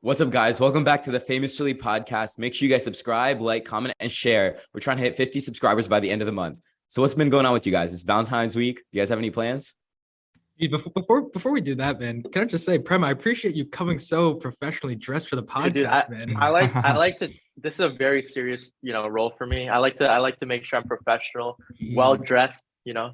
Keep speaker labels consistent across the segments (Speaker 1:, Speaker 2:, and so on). Speaker 1: What's up, guys? Welcome back to the Famous Chili podcast. Make sure you guys subscribe, like, comment, and share. We're trying to hit 50 subscribers by the end of the month. So, what's been going on with you guys? It's Valentine's week. Do you guys have any plans?
Speaker 2: Dude, before, before before we do that, man, can I just say, Prem, I appreciate you coming so professionally dressed for the podcast,
Speaker 3: Dude, dude,
Speaker 2: man.
Speaker 3: I like I like to this is a very serious, you know, role for me. I like to I like to make sure I'm professional, well dressed, you know.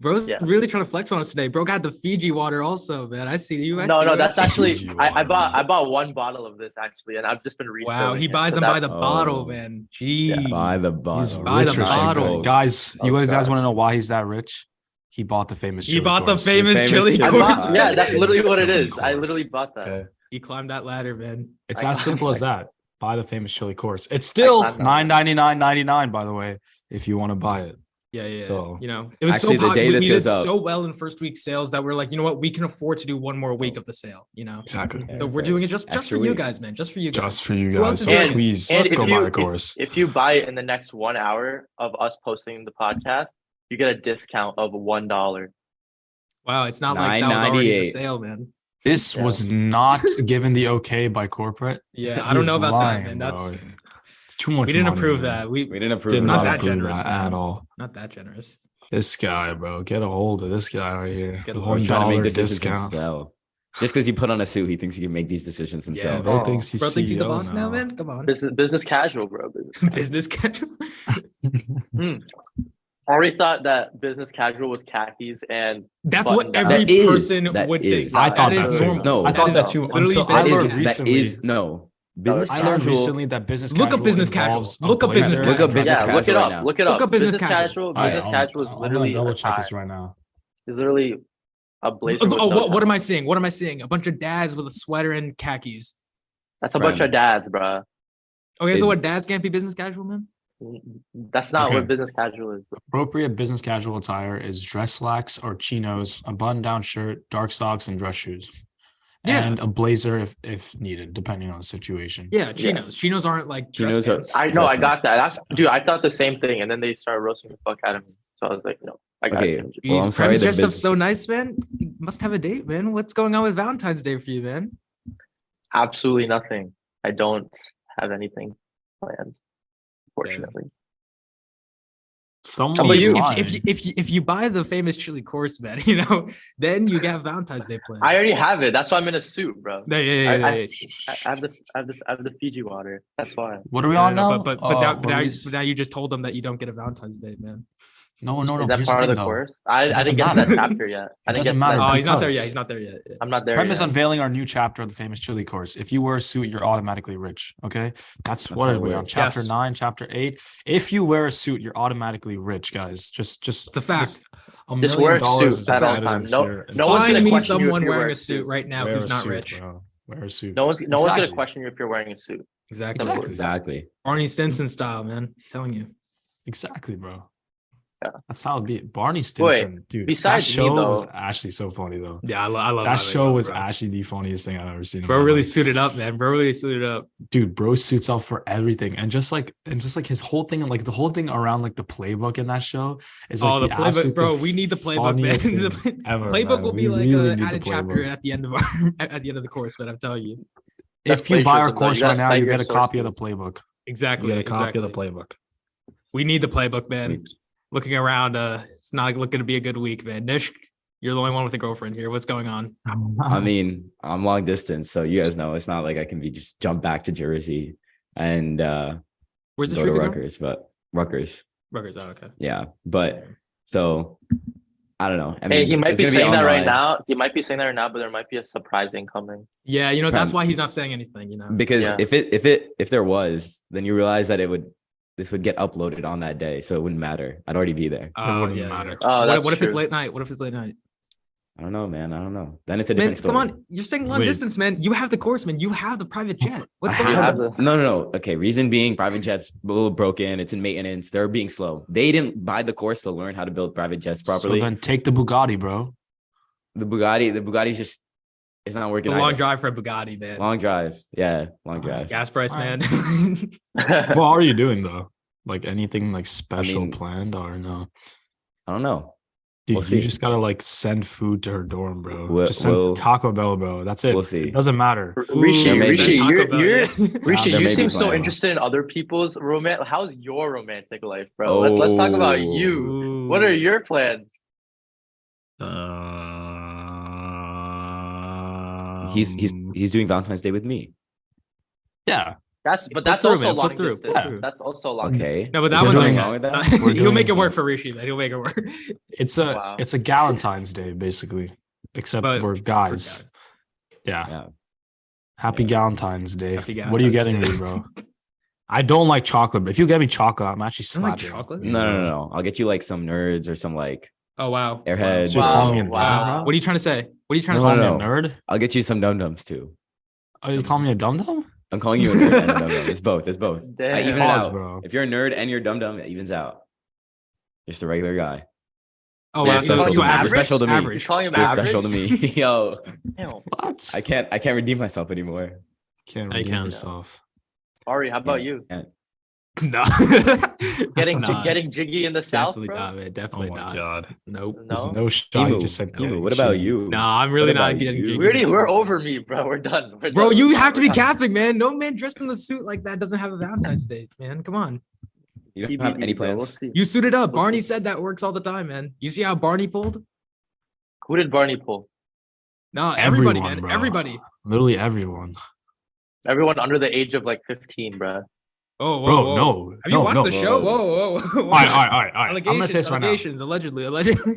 Speaker 2: Bro's
Speaker 3: yeah.
Speaker 2: really trying to flex on us today. Bro got the Fiji water also, man. I see you. I
Speaker 3: No,
Speaker 2: see
Speaker 3: no,
Speaker 2: you.
Speaker 3: that's actually
Speaker 4: Jeez, you
Speaker 3: I, I
Speaker 4: are,
Speaker 3: bought
Speaker 4: man.
Speaker 3: I bought one bottle of this actually and I've just been reading.
Speaker 2: wow. He buys them by the
Speaker 1: Oh.
Speaker 2: bottle, man. Gee,
Speaker 1: By the
Speaker 4: He's
Speaker 1: bottle.
Speaker 2: by the
Speaker 4: rich, rich like
Speaker 2: bottle.
Speaker 4: that. guys. You guys,
Speaker 1: Okay.
Speaker 4: guys want to know why he's that rich? He bought the famous.
Speaker 2: he
Speaker 4: chili
Speaker 2: bought the
Speaker 4: course.
Speaker 2: famous,
Speaker 1: Famous
Speaker 2: chili
Speaker 1: chili
Speaker 3: I
Speaker 2: course.
Speaker 1: course.
Speaker 3: bought, yeah, that's literally what it is. I
Speaker 4: Of
Speaker 3: literally
Speaker 4: course.
Speaker 3: bought that.
Speaker 4: Okay.
Speaker 2: He climbed that ladder, man.
Speaker 4: It's
Speaker 3: I-
Speaker 4: as simple as that. Buy the famous chili course. It's still
Speaker 3: I- I-
Speaker 4: nine ninety nine ninety nine. By the way, if you want to buy it,
Speaker 2: Yeah, yeah.
Speaker 4: So-
Speaker 2: you know, it was
Speaker 1: Actually,
Speaker 2: so
Speaker 1: the
Speaker 2: pop-
Speaker 1: day
Speaker 2: we-
Speaker 1: this
Speaker 2: we did
Speaker 1: goes up-
Speaker 2: so well in first week sales that we're like, you know what, we can afford to do one more week of the sale. You know,
Speaker 4: exactly.
Speaker 2: so we're doing it just just for
Speaker 1: Extra
Speaker 2: you
Speaker 1: week.
Speaker 2: guys, man. Just for you guys.
Speaker 4: Just for you
Speaker 2: Who else is
Speaker 4: guys. So
Speaker 3: buying it?
Speaker 4: please
Speaker 3: And
Speaker 4: let's
Speaker 3: if
Speaker 4: go
Speaker 3: you-
Speaker 4: buy a course.
Speaker 3: If you buy it in the next one hour of us posting the podcast, you get a discount of one dollar.
Speaker 2: Wow, it's not like that was already the
Speaker 1: 9.98.
Speaker 2: sale, man.
Speaker 4: This
Speaker 3: Yeah.
Speaker 4: was not given the okay by corporate.
Speaker 2: Yeah, I don't
Speaker 4: He's
Speaker 2: know about
Speaker 4: lying,
Speaker 2: that, man.
Speaker 4: bro.
Speaker 2: That's
Speaker 4: it's too much.
Speaker 2: we didn't
Speaker 4: money,
Speaker 2: approve
Speaker 4: man.
Speaker 2: that. We
Speaker 1: We didn't approve.
Speaker 4: Did
Speaker 1: of
Speaker 4: not
Speaker 2: that
Speaker 4: approve
Speaker 2: generous,
Speaker 4: that
Speaker 2: man.
Speaker 4: at all.
Speaker 2: not that generous.
Speaker 4: This guy, bro, get a hold of this guy right here.
Speaker 2: Get a
Speaker 1: We're
Speaker 4: One
Speaker 1: trying to
Speaker 4: dollar
Speaker 1: make decisions
Speaker 4: discount.
Speaker 1: himself. Just because he put on a suit, he thinks he can make these decisions
Speaker 2: Yeah,
Speaker 1: himself.
Speaker 4: Bro
Speaker 3: Oh.
Speaker 4: thinks he's
Speaker 2: Bro thinks he's the
Speaker 4: CEO
Speaker 2: boss now, man. Come on,
Speaker 3: Business business casual, bro. Business
Speaker 2: business casual.
Speaker 3: I already thought that business casual was khakis and
Speaker 2: That's
Speaker 3: Button
Speaker 2: what
Speaker 3: down.
Speaker 2: every
Speaker 1: That is-
Speaker 2: person
Speaker 1: that
Speaker 2: would
Speaker 1: is.
Speaker 2: think.
Speaker 4: I
Speaker 3: That
Speaker 4: thought
Speaker 3: is
Speaker 4: that too.
Speaker 3: normal.
Speaker 1: No,
Speaker 4: I thought
Speaker 2: is
Speaker 4: that too.
Speaker 2: literally
Speaker 4: Until I
Speaker 2: business
Speaker 1: That is,
Speaker 4: learned
Speaker 1: that
Speaker 4: recently.
Speaker 1: is no business.
Speaker 4: I learned
Speaker 1: casual-
Speaker 4: recently that business.
Speaker 2: Look up
Speaker 4: casual
Speaker 2: business casual.
Speaker 4: involves a
Speaker 2: Look up business casual.
Speaker 4: blazer and
Speaker 1: Look up
Speaker 4: dress
Speaker 1: business
Speaker 3: yeah,
Speaker 4: code.
Speaker 1: casual
Speaker 3: look it
Speaker 1: right
Speaker 3: up.
Speaker 1: now.
Speaker 3: Look it
Speaker 2: Look
Speaker 3: up.
Speaker 2: up business casual.
Speaker 3: casual.
Speaker 4: All right,
Speaker 3: Business
Speaker 4: I'll-
Speaker 3: casual is
Speaker 4: I'll-
Speaker 3: literally
Speaker 4: I'm gonna
Speaker 3: a
Speaker 4: double check
Speaker 3: tie.
Speaker 4: this right now.
Speaker 3: It's literally a blazer.
Speaker 2: Oh,
Speaker 3: with
Speaker 2: oh,
Speaker 3: no
Speaker 2: what, what
Speaker 3: tie.
Speaker 2: am I seeing? What am I seeing? A bunch of dads with a sweater and khakis.
Speaker 3: That's a bunch
Speaker 1: Brandon.
Speaker 3: of dads, bro.
Speaker 2: Okay,
Speaker 1: Is-
Speaker 2: so what? Dads can't be business casual, man.
Speaker 3: That's not
Speaker 4: Okay.
Speaker 3: what business casual is. bro.
Speaker 4: Appropriate business casual attire is dress slacks or chinos, a button-down shirt, dark socks, and dress shoes,
Speaker 2: Yeah.
Speaker 4: and a blazer if if needed, depending on the situation.
Speaker 2: Yeah, chinos. Chinos aren't like dress
Speaker 1: Chinos are-
Speaker 2: pants.
Speaker 3: I know. I
Speaker 1: Christmas.
Speaker 3: got that. That's dude. I thought the same thing, and then they started roasting the fuck out of me. So I was like, no, I got
Speaker 1: Okay.
Speaker 3: it.
Speaker 2: Jeez,
Speaker 1: Well, I'm
Speaker 2: Prem's
Speaker 1: sorry the
Speaker 2: dressed up
Speaker 1: business-
Speaker 2: so nice, man. You must have a date, man. What's going on with Valentine's Day for you, man?
Speaker 3: Absolutely nothing. I don't have anything planned, fortunately.
Speaker 4: Someone
Speaker 3: How about
Speaker 2: If-
Speaker 3: you?
Speaker 4: lying.
Speaker 2: If, if, you, if you if you buy the famous chili course, man, you know, then you get Valentine's Day planned.
Speaker 3: I already have it. That's why I'm in a suit, bro.
Speaker 2: No, yeah, yeah,
Speaker 3: I-
Speaker 2: yeah,
Speaker 3: I-
Speaker 2: yeah.
Speaker 3: I I have the I have the I have the Fiji water. That's why.
Speaker 4: what are we
Speaker 2: No,
Speaker 4: on
Speaker 2: no,
Speaker 4: now?
Speaker 2: no, But but,
Speaker 4: Uh,
Speaker 2: but, now, but,
Speaker 4: what are
Speaker 2: now,
Speaker 4: we-
Speaker 2: you- but now you just told them that you don't get a Valentine's Day, man.
Speaker 4: no, Oh, no, no.
Speaker 3: Is that
Speaker 4: here's the
Speaker 3: part of
Speaker 4: thing,
Speaker 3: the
Speaker 4: though.
Speaker 3: course? I, I
Speaker 4: doesn't
Speaker 3: didn't get to that
Speaker 2: matter.
Speaker 3: chapter yet. I
Speaker 4: It
Speaker 3: didn't
Speaker 4: doesn't
Speaker 3: get to that.
Speaker 2: Oh, he's not there
Speaker 4: because-
Speaker 2: yet. He's not there yet.
Speaker 3: I'm not there.
Speaker 4: Prem is
Speaker 3: yet.
Speaker 4: unveiling our new chapter of the famous chili course. If you wear a suit, you're automatically rich. Okay, that's,
Speaker 1: That's
Speaker 4: what
Speaker 1: how
Speaker 4: are
Speaker 1: it
Speaker 4: we on
Speaker 1: works.
Speaker 4: chapter
Speaker 2: Yes.
Speaker 4: nine, chapter eight. If you wear a suit, you're automatically rich, guys. Just, just
Speaker 2: It's a fact.
Speaker 4: Just, a
Speaker 3: Just
Speaker 4: million
Speaker 3: wear a
Speaker 4: dollars
Speaker 3: suit
Speaker 4: is
Speaker 3: at all
Speaker 4: better than
Speaker 3: times. No-
Speaker 4: zero.
Speaker 3: no
Speaker 4: It's
Speaker 3: one's
Speaker 4: fine.
Speaker 2: Find
Speaker 3: gonna
Speaker 2: me
Speaker 3: question you if
Speaker 2: someone
Speaker 3: you wear
Speaker 2: wearing
Speaker 3: a
Speaker 2: a suit
Speaker 3: suit.
Speaker 2: right now
Speaker 4: Wear a
Speaker 2: who's not
Speaker 4: suit,
Speaker 2: rich.
Speaker 4: bro. Wear a suit.
Speaker 3: No one's no one's
Speaker 4: Exactly.
Speaker 3: gonna question you if you're wearing a suit.
Speaker 2: Exactly.
Speaker 4: Exactly.
Speaker 1: Exactly.
Speaker 2: Arnie Stinson style, man. Telling you.
Speaker 4: Exactly, bro.
Speaker 3: Yeah.
Speaker 4: That's how it be. Barney
Speaker 3: Wait,
Speaker 4: Stinson, dude.
Speaker 3: besides
Speaker 4: that
Speaker 3: me,
Speaker 4: show was
Speaker 3: though-
Speaker 4: actually so funny though.
Speaker 2: Yeah, I, lo- I love
Speaker 4: That show was
Speaker 2: bro.
Speaker 4: actually the funniest thing I've ever seen. in
Speaker 2: Bro
Speaker 4: my
Speaker 2: really
Speaker 4: life.
Speaker 2: suited up, man. Bro really suited up.
Speaker 4: dude bro suits up for everything and just like and just like his whole thing and like the whole thing around like the playbook in that show is like
Speaker 2: oh, the, playbook,
Speaker 4: absolute-
Speaker 2: bro. We need the playbook,
Speaker 4: funniest
Speaker 2: man. The
Speaker 4: thing
Speaker 2: play-
Speaker 4: ever,
Speaker 2: playbook
Speaker 4: man.
Speaker 2: will be
Speaker 4: We
Speaker 2: like
Speaker 4: really
Speaker 2: an
Speaker 4: need the
Speaker 2: added chapter
Speaker 4: playbook.
Speaker 2: at the end of our at at the end of the course, man. I'm telling you.
Speaker 3: That's
Speaker 4: if you buy our
Speaker 3: plagiarism, though. You
Speaker 4: course
Speaker 3: gotta
Speaker 4: right now
Speaker 3: cite
Speaker 4: you
Speaker 3: your
Speaker 4: get a copy of the
Speaker 3: sources.
Speaker 4: playbook you
Speaker 2: Exactly.
Speaker 4: get a copy
Speaker 2: exactly.
Speaker 4: of the playbook
Speaker 2: We need the playbook, man.
Speaker 1: We-
Speaker 2: Looking around, uh, it's not looking to be a good week, man. Nish, you're the only one with a girlfriend here. What's going on?
Speaker 1: I mean, I'm long distance, so you guys know it's not like I can be just jump back to Jersey and uh
Speaker 2: Where's the
Speaker 1: go to
Speaker 2: Rucker?
Speaker 1: Rutgers, but Rutgers,
Speaker 2: Ruckers. Oh, okay.
Speaker 1: yeah. But so I don't know. I
Speaker 3: Hey, he might
Speaker 1: it's
Speaker 3: be
Speaker 1: gonna
Speaker 3: saying that right
Speaker 1: online
Speaker 3: now. He might be saying that right now, but there might be a surprise incoming.
Speaker 2: Yeah, you know that's
Speaker 1: Prem.
Speaker 2: why he's not saying anything. You know.
Speaker 1: because
Speaker 3: Yeah.
Speaker 1: if it if it if there was, then you realize that it would this would get uploaded on that day, so it wouldn't matter. I'd already be there.
Speaker 2: Oh,
Speaker 4: wouldn't
Speaker 2: yeah,
Speaker 4: matter.
Speaker 2: yeah.
Speaker 3: Oh,
Speaker 2: what,
Speaker 3: that's
Speaker 2: what if it's
Speaker 3: true.
Speaker 2: late night? What if it's late night?
Speaker 1: I don't know, man. I don't know. Then it's a
Speaker 2: Man,
Speaker 1: different
Speaker 2: come
Speaker 1: story.
Speaker 2: on. You're saying long
Speaker 4: Wait.
Speaker 2: distance, man. You have the course, man. You have the private jet. What's
Speaker 1: I
Speaker 2: going
Speaker 1: have-
Speaker 2: on?
Speaker 3: the-
Speaker 1: no, no, no. Okay, reason being, private jets a little broken. It's in maintenance. They're being slow. They didn't buy the course to learn how to build private jets properly.
Speaker 4: so then take the bugatti bro
Speaker 1: the Bugatti, the Bugatti's just it's not
Speaker 2: The
Speaker 1: working.
Speaker 2: long
Speaker 1: either.
Speaker 2: drive Oh for a Bugatti, man.
Speaker 1: Long drive. Yeah, long drive.
Speaker 2: Gas price,
Speaker 4: All
Speaker 2: man.
Speaker 4: right.
Speaker 3: Well,
Speaker 4: what are you doing though like anything like special
Speaker 1: mean-
Speaker 4: planned or no
Speaker 1: I don't know.
Speaker 4: Dude,
Speaker 1: We'll
Speaker 4: you
Speaker 1: see.
Speaker 4: just gotta like send food to her dorm, bro.
Speaker 1: We'll-
Speaker 4: just send
Speaker 1: we'll-
Speaker 4: Taco Bell, bro. That's it.
Speaker 1: We'll see.
Speaker 4: It doesn't matter.
Speaker 3: R- Rishi,
Speaker 1: Ooh,
Speaker 4: Send
Speaker 1: amazing.
Speaker 3: Rishi,
Speaker 4: Taco
Speaker 3: you're
Speaker 4: Bell,
Speaker 3: you're
Speaker 4: yeah.
Speaker 3: Rishi,
Speaker 1: there
Speaker 3: you
Speaker 1: may be
Speaker 3: seem so
Speaker 1: violence.
Speaker 3: interested in other people's romance. How's your romantic life, bro? Let's, let's talk about
Speaker 1: Oh.
Speaker 3: you. What are
Speaker 4: Ooh.
Speaker 3: your plans?
Speaker 1: He's he's
Speaker 4: Um,
Speaker 1: he's doing Valentine's Day with me.
Speaker 4: yeah.
Speaker 3: That's but
Speaker 2: Put
Speaker 3: that's
Speaker 2: through,
Speaker 3: also
Speaker 2: man, put
Speaker 3: long
Speaker 2: through, put
Speaker 3: distance.
Speaker 2: through.
Speaker 3: That's also long. distance.
Speaker 1: Okay.
Speaker 2: Mm. No, but
Speaker 4: Is
Speaker 2: that
Speaker 4: there
Speaker 2: one's
Speaker 4: something
Speaker 2: like
Speaker 1: wrong with that?
Speaker 4: We're
Speaker 2: he'll
Speaker 4: doing
Speaker 2: make it work
Speaker 4: that.
Speaker 2: for Rishi. Then he'll make it work.
Speaker 4: It's a
Speaker 3: Wow.
Speaker 4: it's a Galentine's Day basically, except
Speaker 2: But
Speaker 4: we're guys. Yeah.
Speaker 1: Yeah.
Speaker 4: Happy
Speaker 1: Yeah.
Speaker 4: Galentine's Day.
Speaker 2: Happy
Speaker 4: what are you
Speaker 2: Galentine's
Speaker 4: getting
Speaker 2: Day.
Speaker 4: me, bro? I don't like chocolate. But if you get me chocolate, I'm actually
Speaker 2: You don't like
Speaker 4: slapping.
Speaker 2: chocolate?
Speaker 4: you,
Speaker 1: No, no,
Speaker 4: bro.
Speaker 1: no, no. I'll get you like some nerds or some like
Speaker 2: Oh wow.
Speaker 1: airheads.
Speaker 4: So you're
Speaker 1: or some-
Speaker 3: Wow.
Speaker 4: calling me a nerd?
Speaker 3: wow.
Speaker 4: bro?
Speaker 2: What are you trying to say? What are you trying
Speaker 4: You
Speaker 2: to
Speaker 1: No,
Speaker 4: calling
Speaker 2: say?
Speaker 1: no,
Speaker 4: me a nerd?
Speaker 1: I'll get you some dum dums too.
Speaker 4: Are Oh, you calling me a dum dum?
Speaker 1: I'm calling you a nerd and a dum dum. It's both. It's both. I
Speaker 3: Damn.
Speaker 1: even it
Speaker 4: Pause,
Speaker 1: out.
Speaker 4: bro.
Speaker 1: If you're a nerd and you're dum dum, it evens out. Just a regular guy.
Speaker 2: Oh
Speaker 1: Yeah,
Speaker 2: wow.
Speaker 1: so-
Speaker 2: So,
Speaker 1: so
Speaker 2: so average.
Speaker 1: special to me.
Speaker 2: Average.
Speaker 3: You calling him
Speaker 1: So
Speaker 3: average?
Speaker 1: special to me. Yo,
Speaker 3: Damn.
Speaker 4: What?
Speaker 1: I can't. I can't redeem myself anymore.
Speaker 4: can't
Speaker 2: I
Speaker 4: redeem
Speaker 2: can't.
Speaker 4: yourself.
Speaker 3: Ari, how about you?
Speaker 2: No.
Speaker 3: Getting
Speaker 4: Nah,
Speaker 3: getting jiggy in the south,
Speaker 2: definitely
Speaker 3: bro.
Speaker 2: not, man.
Speaker 4: Oh
Speaker 2: Definitely
Speaker 4: my
Speaker 2: not.
Speaker 4: god.
Speaker 2: Nope.
Speaker 4: There's
Speaker 3: No?
Speaker 4: no, shot. You
Speaker 1: Emu,
Speaker 4: just said
Speaker 1: Emu,
Speaker 4: getting
Speaker 1: what about
Speaker 4: cheated.
Speaker 1: you?
Speaker 2: No, I'm really
Speaker 1: about
Speaker 2: not getting
Speaker 1: you?
Speaker 2: jiggy.
Speaker 3: We're already we're over me, bro. We're done. We're
Speaker 2: Bro,
Speaker 3: done.
Speaker 2: you have to be
Speaker 3: We're done.
Speaker 2: Catholic, man. No man dressed in a suit like that doesn't have a Valentine's Day, man. Come on.
Speaker 1: You don't have
Speaker 3: TBD,
Speaker 1: any
Speaker 3: bro. We'll
Speaker 1: plans.
Speaker 3: see.
Speaker 2: You suited up. Barney said that works all the time, man. You see how Barney pulled?
Speaker 3: Who did Barney pull?
Speaker 2: No, everybody,
Speaker 4: Everyone,
Speaker 2: man.
Speaker 4: bro.
Speaker 2: Everybody.
Speaker 4: Literally everyone.
Speaker 3: Everyone under the age of like 15, bro.
Speaker 2: Oh, whoa,
Speaker 4: Bro,
Speaker 2: whoa.
Speaker 4: no.
Speaker 2: Have you
Speaker 4: no,
Speaker 2: watched
Speaker 4: no.
Speaker 2: the show? Whoa, whoa, whoa.
Speaker 4: All right, all right, all right, all right. I'm
Speaker 2: Allegations,
Speaker 4: gonna say this right now.
Speaker 2: allegations, allegedly, allegedly.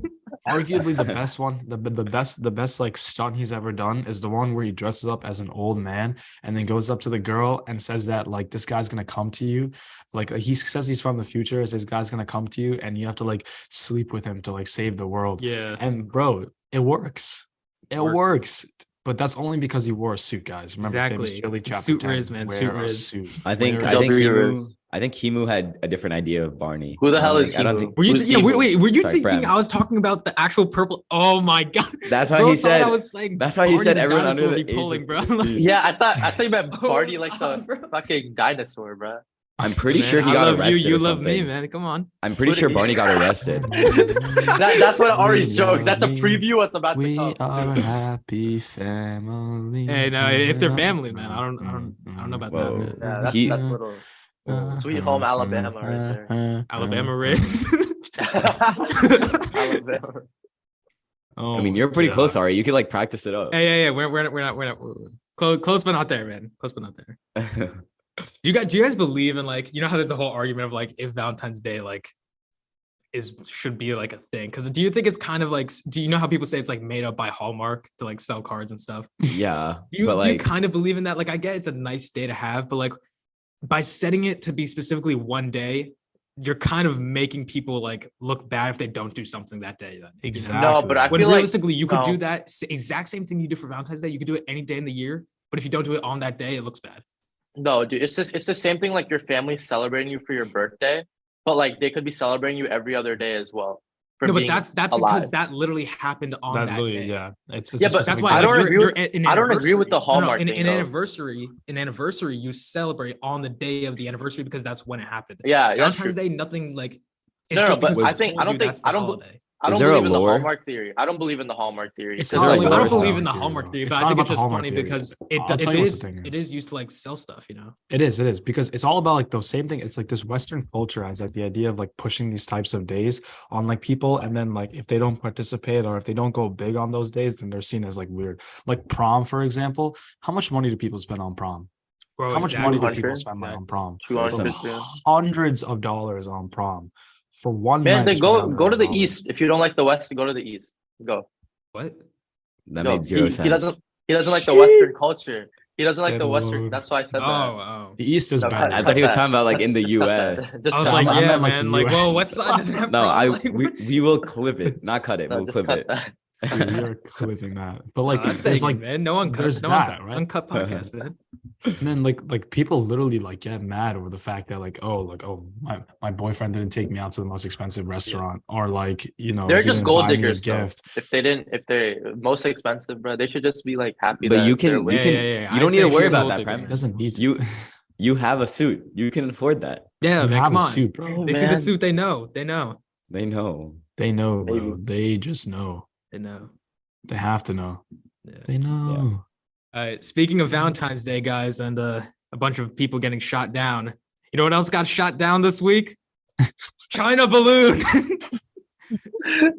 Speaker 4: Arguably the best one, the the best, the best like stunt he's ever done is the one where he dresses up as an old man and then goes up to the girl and says that like this guy's gonna come to you, like he says he's from the future, says this guy's gonna come to you and you have to like sleep with him to like save the world.
Speaker 2: Yeah.
Speaker 4: And bro, it works. It
Speaker 2: Works.
Speaker 4: works. But that's only because he wore a suit, guys. Remember, famous
Speaker 2: Exactly.
Speaker 4: Jolie
Speaker 2: It's
Speaker 4: chapter
Speaker 2: suit
Speaker 4: 10,
Speaker 2: riz, man,
Speaker 4: wear
Speaker 2: suit
Speaker 4: a
Speaker 2: riz.
Speaker 4: suit.
Speaker 1: I think.
Speaker 4: Wear
Speaker 1: I
Speaker 4: a
Speaker 1: think.
Speaker 3: W
Speaker 1: Himu,
Speaker 3: Rose.
Speaker 1: I think Himu had a different idea of Barney.
Speaker 3: Who the
Speaker 1: I don't
Speaker 3: hell
Speaker 1: think-
Speaker 3: is
Speaker 1: I don't
Speaker 3: Himu?
Speaker 1: think
Speaker 2: Were you?
Speaker 3: Who's
Speaker 2: yeah. Wait,
Speaker 3: evil?
Speaker 2: wait. Were you
Speaker 1: Sorry,
Speaker 2: thinking
Speaker 1: Fran.
Speaker 2: I was talking about the actual purple? Oh my god.
Speaker 1: that's why
Speaker 2: Bro
Speaker 1: he
Speaker 2: thought
Speaker 1: said.
Speaker 2: I was like
Speaker 1: that's why he
Speaker 2: Barney
Speaker 1: said
Speaker 2: the
Speaker 1: everyone
Speaker 2: dinosaur
Speaker 1: under the
Speaker 2: be
Speaker 1: age
Speaker 2: pulling,
Speaker 1: of
Speaker 2: bro.
Speaker 1: 15.
Speaker 2: Like,
Speaker 3: Yeah, I thought I thought you meant
Speaker 2: oh
Speaker 3: Barney
Speaker 2: my
Speaker 3: like
Speaker 2: God,
Speaker 3: the
Speaker 2: bro.
Speaker 3: fucking dinosaur, bro.
Speaker 1: I'm pretty
Speaker 2: Man,
Speaker 1: sure he
Speaker 2: I
Speaker 1: got
Speaker 2: love
Speaker 1: arrested.
Speaker 2: You, you
Speaker 1: or
Speaker 2: love me,
Speaker 1: something.
Speaker 2: man. Come on.
Speaker 1: I'm pretty
Speaker 3: Who
Speaker 1: sure
Speaker 3: did-
Speaker 1: Barney got arrested.
Speaker 3: That, that's what Ari's
Speaker 4: We
Speaker 3: joke. That's a
Speaker 4: are- we-
Speaker 3: preview what's about to
Speaker 4: We
Speaker 3: come.
Speaker 4: are a happy family.
Speaker 2: Hey, no, if they're family, man, I don't- I don't- I don't know about
Speaker 1: that,
Speaker 4: Whoa.
Speaker 3: Yeah, that's,
Speaker 1: He-
Speaker 3: that's little.
Speaker 4: uh,
Speaker 3: Sweet Home Alabama right there.
Speaker 2: Alabama Riz.
Speaker 3: Alabama.
Speaker 4: Oh,
Speaker 1: I mean, you're pretty
Speaker 4: yeah.
Speaker 1: close, Ari. You could like practice it up.
Speaker 2: Hey, yeah, yeah. We're we're not we're not we're not we're, close close but not there, man. Close but not there. Do you guys do you guys believe in like you know how there's the whole argument of like if Valentine's Day like is should be like a thing? Because do you think it's kind of like s- do you know how people say it's like made up by Hallmark to like sell cards and stuff?
Speaker 1: yeah,
Speaker 2: Do you,
Speaker 1: but
Speaker 2: do you
Speaker 1: like,
Speaker 2: kind of believe in that? Like I get it's a nice day to have, but like by setting it to be specifically one day, you're kind of making people like look bad if they don't do something that day. Then you know?
Speaker 4: Exactly.
Speaker 3: No, but I
Speaker 2: When
Speaker 3: feel like
Speaker 2: realistically, you could do
Speaker 3: no.
Speaker 2: that s- exact same thing you do for Valentine's Day. You could do it any day in the year, but if you don't do it on that day, it looks bad.
Speaker 3: No, dude, it's just it's the same thing like your family celebrating you for your birthday, but like they could be celebrating you every other day as well. For
Speaker 2: No, but
Speaker 3: being-
Speaker 2: that's that's
Speaker 3: alive.
Speaker 2: because that literally happened on that,
Speaker 4: That
Speaker 2: day.
Speaker 4: literally, yeah. It's, it's
Speaker 3: Yeah, but
Speaker 2: That's
Speaker 4: specific-
Speaker 2: why
Speaker 3: I
Speaker 2: like,
Speaker 3: don't
Speaker 2: you're-
Speaker 3: agree
Speaker 2: you're
Speaker 3: with-
Speaker 2: an- an
Speaker 3: I don't agree with the
Speaker 2: anniversary-
Speaker 3: Hallmark
Speaker 2: An,
Speaker 3: thing,
Speaker 2: an
Speaker 3: though.
Speaker 2: anniversary, an anniversary, you celebrate on the day of the anniversary because that's when it happened.
Speaker 3: yeah, that's true.
Speaker 2: Valentine's Day, nothing like.
Speaker 3: No, no,
Speaker 2: just
Speaker 3: but
Speaker 2: because
Speaker 3: I
Speaker 2: it's
Speaker 3: think-
Speaker 2: told
Speaker 3: I don't
Speaker 2: you
Speaker 3: think-
Speaker 2: that's the
Speaker 3: I don't bel-
Speaker 2: holiday.
Speaker 3: I
Speaker 1: Is
Speaker 3: don't
Speaker 1: there a
Speaker 3: believe in the
Speaker 1: lore?
Speaker 3: Hallmark theory. I don't believe in the Hallmark theory.
Speaker 4: It's
Speaker 3: 'cause,
Speaker 4: not
Speaker 2: I
Speaker 4: like
Speaker 2: don't- I
Speaker 4: Hallmark
Speaker 2: don't believe in the
Speaker 4: theory,
Speaker 2: Hallmark
Speaker 4: though.
Speaker 2: theory,
Speaker 4: It's
Speaker 2: but
Speaker 4: not
Speaker 2: I think
Speaker 4: about
Speaker 2: it's
Speaker 4: the
Speaker 2: just
Speaker 4: Hallmark
Speaker 2: funny
Speaker 4: theory.
Speaker 2: because it, do-
Speaker 4: I'll tell
Speaker 2: it
Speaker 4: you what
Speaker 2: is
Speaker 4: the thing
Speaker 2: it
Speaker 4: is.
Speaker 2: is used to like sell stuff, you know.
Speaker 4: It is, it is because it's all about like those same thing. It's like this Western culture has like the idea of like pushing these types of days on like people, and then like if they don't participate or if they don't go big on those days, then they're seen as like weird. Like prom, for example, how much money do people spend on prom?
Speaker 2: Bro,
Speaker 4: How much
Speaker 2: Oh, exactly.
Speaker 4: money do people
Speaker 3: Exactly.
Speaker 4: spend like, on prom?
Speaker 3: Two
Speaker 1: Or some-
Speaker 3: hundred, yeah.
Speaker 4: Hundreds of dollars on prom for one
Speaker 3: Man,
Speaker 4: night
Speaker 3: then
Speaker 4: is
Speaker 3: go
Speaker 4: $100.
Speaker 3: go to the east. If you don't like the west, go to the east. Go.
Speaker 2: What?
Speaker 1: that
Speaker 3: go.
Speaker 1: made zero
Speaker 3: he,
Speaker 1: sense.
Speaker 3: he doesn't he doesn't like the
Speaker 4: Shit.
Speaker 3: Western culture. He doesn't like the
Speaker 4: Good
Speaker 3: Western.
Speaker 4: lord.
Speaker 3: That's why I said
Speaker 2: Oh,
Speaker 3: that.
Speaker 2: oh.
Speaker 4: The east is
Speaker 3: No,
Speaker 4: better.
Speaker 1: I thought he was
Speaker 3: that.
Speaker 1: talking about like in the
Speaker 3: Just cut that.
Speaker 1: U.S.
Speaker 3: Just
Speaker 2: I was
Speaker 3: cut
Speaker 2: like,
Speaker 4: I
Speaker 3: that.
Speaker 2: yeah,
Speaker 4: meant, like,
Speaker 2: man.
Speaker 4: the
Speaker 2: Like, well,
Speaker 4: US.
Speaker 2: West Side doesn't have
Speaker 1: No,
Speaker 2: prom.
Speaker 1: I
Speaker 2: Like,
Speaker 1: we,
Speaker 2: what-
Speaker 1: we will clip it, not cut it.
Speaker 3: No,
Speaker 1: we'll
Speaker 3: just
Speaker 1: clip
Speaker 3: cut
Speaker 1: it.
Speaker 3: that.
Speaker 4: Dude, you're clipping that, but like
Speaker 2: Like, that's
Speaker 4: there's
Speaker 2: like,
Speaker 4: like
Speaker 2: man. No uncut.
Speaker 4: there's
Speaker 2: no
Speaker 4: that,
Speaker 2: uncut,
Speaker 4: right?
Speaker 2: uncut podcast, man.
Speaker 4: And then like like people literally like get mad over the fact that like oh like oh my, my boyfriend didn't take me out to the most expensive restaurant or like you know
Speaker 3: They're
Speaker 4: he
Speaker 3: just
Speaker 4: didn't
Speaker 3: gold
Speaker 4: buy me a
Speaker 3: diggers. though.
Speaker 4: gift.
Speaker 3: If they didn't, if they're most expensive, bro, they should just be like happy.
Speaker 1: But
Speaker 3: that
Speaker 1: you can-
Speaker 3: they're
Speaker 1: you
Speaker 3: winning.
Speaker 1: can- you don't
Speaker 2: I'd
Speaker 1: need to
Speaker 2: say
Speaker 1: worry
Speaker 2: she's
Speaker 1: about
Speaker 2: gold
Speaker 1: that,
Speaker 2: digger,
Speaker 1: Prem.
Speaker 2: man.
Speaker 4: Doesn't need to-
Speaker 1: You you have a suit. You can afford that.
Speaker 2: Yeah,
Speaker 4: you
Speaker 2: man.
Speaker 4: have
Speaker 2: Come
Speaker 4: a
Speaker 2: on.
Speaker 4: suit, bro.
Speaker 2: They see the
Speaker 3: Man.
Speaker 2: suit, they know. They know.
Speaker 1: They know.
Speaker 4: They know, bro.
Speaker 3: Maybe.
Speaker 4: They just know.
Speaker 2: They know.
Speaker 4: They have to know.
Speaker 2: Yeah.
Speaker 4: They know.
Speaker 2: All right. Speaking of Valentine's Day, guys, and uh, a bunch of people getting shot down. You know what else got shot down this week? China balloon.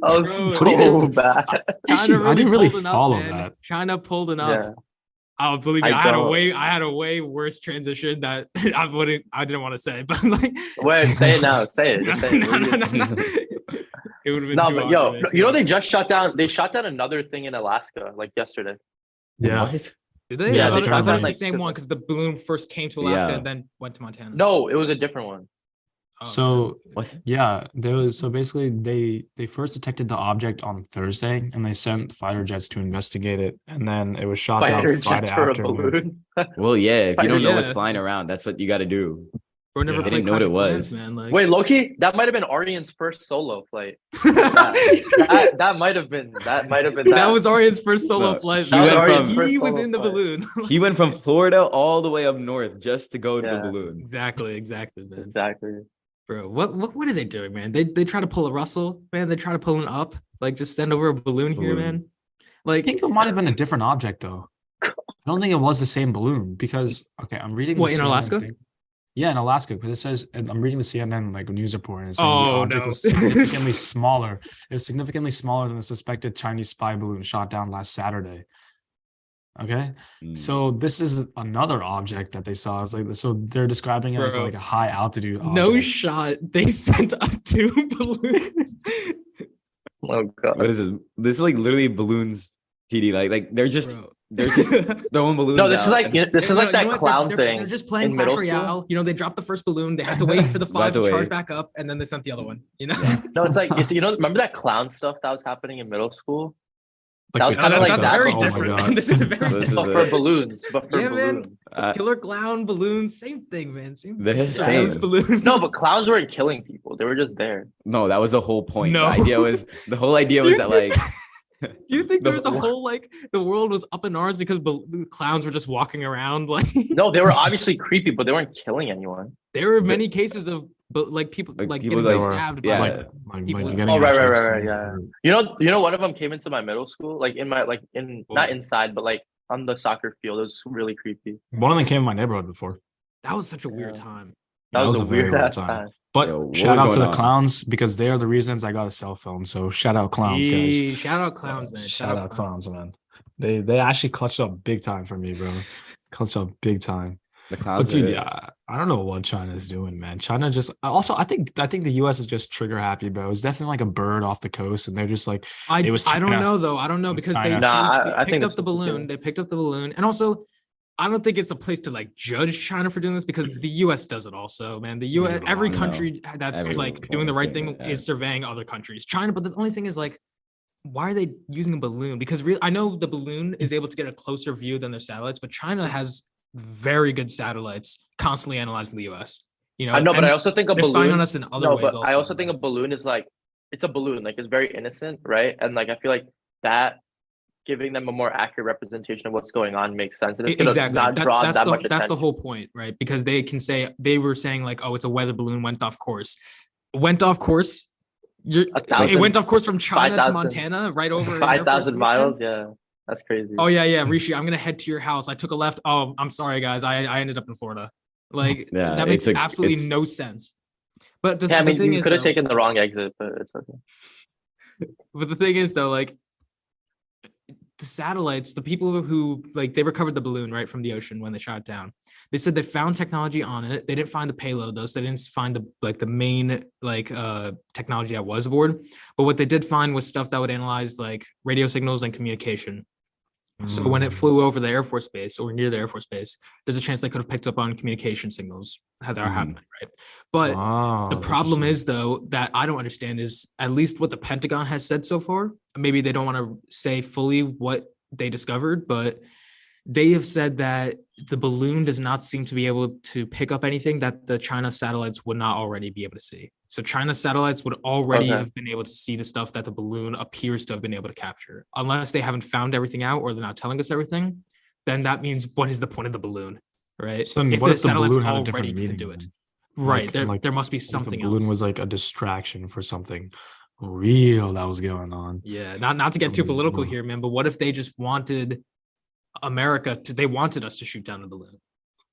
Speaker 3: Oh,
Speaker 4: Bro.
Speaker 3: so bad.
Speaker 4: Actually, I didn't really follow that.
Speaker 2: China pulled an up.
Speaker 3: Yeah.
Speaker 2: Oh, believe me, I,
Speaker 3: I
Speaker 2: had a
Speaker 3: don't-
Speaker 2: way, I had a way worse transition that I wouldn't, I didn't want to say, but like,
Speaker 3: Wait, say it now. Say it.
Speaker 2: no,
Speaker 3: Just say it.
Speaker 2: no, no, no, no. it would have been
Speaker 3: No,
Speaker 2: too
Speaker 3: but yo,
Speaker 2: awkward, too
Speaker 3: you know they
Speaker 2: awkward.
Speaker 3: just shut down. They shut down another thing in Alaska like yesterday.
Speaker 4: Yeah.
Speaker 1: What?
Speaker 2: Did they?
Speaker 4: Yeah,
Speaker 2: I
Speaker 4: they
Speaker 2: thought, it- I
Speaker 4: tried
Speaker 2: thought it was
Speaker 4: to,
Speaker 2: the
Speaker 3: like,
Speaker 2: same
Speaker 3: good-
Speaker 2: one because the balloon first came to Alaska
Speaker 1: Yeah.
Speaker 2: and then went to Montana.
Speaker 3: No, it was a different one.
Speaker 2: Oh,
Speaker 4: So
Speaker 1: What?
Speaker 4: yeah, there was so basically they they first detected the object on Thursday and they sent fighter jets to investigate it and then it was shot
Speaker 3: Fighter
Speaker 4: down Friday
Speaker 3: jets for a
Speaker 4: afternoon.
Speaker 3: balloon.
Speaker 1: Well, yeah. If you don't know what's
Speaker 2: Yeah.
Speaker 1: flying around, that's what you got to do.
Speaker 2: Bro never
Speaker 4: Yeah. I
Speaker 2: played
Speaker 1: didn't know what
Speaker 2: Clash
Speaker 1: it
Speaker 2: of Clans,
Speaker 1: was.
Speaker 2: man. Like,
Speaker 3: Wait, Loki, that might have been Arian's first solo flight. That, that might have been. That might have been. That,
Speaker 2: that was Arian's first solo
Speaker 1: No,
Speaker 2: flight.
Speaker 1: he
Speaker 2: That was
Speaker 1: went
Speaker 2: Arian's
Speaker 1: from-
Speaker 2: he
Speaker 3: first
Speaker 2: was
Speaker 3: solo
Speaker 2: in the
Speaker 3: flight.
Speaker 2: balloon.
Speaker 1: He went from Florida all the way up north just to go to
Speaker 3: Yeah.
Speaker 1: the balloon.
Speaker 2: exactly, exactly, man.
Speaker 3: exactly.
Speaker 2: Bro, what what what are they doing, man? They they try to pull a Russell, man. They try to pull an up, like just send over a balloon here,
Speaker 1: Balloon.
Speaker 2: man.
Speaker 4: I
Speaker 2: Like,
Speaker 4: think it might have been a different object though. I don't think it was the same balloon because okay, I'm reading the
Speaker 2: What, in
Speaker 4: CNN
Speaker 2: Alaska?
Speaker 4: thing. Yeah, in Alaska, because it says and I'm reading the CNN like news report and it's saying the
Speaker 2: Oh,
Speaker 4: object
Speaker 2: no.
Speaker 4: was significantly smaller. It was significantly smaller than the suspected Chinese spy balloon shot down last Saturday. Okay,
Speaker 1: Mm.
Speaker 4: so this is another object that they saw. It's like so they're describing it as
Speaker 2: Bro.
Speaker 4: like a high altitude.
Speaker 2: no
Speaker 4: object.
Speaker 2: shot. They sent up two balloons.
Speaker 3: Oh
Speaker 1: what
Speaker 3: god.
Speaker 1: is this? This is like literally balloons, TD. Like, like they're just
Speaker 2: Bro.
Speaker 1: they're just throwing balloons.
Speaker 3: No, this is
Speaker 1: out
Speaker 3: like
Speaker 1: and-
Speaker 3: this is
Speaker 2: No,
Speaker 3: like
Speaker 2: you
Speaker 3: that
Speaker 2: know what? They're-
Speaker 3: clown
Speaker 2: they're,
Speaker 3: thing.
Speaker 2: They're just playing
Speaker 3: in
Speaker 2: Clash
Speaker 3: middle
Speaker 2: Royale. You know, they dropped the first balloon. They had to wait for the
Speaker 1: By
Speaker 2: five to
Speaker 1: the
Speaker 2: charge
Speaker 1: way.
Speaker 2: back up, and then they sent the other one. You know,
Speaker 1: Yeah.
Speaker 3: No, it's like it's, you know. Remember that clown stuff that was happening in middle school? That was
Speaker 4: the-
Speaker 3: kinda
Speaker 2: That-
Speaker 3: like
Speaker 2: that's
Speaker 3: that,
Speaker 2: very
Speaker 3: but-
Speaker 4: Oh my
Speaker 2: different.
Speaker 4: God.
Speaker 2: this is very
Speaker 1: This is
Speaker 3: But
Speaker 2: different.
Speaker 1: a-
Speaker 3: for balloons, but for
Speaker 2: Yeah, man.
Speaker 3: balloons.
Speaker 1: uh,
Speaker 2: Killer clown balloon, same thing, man. Same. thing.
Speaker 1: they're
Speaker 2: Silence
Speaker 1: same.
Speaker 2: balloon.
Speaker 3: No, but clowns weren't killing people. They were just there.
Speaker 1: No, that was the whole point.
Speaker 2: No.
Speaker 1: The idea was the whole idea was
Speaker 2: Dude,
Speaker 1: that like
Speaker 2: Do you think
Speaker 1: the
Speaker 2: there was a
Speaker 1: wor-
Speaker 2: whole like the world was up in arms because bal- clowns were just walking around? Like
Speaker 3: No, they were obviously creepy, but they weren't killing anyone.
Speaker 2: there were many cases of but like people
Speaker 1: Like,
Speaker 2: like
Speaker 1: people,
Speaker 2: getting
Speaker 1: like,
Speaker 2: stabbed.
Speaker 1: yeah.
Speaker 2: by
Speaker 4: like,
Speaker 2: like,
Speaker 4: like,
Speaker 2: people-
Speaker 4: like getting
Speaker 3: Oh,
Speaker 4: out
Speaker 3: right, right,
Speaker 4: tricks
Speaker 3: right, right,
Speaker 4: and-
Speaker 3: yeah. You know, you know, one of them came into my middle school, like in my like in not inside, but like on the soccer field. It was really creepy.
Speaker 4: One of them came in my neighborhood before.
Speaker 2: that was such a weird
Speaker 3: Yeah.
Speaker 2: time.
Speaker 3: That, was, a
Speaker 4: very
Speaker 3: weird
Speaker 4: weird
Speaker 3: ass time.
Speaker 4: But
Speaker 1: Yo, what
Speaker 4: shout
Speaker 1: was
Speaker 4: out to
Speaker 1: going
Speaker 4: the
Speaker 1: on?
Speaker 4: clowns because they are the reasons I got a cell phone. So shout out clowns, guys.
Speaker 2: Yee, Shout out clowns, man.
Speaker 4: Shout, out clowns. man. They they actually clutched up big time for me, bro. clutched up big time.
Speaker 1: the
Speaker 4: But
Speaker 1: clowns.
Speaker 4: dude,
Speaker 1: are-
Speaker 4: yeah, I don't know what China is doing, man. China just also I think I think the US is just trigger happy, bro. It's definitely like a bird off the coast, and they're just like
Speaker 2: I,
Speaker 4: It was
Speaker 2: I don't
Speaker 4: China.
Speaker 2: know though. I don't know
Speaker 4: It was
Speaker 2: because they,
Speaker 4: China.
Speaker 3: Nah,
Speaker 2: they
Speaker 3: I- I think
Speaker 2: picked
Speaker 3: it's
Speaker 2: up the
Speaker 3: what they're
Speaker 2: balloon.
Speaker 3: doing.
Speaker 2: They picked up the balloon, and also, I don't think it's a place to like judge China for doing this because the U.S. does it also, man. The U.S.
Speaker 4: Yeah,
Speaker 2: every
Speaker 1: I know.
Speaker 2: country that's
Speaker 1: Every
Speaker 2: like
Speaker 1: country
Speaker 2: doing the
Speaker 1: is
Speaker 2: right
Speaker 1: doing
Speaker 2: thing
Speaker 1: that,
Speaker 2: is surveying other countries. China, but the only thing is like, why are they using a balloon? Because real I know the balloon is able to get a closer view than their satellites, but China has very good satellites constantly analyzing the U.S. You know,
Speaker 3: I know, but
Speaker 2: and
Speaker 3: I also think a
Speaker 2: they're spying on
Speaker 3: balloon.
Speaker 2: us in other
Speaker 3: no,
Speaker 2: ways.
Speaker 3: but
Speaker 2: also,
Speaker 3: I also think a balloon is like it's a balloon, like it's very innocent, right? And like I feel like that giving them a more accurate representation of what's going on makes sense, and it's
Speaker 2: E-
Speaker 3: gonna
Speaker 2: exactly.
Speaker 3: not
Speaker 2: That-
Speaker 3: draw
Speaker 2: that's
Speaker 3: that
Speaker 2: the,
Speaker 3: much
Speaker 2: that's the
Speaker 3: attention.
Speaker 2: whole point, right? Because they can say they were saying like, oh, it's a weather balloon went off course, went off course. You're,
Speaker 3: A
Speaker 2: it
Speaker 3: thousand-
Speaker 2: went off course from China to
Speaker 3: 5,000
Speaker 2: Montana, right over an Air
Speaker 3: Five
Speaker 2: Force
Speaker 3: thousand
Speaker 2: Base,
Speaker 3: miles,
Speaker 2: man.
Speaker 3: yeah, that's crazy.
Speaker 2: Oh yeah, yeah, Rishi, I'm gonna head to your house. I took a left. Oh, I'm sorry, guys. I I ended up in Florida. Like
Speaker 1: Yeah,
Speaker 2: that
Speaker 1: it's a-
Speaker 2: makes absolutely
Speaker 1: it's-
Speaker 2: no sense. But the,
Speaker 3: yeah, I
Speaker 2: the
Speaker 3: mean,
Speaker 2: thing
Speaker 3: you
Speaker 2: is,
Speaker 3: could have
Speaker 2: though-
Speaker 3: taken the wrong exit, but it's okay.
Speaker 2: But the thing is, though, like the satellites, the people who like they recovered the balloon right from the ocean when they shot it down. They said they found technology on it. They didn't find the payload though, so they didn't find the like the main like uh technology that was aboard. But what they did find was stuff that would analyze like radio signals and communication. So when it
Speaker 4: "Mm,
Speaker 2: flew over the Air Force Base or near the Air Force Base, there's a chance they could have picked up on communication signals had that
Speaker 1: Mhm.
Speaker 2: happening, right? But
Speaker 4: wow,
Speaker 2: the problem
Speaker 4: Oh, interesting."
Speaker 2: is though that I don't understand is at least what the Pentagon has said so far. Maybe they don't want to say fully what they discovered, but they have said that the balloon does not seem to be able to pick up anything that the China satellites would not already be able to see. So China satellites would already
Speaker 3: Okay.
Speaker 2: have been able to see the stuff that the balloon appears to have been able to capture. Unless they haven't found everything out or they're not telling us everything, then that means what is the point of the balloon, right?
Speaker 4: So then what if the
Speaker 2: satellites
Speaker 4: balloon had a
Speaker 2: already
Speaker 4: different
Speaker 2: can
Speaker 4: meaning?
Speaker 2: do it.
Speaker 4: then?
Speaker 2: Right.
Speaker 4: Like-
Speaker 2: there,
Speaker 4: like,
Speaker 2: there must be
Speaker 4: What if
Speaker 2: something
Speaker 4: the balloon
Speaker 2: else.
Speaker 4: was like a distraction for something real that was going on.
Speaker 2: Yeah, not not to get too
Speaker 4: Mm,
Speaker 2: political
Speaker 4: no.
Speaker 2: here, man. But what if they just wanted America to? They wanted us to shoot down a balloon.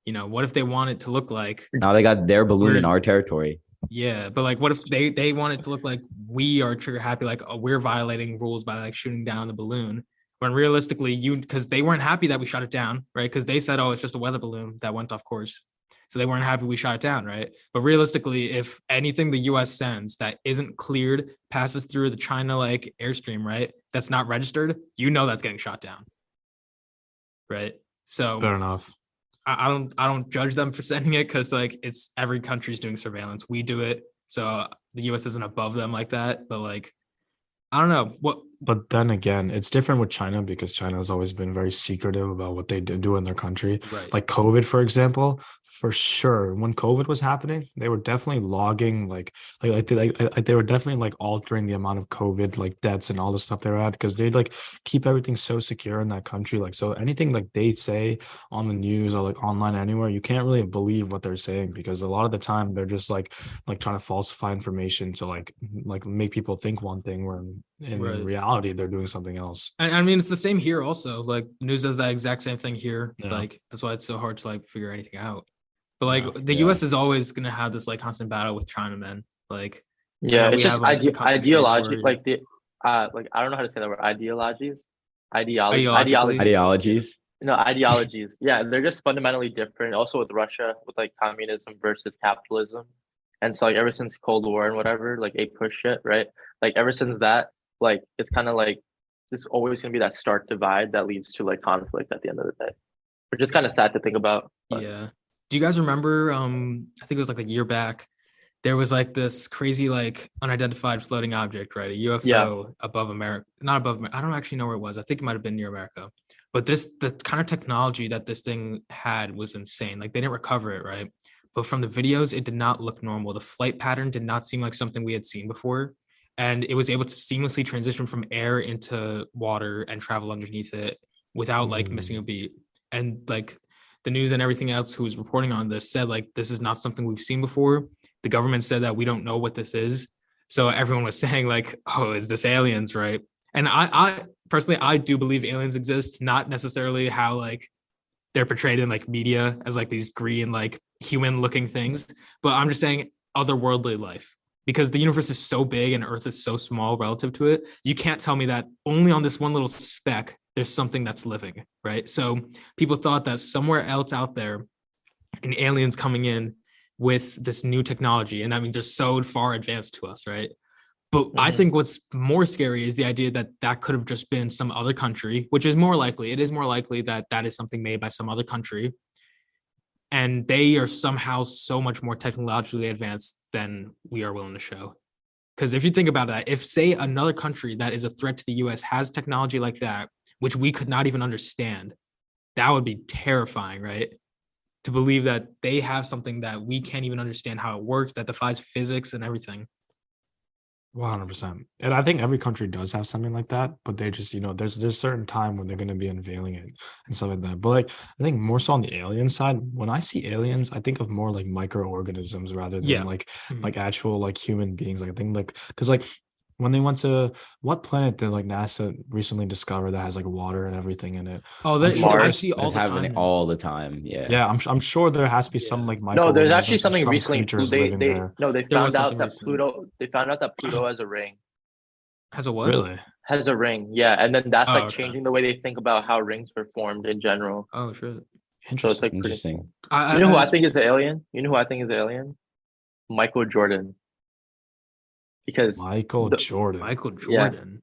Speaker 2: You know, what if they want it to look like?
Speaker 1: Now they got their balloon in
Speaker 2: We're-
Speaker 1: our territory.
Speaker 2: Yeah, but like, what if they they want it to look like we are trigger happy? Like oh, we're violating rules by like shooting down the balloon. When realistically, you because they weren't happy that we shot it down, right? Because they said, "Oh, it's just a weather balloon that went off course," so they weren't happy we shot it down, right? But realistically, if anything the U.S. sends that isn't cleared passes through the China like airstream, right? That's not registered, you know that's getting shot down, right? So
Speaker 4: Fair enough.
Speaker 2: I, I don't I don't judge them for sending it because like it's every country's doing surveillance. We do it, so the U.S. isn't above them like that. But like, I don't know what.
Speaker 4: But then again, it's different with China because China has always been very secretive about what they do- do in their country.
Speaker 2: Right.
Speaker 4: like COVID, for example, for sure. When COVID was happening, they were definitely logging like like like they, like, like, they were definitely like altering the amount of COVID like deaths and all the stuff they were at because they like keep everything so secure in that country. Like so, anything like they say on the news or like online anywhere, you can't really believe what they're saying because a lot of the time they're just like like trying to falsify information to like like make people think one thing when in
Speaker 2: Right.
Speaker 4: reality they're doing something else.
Speaker 2: I, I mean, it's the same here also. Like news does that exact same thing here.
Speaker 4: Yeah.
Speaker 2: Like that's why it's so hard to like figure anything out. But like
Speaker 4: Yeah,
Speaker 2: the
Speaker 1: yeah.
Speaker 2: U.S. is always gonna have this like constant battle with China, man. Like
Speaker 3: Yeah,
Speaker 2: know we
Speaker 3: it's just
Speaker 2: have, like, the
Speaker 3: ide-
Speaker 2: concentration
Speaker 3: ideology,
Speaker 2: war.
Speaker 3: like the, uh, like I don't know how to say that word. Ideologies, ideology,
Speaker 2: Ideologically.
Speaker 3: ideology,
Speaker 1: Ideologies.
Speaker 3: no ideologies. yeah, they're just fundamentally different. Also with Russia, with like communism versus capitalism, and so like ever since Cold War and whatever, like a push shit, right? Like ever since that, like it's kind of like there's always gonna be that stark divide that leads to like conflict at the end of the day, which is kind of sad to think about. but-
Speaker 2: Yeah. Do you guys remember? Um, I think it was like a year back. There was like this crazy, like unidentified floating object, right? A UFO above America, not above. Amer- I don't actually know where it was. I think it might have been near America. But this, the kind of technology that this thing had was insane. Like they didn't recover it, right? But from the videos, it did not look normal. The flight pattern did not seem like something we had seen before, and it was able to seamlessly transition from air into water and travel underneath it without like
Speaker 4: Mm.
Speaker 2: missing a beat. And like the news and everything else who was reporting on this said like this is not something we've seen before. The government said that we don't know what this is. So everyone was saying like, oh, is this aliens, right? And I, I personally, I do believe aliens exist, not necessarily how like they're portrayed in like media as like these green like human looking things, but I'm just saying otherworldly life because the universe is so big and Earth is so small relative to it. You can't tell me that only on this one little speck there's something that's living, right? So people thought that somewhere else out there, an alien's coming in with this new technology, and that means they're so far advanced to us, right? But I
Speaker 3: Mhm.
Speaker 2: think what's more scary is the idea that that could have just been some other country, which is more likely. It is more likely that that is something made by some other country, and they are somehow so much more technologically advanced than we are willing to show. Because if you think about that, if say another country that is a threat to the U.S. has technology like that, which we could not even understand, that would be terrifying, right? To believe that they have something that we can't even understand how it works, that defies physics and everything.
Speaker 4: One hundred percent, and I think every country does have something like that, but they just you know there's there's certain time when they're going to be unveiling it and stuff like that. But like I think more so on the alien side, when I see aliens, I think of more like microorganisms rather than
Speaker 2: Yeah.
Speaker 4: like
Speaker 3: Hmm.
Speaker 2: Mhm.
Speaker 4: like actual like human beings. Like I think like because like when they went to what planet did like NASA recently discover that has like water and everything in it?
Speaker 2: Oh, that
Speaker 4: sure
Speaker 2: I
Speaker 1: Mars
Speaker 2: see all
Speaker 1: That's
Speaker 2: the time.
Speaker 1: happening
Speaker 2: now.
Speaker 1: all the time. Yeah.
Speaker 4: Yeah, I'm I'm sure there has to be some
Speaker 2: Yeah.
Speaker 4: like
Speaker 3: No, there's actually
Speaker 4: microorganisms or
Speaker 3: something
Speaker 4: some
Speaker 3: recently. Plu-
Speaker 4: creatures
Speaker 3: They,
Speaker 4: living
Speaker 3: they
Speaker 4: there.
Speaker 3: no, they
Speaker 2: There was
Speaker 3: found out
Speaker 2: something
Speaker 3: that
Speaker 2: recent.
Speaker 3: Pluto. They found out that Pluto has a ring.
Speaker 2: Has a what?
Speaker 4: Really?
Speaker 3: Has a ring, yeah, and then that's
Speaker 2: Oh,
Speaker 3: like
Speaker 2: okay.
Speaker 3: changing the way they think about how rings were formed in general.
Speaker 2: Oh shit.
Speaker 3: So it's
Speaker 4: Interesting.
Speaker 3: like pretty.
Speaker 1: Interesting.
Speaker 4: Uh,
Speaker 2: I,
Speaker 3: You know who I
Speaker 2: that's-
Speaker 3: think is the alien? You know who I think is the alien? Michael Jordan. Because
Speaker 4: Michael
Speaker 3: the-
Speaker 4: Jordan.
Speaker 2: Michael
Speaker 3: Yeah.
Speaker 2: Jordan.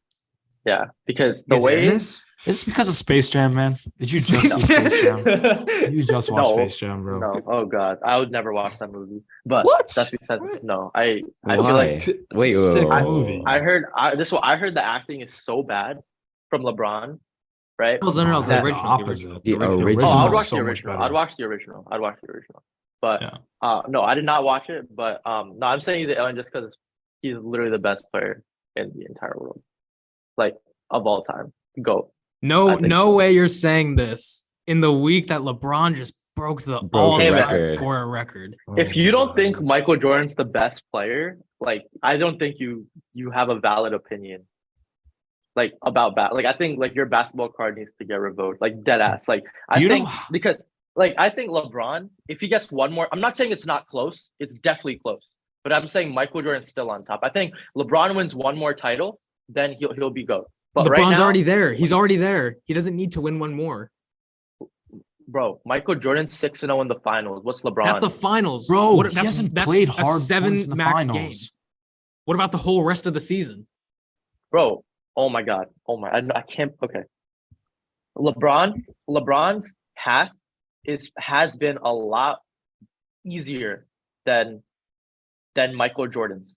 Speaker 3: yeah, because the
Speaker 2: Is
Speaker 3: way
Speaker 2: Ennis?
Speaker 4: This is because of Space Jam, man. Did you just see Space Jam? You just watched
Speaker 3: No.
Speaker 4: Space Jam, bro.
Speaker 3: no, oh god, I would never watch that movie. But
Speaker 4: What?
Speaker 3: that's besides
Speaker 2: What?
Speaker 3: no, I
Speaker 1: Why?
Speaker 3: I feel like
Speaker 1: Wait, wait,
Speaker 4: It's a sick
Speaker 1: wait, wait,
Speaker 4: movie.
Speaker 3: I heard I this what I heard the acting is so bad from LeBron, right?
Speaker 2: No, no, no,
Speaker 4: I
Speaker 2: the original. The
Speaker 4: heard
Speaker 2: original.
Speaker 4: opposite.
Speaker 1: The original.
Speaker 3: Oh,
Speaker 1: original
Speaker 3: I'll
Speaker 4: is
Speaker 3: watch
Speaker 4: so
Speaker 3: the
Speaker 4: much
Speaker 3: original.
Speaker 4: better.
Speaker 3: I'd watch the original. I'd watch the original. But
Speaker 4: Yeah.
Speaker 3: uh, no, I did not watch it. But um, no, I'm saying the Ellen just because he's literally the best player in the entire world, like of all time. Go.
Speaker 4: Oh,
Speaker 2: No,
Speaker 3: I think
Speaker 2: no
Speaker 3: so.
Speaker 2: way you're saying this in the week that LeBron just broke the
Speaker 1: Broke
Speaker 2: all-time
Speaker 3: the record.
Speaker 2: scorer record.
Speaker 4: Oh
Speaker 3: If you
Speaker 4: my
Speaker 3: don't
Speaker 4: God.
Speaker 3: think Michael Jordan's the best player, like I don't think you you have a valid opinion like about bat like I think like your basketball card needs to get revoked like dead ass like I
Speaker 4: You
Speaker 3: think
Speaker 4: know-
Speaker 3: because like I think LeBron if he gets one more I'm not saying it's not close it's definitely close but I'm saying Michael Jordan's still on top I think LeBron wins one more title then he'll he'll be go but
Speaker 2: LeBron's
Speaker 3: right now
Speaker 2: already there. He's already there. He doesn't need to win one more.
Speaker 3: bro Michael Jordan six and zero in the finals what's LeBron
Speaker 2: That's the finals,
Speaker 4: Bro,
Speaker 2: What-
Speaker 4: he
Speaker 2: that's-
Speaker 4: hasn't
Speaker 2: that's-
Speaker 4: played
Speaker 2: that's
Speaker 4: hard
Speaker 2: seven
Speaker 4: once in the
Speaker 2: max
Speaker 4: finals.
Speaker 2: games. What about the whole rest of the season?
Speaker 3: bro oh my god oh my I, I can't okay lebron lebron's path is has been a lot easier than than michael jordan's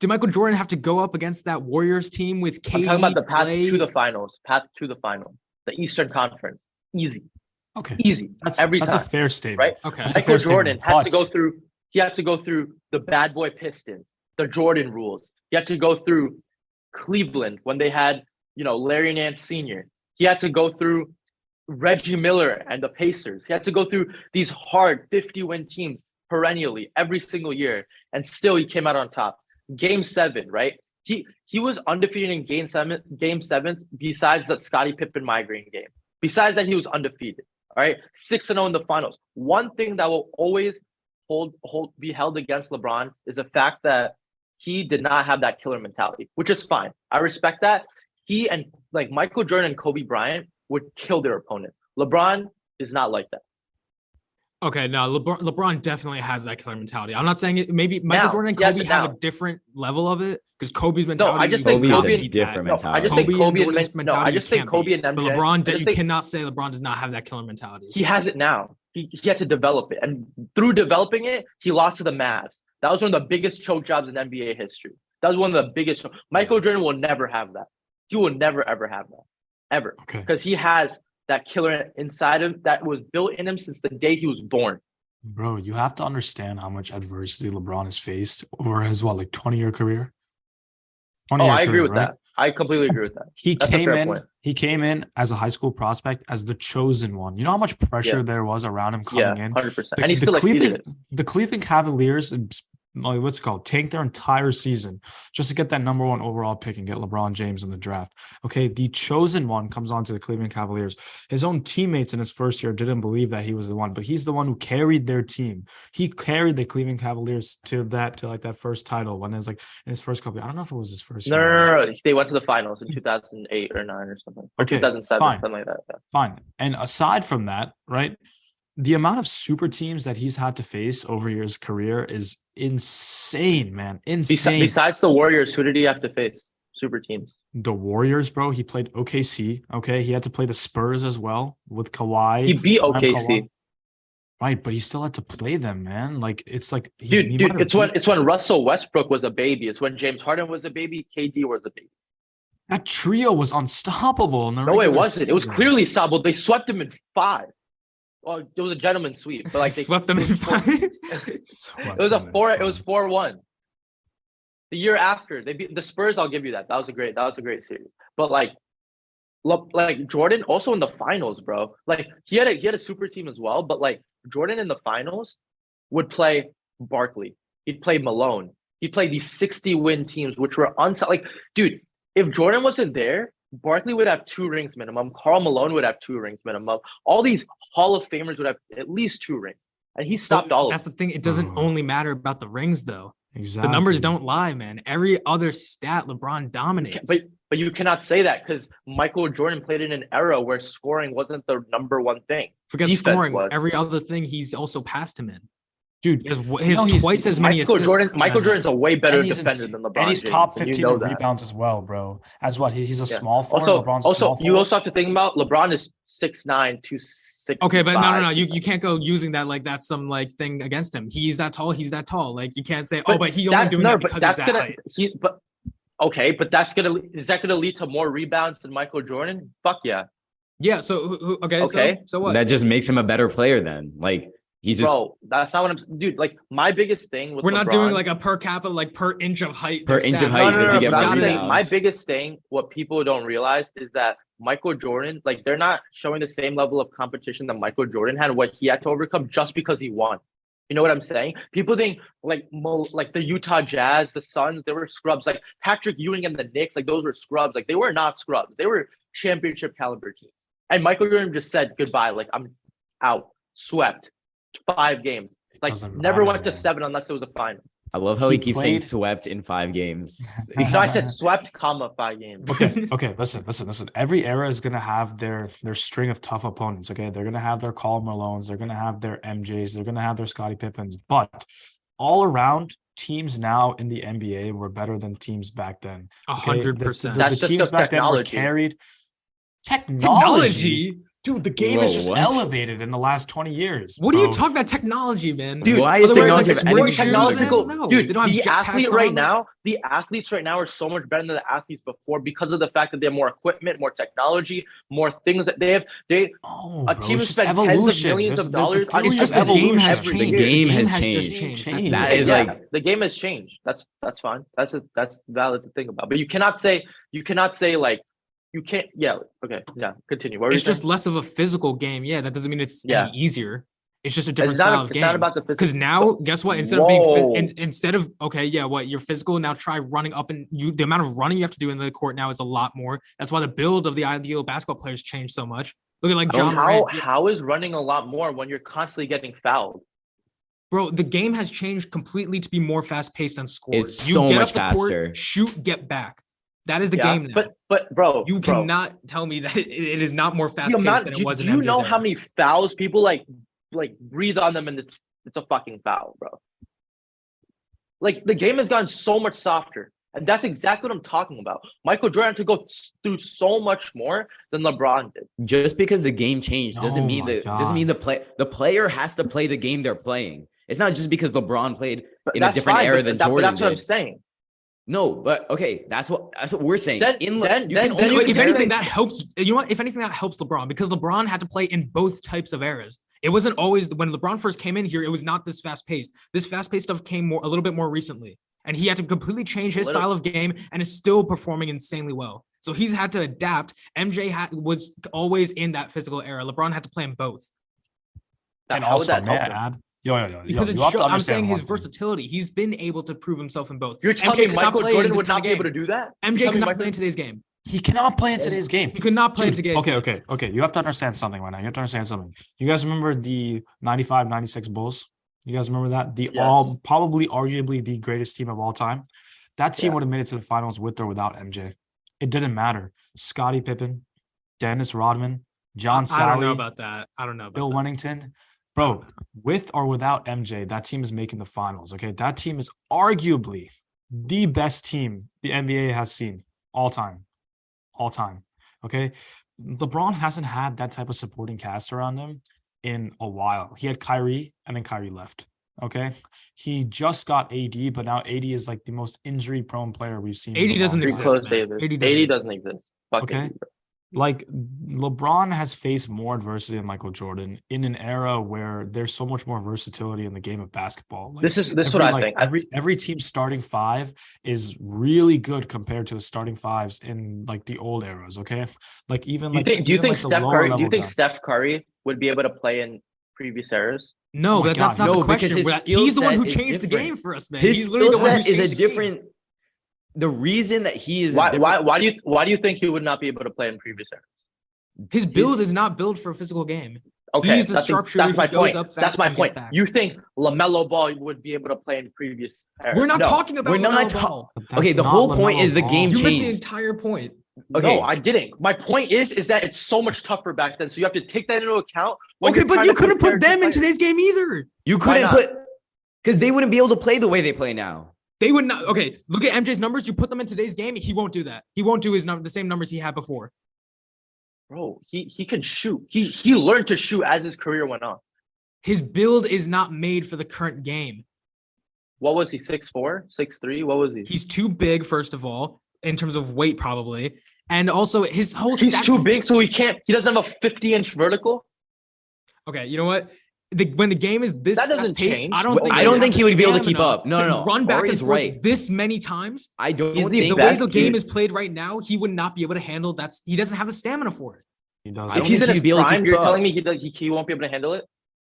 Speaker 2: Did Michael Jordan have to go up against that Warriors team with KD?
Speaker 3: i'm
Speaker 4: E
Speaker 3: talking about the path
Speaker 2: Clay?
Speaker 3: to the finals path to the final the eastern conference easy
Speaker 4: Okay,
Speaker 3: easy
Speaker 4: that's
Speaker 3: every
Speaker 4: that's
Speaker 3: time,
Speaker 4: a fair statement.
Speaker 3: right?
Speaker 2: Okay.
Speaker 4: That's a
Speaker 3: michael
Speaker 4: fair statement.
Speaker 3: jordan has to
Speaker 4: But-
Speaker 3: go through he had to go through the bad boy pistons the jordan rules he had to go through cleveland when they had you know larry nance senior he had to go through Reggie Miller and the Pacers. He had to go through these hard 50 win teams perennially every single year, and still he came out on top. Game seven, right? He he was undefeated in game seven, game sevens, besides that Scottie Pippen migraine game. Besides that, he was undefeated. All right. Six and oh in the finals. One thing that will always hold hold be held against LeBron is the fact that he did not have that killer mentality, which is fine. I respect that. He and like Michael Jordan and Kobe Bryant would kill their opponent. LeBron is not like that.
Speaker 2: Okay, no, LeBron, LeBron definitely has that killer mentality. I'm not saying it. Maybe Michael
Speaker 3: Now,
Speaker 2: Jordan and
Speaker 3: yes,
Speaker 2: Kobe have
Speaker 3: now.
Speaker 2: a different level of it because Kobe's
Speaker 3: No,
Speaker 2: mentality.
Speaker 3: I just
Speaker 2: you
Speaker 3: think
Speaker 1: Kobe
Speaker 2: can't
Speaker 1: is
Speaker 3: Kobe
Speaker 1: a
Speaker 2: beat
Speaker 3: and-
Speaker 1: different
Speaker 3: no,
Speaker 1: mentality.
Speaker 3: I just think
Speaker 2: Kobe and
Speaker 3: Kobe and
Speaker 2: Jordan's
Speaker 3: Mem- no, I
Speaker 2: mentality
Speaker 3: just think
Speaker 2: can't be.
Speaker 3: Kobe and
Speaker 2: But
Speaker 3: MJ
Speaker 2: LeBron,
Speaker 3: I
Speaker 2: de-
Speaker 3: just
Speaker 2: you
Speaker 3: think-
Speaker 2: cannot say LeBron does not have that killer mentality.
Speaker 3: he has it now. He, he had to develop it, and through developing it, he lost to the Mavs. That was one of the biggest choke jobs in NBA history. That was one of the biggest. Michael Jordan will never have that. He will never ever have that, ever,
Speaker 4: Okay.
Speaker 3: because he has that killer inside him that was built in him since the day he was born.
Speaker 4: Bro, you have to understand how much adversity LeBron has faced over his what, like twenty year career. 20
Speaker 3: Oh,
Speaker 4: year
Speaker 3: I agree
Speaker 4: career,
Speaker 3: with
Speaker 4: right?
Speaker 3: that. I completely agree with that.
Speaker 4: He
Speaker 3: That's a
Speaker 4: came
Speaker 3: fair
Speaker 4: in.
Speaker 3: point.
Speaker 4: He came in as a high school prospect, as the chosen one. You know how much pressure there was around him coming
Speaker 3: yeah,
Speaker 4: in.
Speaker 3: hundred percent.
Speaker 4: The-
Speaker 3: And he
Speaker 4: the
Speaker 3: still exceeded
Speaker 4: Cleveland,
Speaker 3: it.
Speaker 4: the Cleveland Cavaliers, like what's it called, tanked their entire season just to get that number one overall pick and get LeBron James in the draft. Okay, the chosen one comes on to the Cleveland Cavaliers. His own teammates in his first year didn't believe that he was the one, but he's the one who carried their team. He carried the Cleveland Cavaliers to that to like that first title when it was like in his first couple. I don't know if it was his first.
Speaker 3: No,
Speaker 4: year. or not.
Speaker 3: no, no, no. They went to the finals in two thousand eight or nine or something, or
Speaker 4: Okay,
Speaker 3: two thousand seven,
Speaker 4: fine.
Speaker 3: something like that. yeah.
Speaker 4: Fine. And aside from that, right? The amount of super teams that he's had to face over his career is insane, man.
Speaker 3: Bes-
Speaker 4: Insane.
Speaker 3: besides the Warriors, who did he have to face? Super teams.
Speaker 4: the Warriors, bro. He played OKC. Okay. He had to play the Spurs as well with Kawhi.
Speaker 3: He beat
Speaker 4: Prime
Speaker 3: OKC,
Speaker 4: Kawhi. Right. But he still had to play them, man. Like, it's like, he's-
Speaker 3: dude.
Speaker 4: he might
Speaker 3: Dude,
Speaker 4: have
Speaker 3: it's when
Speaker 4: beat-
Speaker 3: it's when Russell Westbrook was a baby. It's when James Harden was a baby. KD was a baby.
Speaker 4: that trio was unstoppable. In the
Speaker 3: No, it
Speaker 4: regular
Speaker 3: wasn't. It was
Speaker 4: season.
Speaker 3: clearly Sabo. They swept him in five. Well, it was a gentleman sweep, but like they
Speaker 2: swept them in
Speaker 3: four-
Speaker 2: five.
Speaker 4: Swept
Speaker 3: It was a
Speaker 4: them in
Speaker 3: four. It was
Speaker 4: five.
Speaker 3: four one. The year after they beat the Spurs, I'll give you that. That was a great. That was a great series. But like, lo- like Jordan also in the finals, bro. Like he had a he had a super team as well. But like Jordan in the finals would play Barkley. He'd play Malone. He'd play these sixty win teams, which were unsigned. Like, dude, if Jordan wasn't there, Barkley would have two rings minimum. Carl Malone would have two rings minimum. All these Hall of Famers would have at least two rings, and he stopped all of
Speaker 2: That's
Speaker 3: them.
Speaker 2: the thing. It doesn't
Speaker 4: Bro.
Speaker 2: only matter about the rings, though. The
Speaker 4: Exactly.
Speaker 2: numbers don't lie, man. Every other stat, LeBron dominates.
Speaker 3: But but you cannot say that because Michael Jordan played in an era where scoring wasn't the number one thing.
Speaker 2: Forget
Speaker 3: defense
Speaker 2: scoring.
Speaker 3: was-
Speaker 2: Every other thing, he's also passed him in.
Speaker 4: Dude,
Speaker 2: He has, wh- he has
Speaker 4: No, he's-
Speaker 2: twice as many
Speaker 3: Michael
Speaker 2: assists.
Speaker 3: Jordan, Michael
Speaker 2: than-
Speaker 3: Jordan's a way better
Speaker 4: and he's,
Speaker 3: defender
Speaker 4: ins-
Speaker 3: than LeBron.
Speaker 4: and he's
Speaker 3: James,
Speaker 4: top
Speaker 3: and
Speaker 4: 15
Speaker 3: you know
Speaker 4: in
Speaker 3: that.
Speaker 4: rebounds as well, bro. As what? He, he's a
Speaker 3: Yeah.
Speaker 4: small forward.
Speaker 3: Also,
Speaker 4: LeBron's
Speaker 3: also
Speaker 4: small
Speaker 3: you
Speaker 4: forward.
Speaker 3: also have to think about LeBron is six nine two six.
Speaker 2: Okay, but no, no, no. You, you can't go using that like that's some like thing against him. He's that tall. He's that tall. Like you can't say, oh, but he's only doing that because
Speaker 3: that's
Speaker 2: he's that
Speaker 3: gonna
Speaker 2: height.
Speaker 3: he but okay, but that's gonna is that gonna lead to more rebounds than Michael Jordan? Fuck yeah,
Speaker 2: Yeah. So who- who- okay. Okay.
Speaker 3: Okay.
Speaker 2: So, what?
Speaker 1: That just makes him a better player then. Like he's just
Speaker 3: bro. That's not what I'm dude. Like my biggest thing with
Speaker 2: We're not doing
Speaker 3: LeBron-
Speaker 2: like a per capita, like per inch of height.
Speaker 1: Per
Speaker 2: their
Speaker 1: inch of
Speaker 2: stats.
Speaker 1: height,
Speaker 3: No, no,
Speaker 1: does
Speaker 3: no,
Speaker 1: he
Speaker 3: no,
Speaker 1: get
Speaker 3: but
Speaker 1: more
Speaker 3: I'm saying
Speaker 1: rebounds?
Speaker 3: my biggest thing, what people don't realize is that Michael Jordan, like they're not showing the same level of competition that Michael Jordan had, what he had to overcome just because he won. You know what I'm saying? People think like Mo, like the Utah Jazz, the Suns, they were scrubs. Like Patrick Ewing and the Knicks, like those were scrubs. Like they were not scrubs. They were championship caliber teams. And Michael Jordan just said goodbye. Like I'm out, swept, five games. Like
Speaker 4: Doesn't
Speaker 3: never
Speaker 4: matter,
Speaker 3: went to
Speaker 4: man.
Speaker 3: seven unless it was a final.
Speaker 1: I love how he,
Speaker 4: He
Speaker 1: keeps saying
Speaker 4: played-
Speaker 1: swept in five games.
Speaker 3: No, I said swept, comma five games.
Speaker 4: okay okay listen listen listen every era is going to have their their string of tough opponents okay they're going to have their Karl malones they're going to have their mjs they're going to have their scotty pippins but all around teams now in the nba were better than teams back then
Speaker 2: A
Speaker 4: okay? The-
Speaker 2: hundred
Speaker 4: the-
Speaker 2: percent.
Speaker 4: the,
Speaker 3: That's just
Speaker 4: teams
Speaker 3: the
Speaker 4: back then were
Speaker 3: technology.
Speaker 4: carried technology
Speaker 2: Technology.
Speaker 4: dude the game
Speaker 1: Whoa,
Speaker 4: is just
Speaker 1: what?
Speaker 4: elevated in the last 20 years
Speaker 2: What are you
Speaker 4: bro.
Speaker 2: talking about technology, man?
Speaker 1: Dude, Why is
Speaker 2: Whether we're, like,
Speaker 1: technology of
Speaker 2: sports
Speaker 1: anything
Speaker 2: shoes,
Speaker 3: technological
Speaker 2: I don't know.
Speaker 3: dude
Speaker 2: They don't have
Speaker 3: the
Speaker 2: jetpacks
Speaker 3: athlete right
Speaker 2: on.
Speaker 3: now the athletes right now are so much better than the athletes before because of the fact that they have more equipment more technology more things that they have they
Speaker 4: Oh,
Speaker 3: A
Speaker 4: bro,
Speaker 3: team
Speaker 4: it's
Speaker 3: who
Speaker 4: just
Speaker 3: spends tens of
Speaker 4: evolution.
Speaker 3: millions
Speaker 4: This-
Speaker 3: of
Speaker 4: the- the-
Speaker 3: dollars-
Speaker 4: I
Speaker 3: It's
Speaker 4: was
Speaker 3: just
Speaker 4: just
Speaker 3: the game
Speaker 4: evolution
Speaker 2: has
Speaker 4: every
Speaker 2: changed.
Speaker 4: year.
Speaker 1: The game has
Speaker 2: changed.
Speaker 4: Changed.
Speaker 1: That is
Speaker 3: yeah,
Speaker 1: like
Speaker 3: the game has changed that's that's fine that's a, that's valid to think about but you cannot say you cannot say like you can't yeah okay yeah continue what were
Speaker 2: It's
Speaker 3: you saying?
Speaker 2: just less of a physical game. Yeah, that doesn't mean it's
Speaker 3: Yeah.
Speaker 2: any easier. It's just a different
Speaker 3: it's
Speaker 2: style
Speaker 3: not,
Speaker 2: of
Speaker 3: it's
Speaker 2: game.
Speaker 3: not about the
Speaker 2: because
Speaker 3: physical
Speaker 2: now, guess what? Instead of being
Speaker 3: Whoa.
Speaker 2: phys- in, instead of okay, yeah, what you're physical now. Try running up and you the amount of running you have to do in the court now is a lot more. That's why the build of the ideal basketball players changed so much. Look at like John
Speaker 3: how,
Speaker 2: Morant, yeah,
Speaker 3: how is running a lot more when you're constantly getting fouled
Speaker 2: bro. The game has changed completely to be more fast paced and scored.
Speaker 1: It's so much faster.
Speaker 2: shoot, get back. That is the
Speaker 3: yeah
Speaker 2: game now.
Speaker 3: but but bro
Speaker 2: you
Speaker 3: bro,
Speaker 2: cannot tell me that it, it is not more fast
Speaker 3: the amount-
Speaker 2: paced than
Speaker 3: do,
Speaker 2: it was.
Speaker 3: do
Speaker 2: in
Speaker 3: you
Speaker 2: MJ's
Speaker 3: know
Speaker 2: era.
Speaker 3: how many fouls people like like breathe on them and it's it's a fucking foul, bro. Like the game has gotten so much softer. And that's exactly what I'm talking about. Michael Jordan had to go s- through so much more than LeBron did.
Speaker 1: just because the game changed doesn't
Speaker 4: Oh
Speaker 1: mean
Speaker 4: my
Speaker 1: that doesn't mean the play the player has to play the game they're playing. It's not just because LeBron played
Speaker 3: But
Speaker 1: in a
Speaker 3: that's
Speaker 1: different
Speaker 3: fine,
Speaker 1: era
Speaker 3: but
Speaker 1: than
Speaker 3: that- but
Speaker 1: Jordan.
Speaker 3: That's what I'm
Speaker 1: did.
Speaker 3: saying.
Speaker 1: No, but okay, that's what that's what we're saying.
Speaker 3: Then-
Speaker 1: in Le-
Speaker 3: then-
Speaker 1: you
Speaker 3: then-
Speaker 1: can
Speaker 3: then
Speaker 1: only
Speaker 2: Like, if
Speaker 1: compare-
Speaker 2: anything, that helps. You know what? If anything, that helps LeBron because LeBron had to play in both types of eras. It wasn't always when LeBron first came in here. It was not this fast paced. This fast paced stuff came more a little bit more recently, and he had to completely change his
Speaker 3: Little-
Speaker 2: style of game and is still performing insanely well. So he's had to adapt. MJ had, was always in that physical era. LeBron had to play in both
Speaker 3: That-
Speaker 4: and
Speaker 3: how would
Speaker 4: also,
Speaker 3: that
Speaker 4: may I
Speaker 3: help them?
Speaker 4: add? Yo, yo, yo, yo,
Speaker 2: because
Speaker 4: you
Speaker 2: it
Speaker 4: have
Speaker 2: show,
Speaker 4: to
Speaker 2: I'm
Speaker 4: understand
Speaker 2: saying his
Speaker 4: one thing.
Speaker 2: versatility. He's been able to prove himself in both.
Speaker 3: You're
Speaker 2: MJ
Speaker 3: telling me
Speaker 2: could not
Speaker 3: Michael
Speaker 2: play in
Speaker 3: Jordan
Speaker 2: this
Speaker 3: would
Speaker 2: kind of
Speaker 3: not be able to
Speaker 2: game.
Speaker 3: do that?
Speaker 2: MJ
Speaker 3: telling
Speaker 2: could
Speaker 3: me
Speaker 2: not
Speaker 3: Michael-
Speaker 2: play in today's game.
Speaker 4: He cannot play in today's game.
Speaker 2: He could not play in
Speaker 4: Dude,
Speaker 2: today's
Speaker 4: okay, okay, okay. You have to understand something right now. You have to understand something. You guys remember the 95 96 Bulls? You guys remember that? The
Speaker 3: Yes.
Speaker 4: all probably arguably the greatest team of all time. That team
Speaker 3: Yeah.
Speaker 4: would have made it to the finals with or without MJ. It didn't matter. Scottie Pippen, Dennis Rodman, John
Speaker 2: I don't
Speaker 4: Sally,
Speaker 2: know about that. I don't know about
Speaker 4: Bill
Speaker 2: that.
Speaker 4: Wennington. Bro, with or without MJ, that team is making the finals. Okay. That team is arguably the best team the NBA has seen all time. All time. Okay. LeBron hasn't had that type of supporting cast around him in a while. He had Kyrie and then Kyrie left. Okay. He just got AD, but now AD is like the most injury prone player we've seen. in
Speaker 2: AD
Speaker 4: a long
Speaker 2: doesn't
Speaker 4: time.
Speaker 3: Pretty
Speaker 2: exist,
Speaker 3: close,
Speaker 2: man.
Speaker 3: David.
Speaker 2: 80
Speaker 3: 80
Speaker 2: doesn't
Speaker 3: doesn't,
Speaker 2: exist.
Speaker 3: exist. Fucking
Speaker 4: Okay.
Speaker 3: okay.
Speaker 4: like LeBron has faced more adversity than Michael Jordan in an era where there's so much more versatility in the game of basketball. Like,
Speaker 3: This is this is
Speaker 4: every,
Speaker 3: what I
Speaker 4: like,
Speaker 3: think. I-
Speaker 4: Every every team starting five is really good compared to the starting fives in like the old eras. Okay, like even
Speaker 3: do you
Speaker 4: like
Speaker 3: think do you think
Speaker 4: even, like, the
Speaker 3: Steph
Speaker 4: lower
Speaker 3: Curry do you
Speaker 4: level
Speaker 3: think
Speaker 4: guys-
Speaker 3: Steph Curry would be able to play in previous eras?
Speaker 2: No,
Speaker 4: my
Speaker 2: that, that's
Speaker 4: God,
Speaker 2: not
Speaker 1: Oh no,
Speaker 2: the
Speaker 1: because
Speaker 2: question.
Speaker 1: his
Speaker 2: We're-
Speaker 1: skill
Speaker 2: He's the one
Speaker 1: set
Speaker 2: who
Speaker 1: is
Speaker 2: changed the
Speaker 1: different.
Speaker 2: game for us, man.
Speaker 1: his
Speaker 2: He's literally
Speaker 1: skill
Speaker 2: the one who
Speaker 1: set is
Speaker 2: changed
Speaker 1: a
Speaker 2: the game.
Speaker 1: different. The reason that he is a
Speaker 3: Why
Speaker 1: different-
Speaker 3: why why do you why do you think he would not be able to play in previous eras?
Speaker 2: His build
Speaker 1: his-
Speaker 2: is not built for a physical game.
Speaker 3: Okay,
Speaker 2: He's the
Speaker 3: that's,
Speaker 2: structure
Speaker 3: that's
Speaker 2: who
Speaker 3: my
Speaker 2: goes
Speaker 3: point.
Speaker 2: up
Speaker 3: that's
Speaker 2: fast
Speaker 3: my
Speaker 2: and gets
Speaker 3: point.
Speaker 2: back.
Speaker 3: You think Lamelo Ball would be able to play in previous? Era?
Speaker 2: We're not
Speaker 3: no.
Speaker 2: talking about
Speaker 1: we're not
Speaker 2: LaMelo
Speaker 1: ta-
Speaker 2: Ball.
Speaker 4: But
Speaker 1: Okay,
Speaker 4: that's
Speaker 1: the
Speaker 4: not
Speaker 1: whole point
Speaker 4: LaMelo
Speaker 1: is the
Speaker 4: Ball.
Speaker 1: game
Speaker 2: You missed the
Speaker 1: changed.
Speaker 2: entire point.
Speaker 1: Okay.
Speaker 3: No, I didn't. My point is, is that it's so much tougher back then. So you have to take that into account. when
Speaker 2: Okay,
Speaker 3: you're
Speaker 2: but
Speaker 3: trying
Speaker 2: you
Speaker 3: to
Speaker 2: could have
Speaker 3: compare
Speaker 2: put them in
Speaker 3: two players.
Speaker 2: today's game either.
Speaker 1: you couldn't
Speaker 3: not?
Speaker 1: put because they wouldn't be able to play the way they play now.
Speaker 2: They would not. Okay, look at MJ's numbers. You put them in today's game. He won't do that. He won't do his num- the same numbers he had before.
Speaker 3: Bro, he he can shoot. He he learned to shoot as his career went on.
Speaker 2: His build is not made for the current game.
Speaker 3: What was he? Six four, six three. What was he?
Speaker 2: He's too big, first of all, in terms of weight, probably, and also his whole.
Speaker 3: He's
Speaker 2: stack-
Speaker 3: too big, so he can't. He doesn't have a fifty inch vertical.
Speaker 2: Okay, you know what? The, when the game is this
Speaker 3: That doesn't
Speaker 2: fast paced,
Speaker 3: change.
Speaker 2: I don't think
Speaker 1: I
Speaker 2: you
Speaker 1: don't
Speaker 2: have
Speaker 1: think
Speaker 2: the
Speaker 1: he would be able to keep
Speaker 2: stamina
Speaker 1: up. No, no, no.
Speaker 2: Run back
Speaker 1: Ari's
Speaker 2: and forth
Speaker 1: right.
Speaker 2: this many times.
Speaker 1: I don't
Speaker 3: He's the
Speaker 1: think
Speaker 2: The
Speaker 3: best
Speaker 2: way the game
Speaker 3: dude.
Speaker 2: is played right now, he would not be able to handle that. He doesn't have the stamina for it.
Speaker 4: He does.
Speaker 1: I
Speaker 3: If
Speaker 1: don't
Speaker 3: he's
Speaker 1: think
Speaker 3: in
Speaker 1: he'd
Speaker 3: his
Speaker 1: be able to
Speaker 3: prime,
Speaker 1: keep
Speaker 3: you're
Speaker 1: up.
Speaker 3: telling me he, does- he he won't be able to handle it.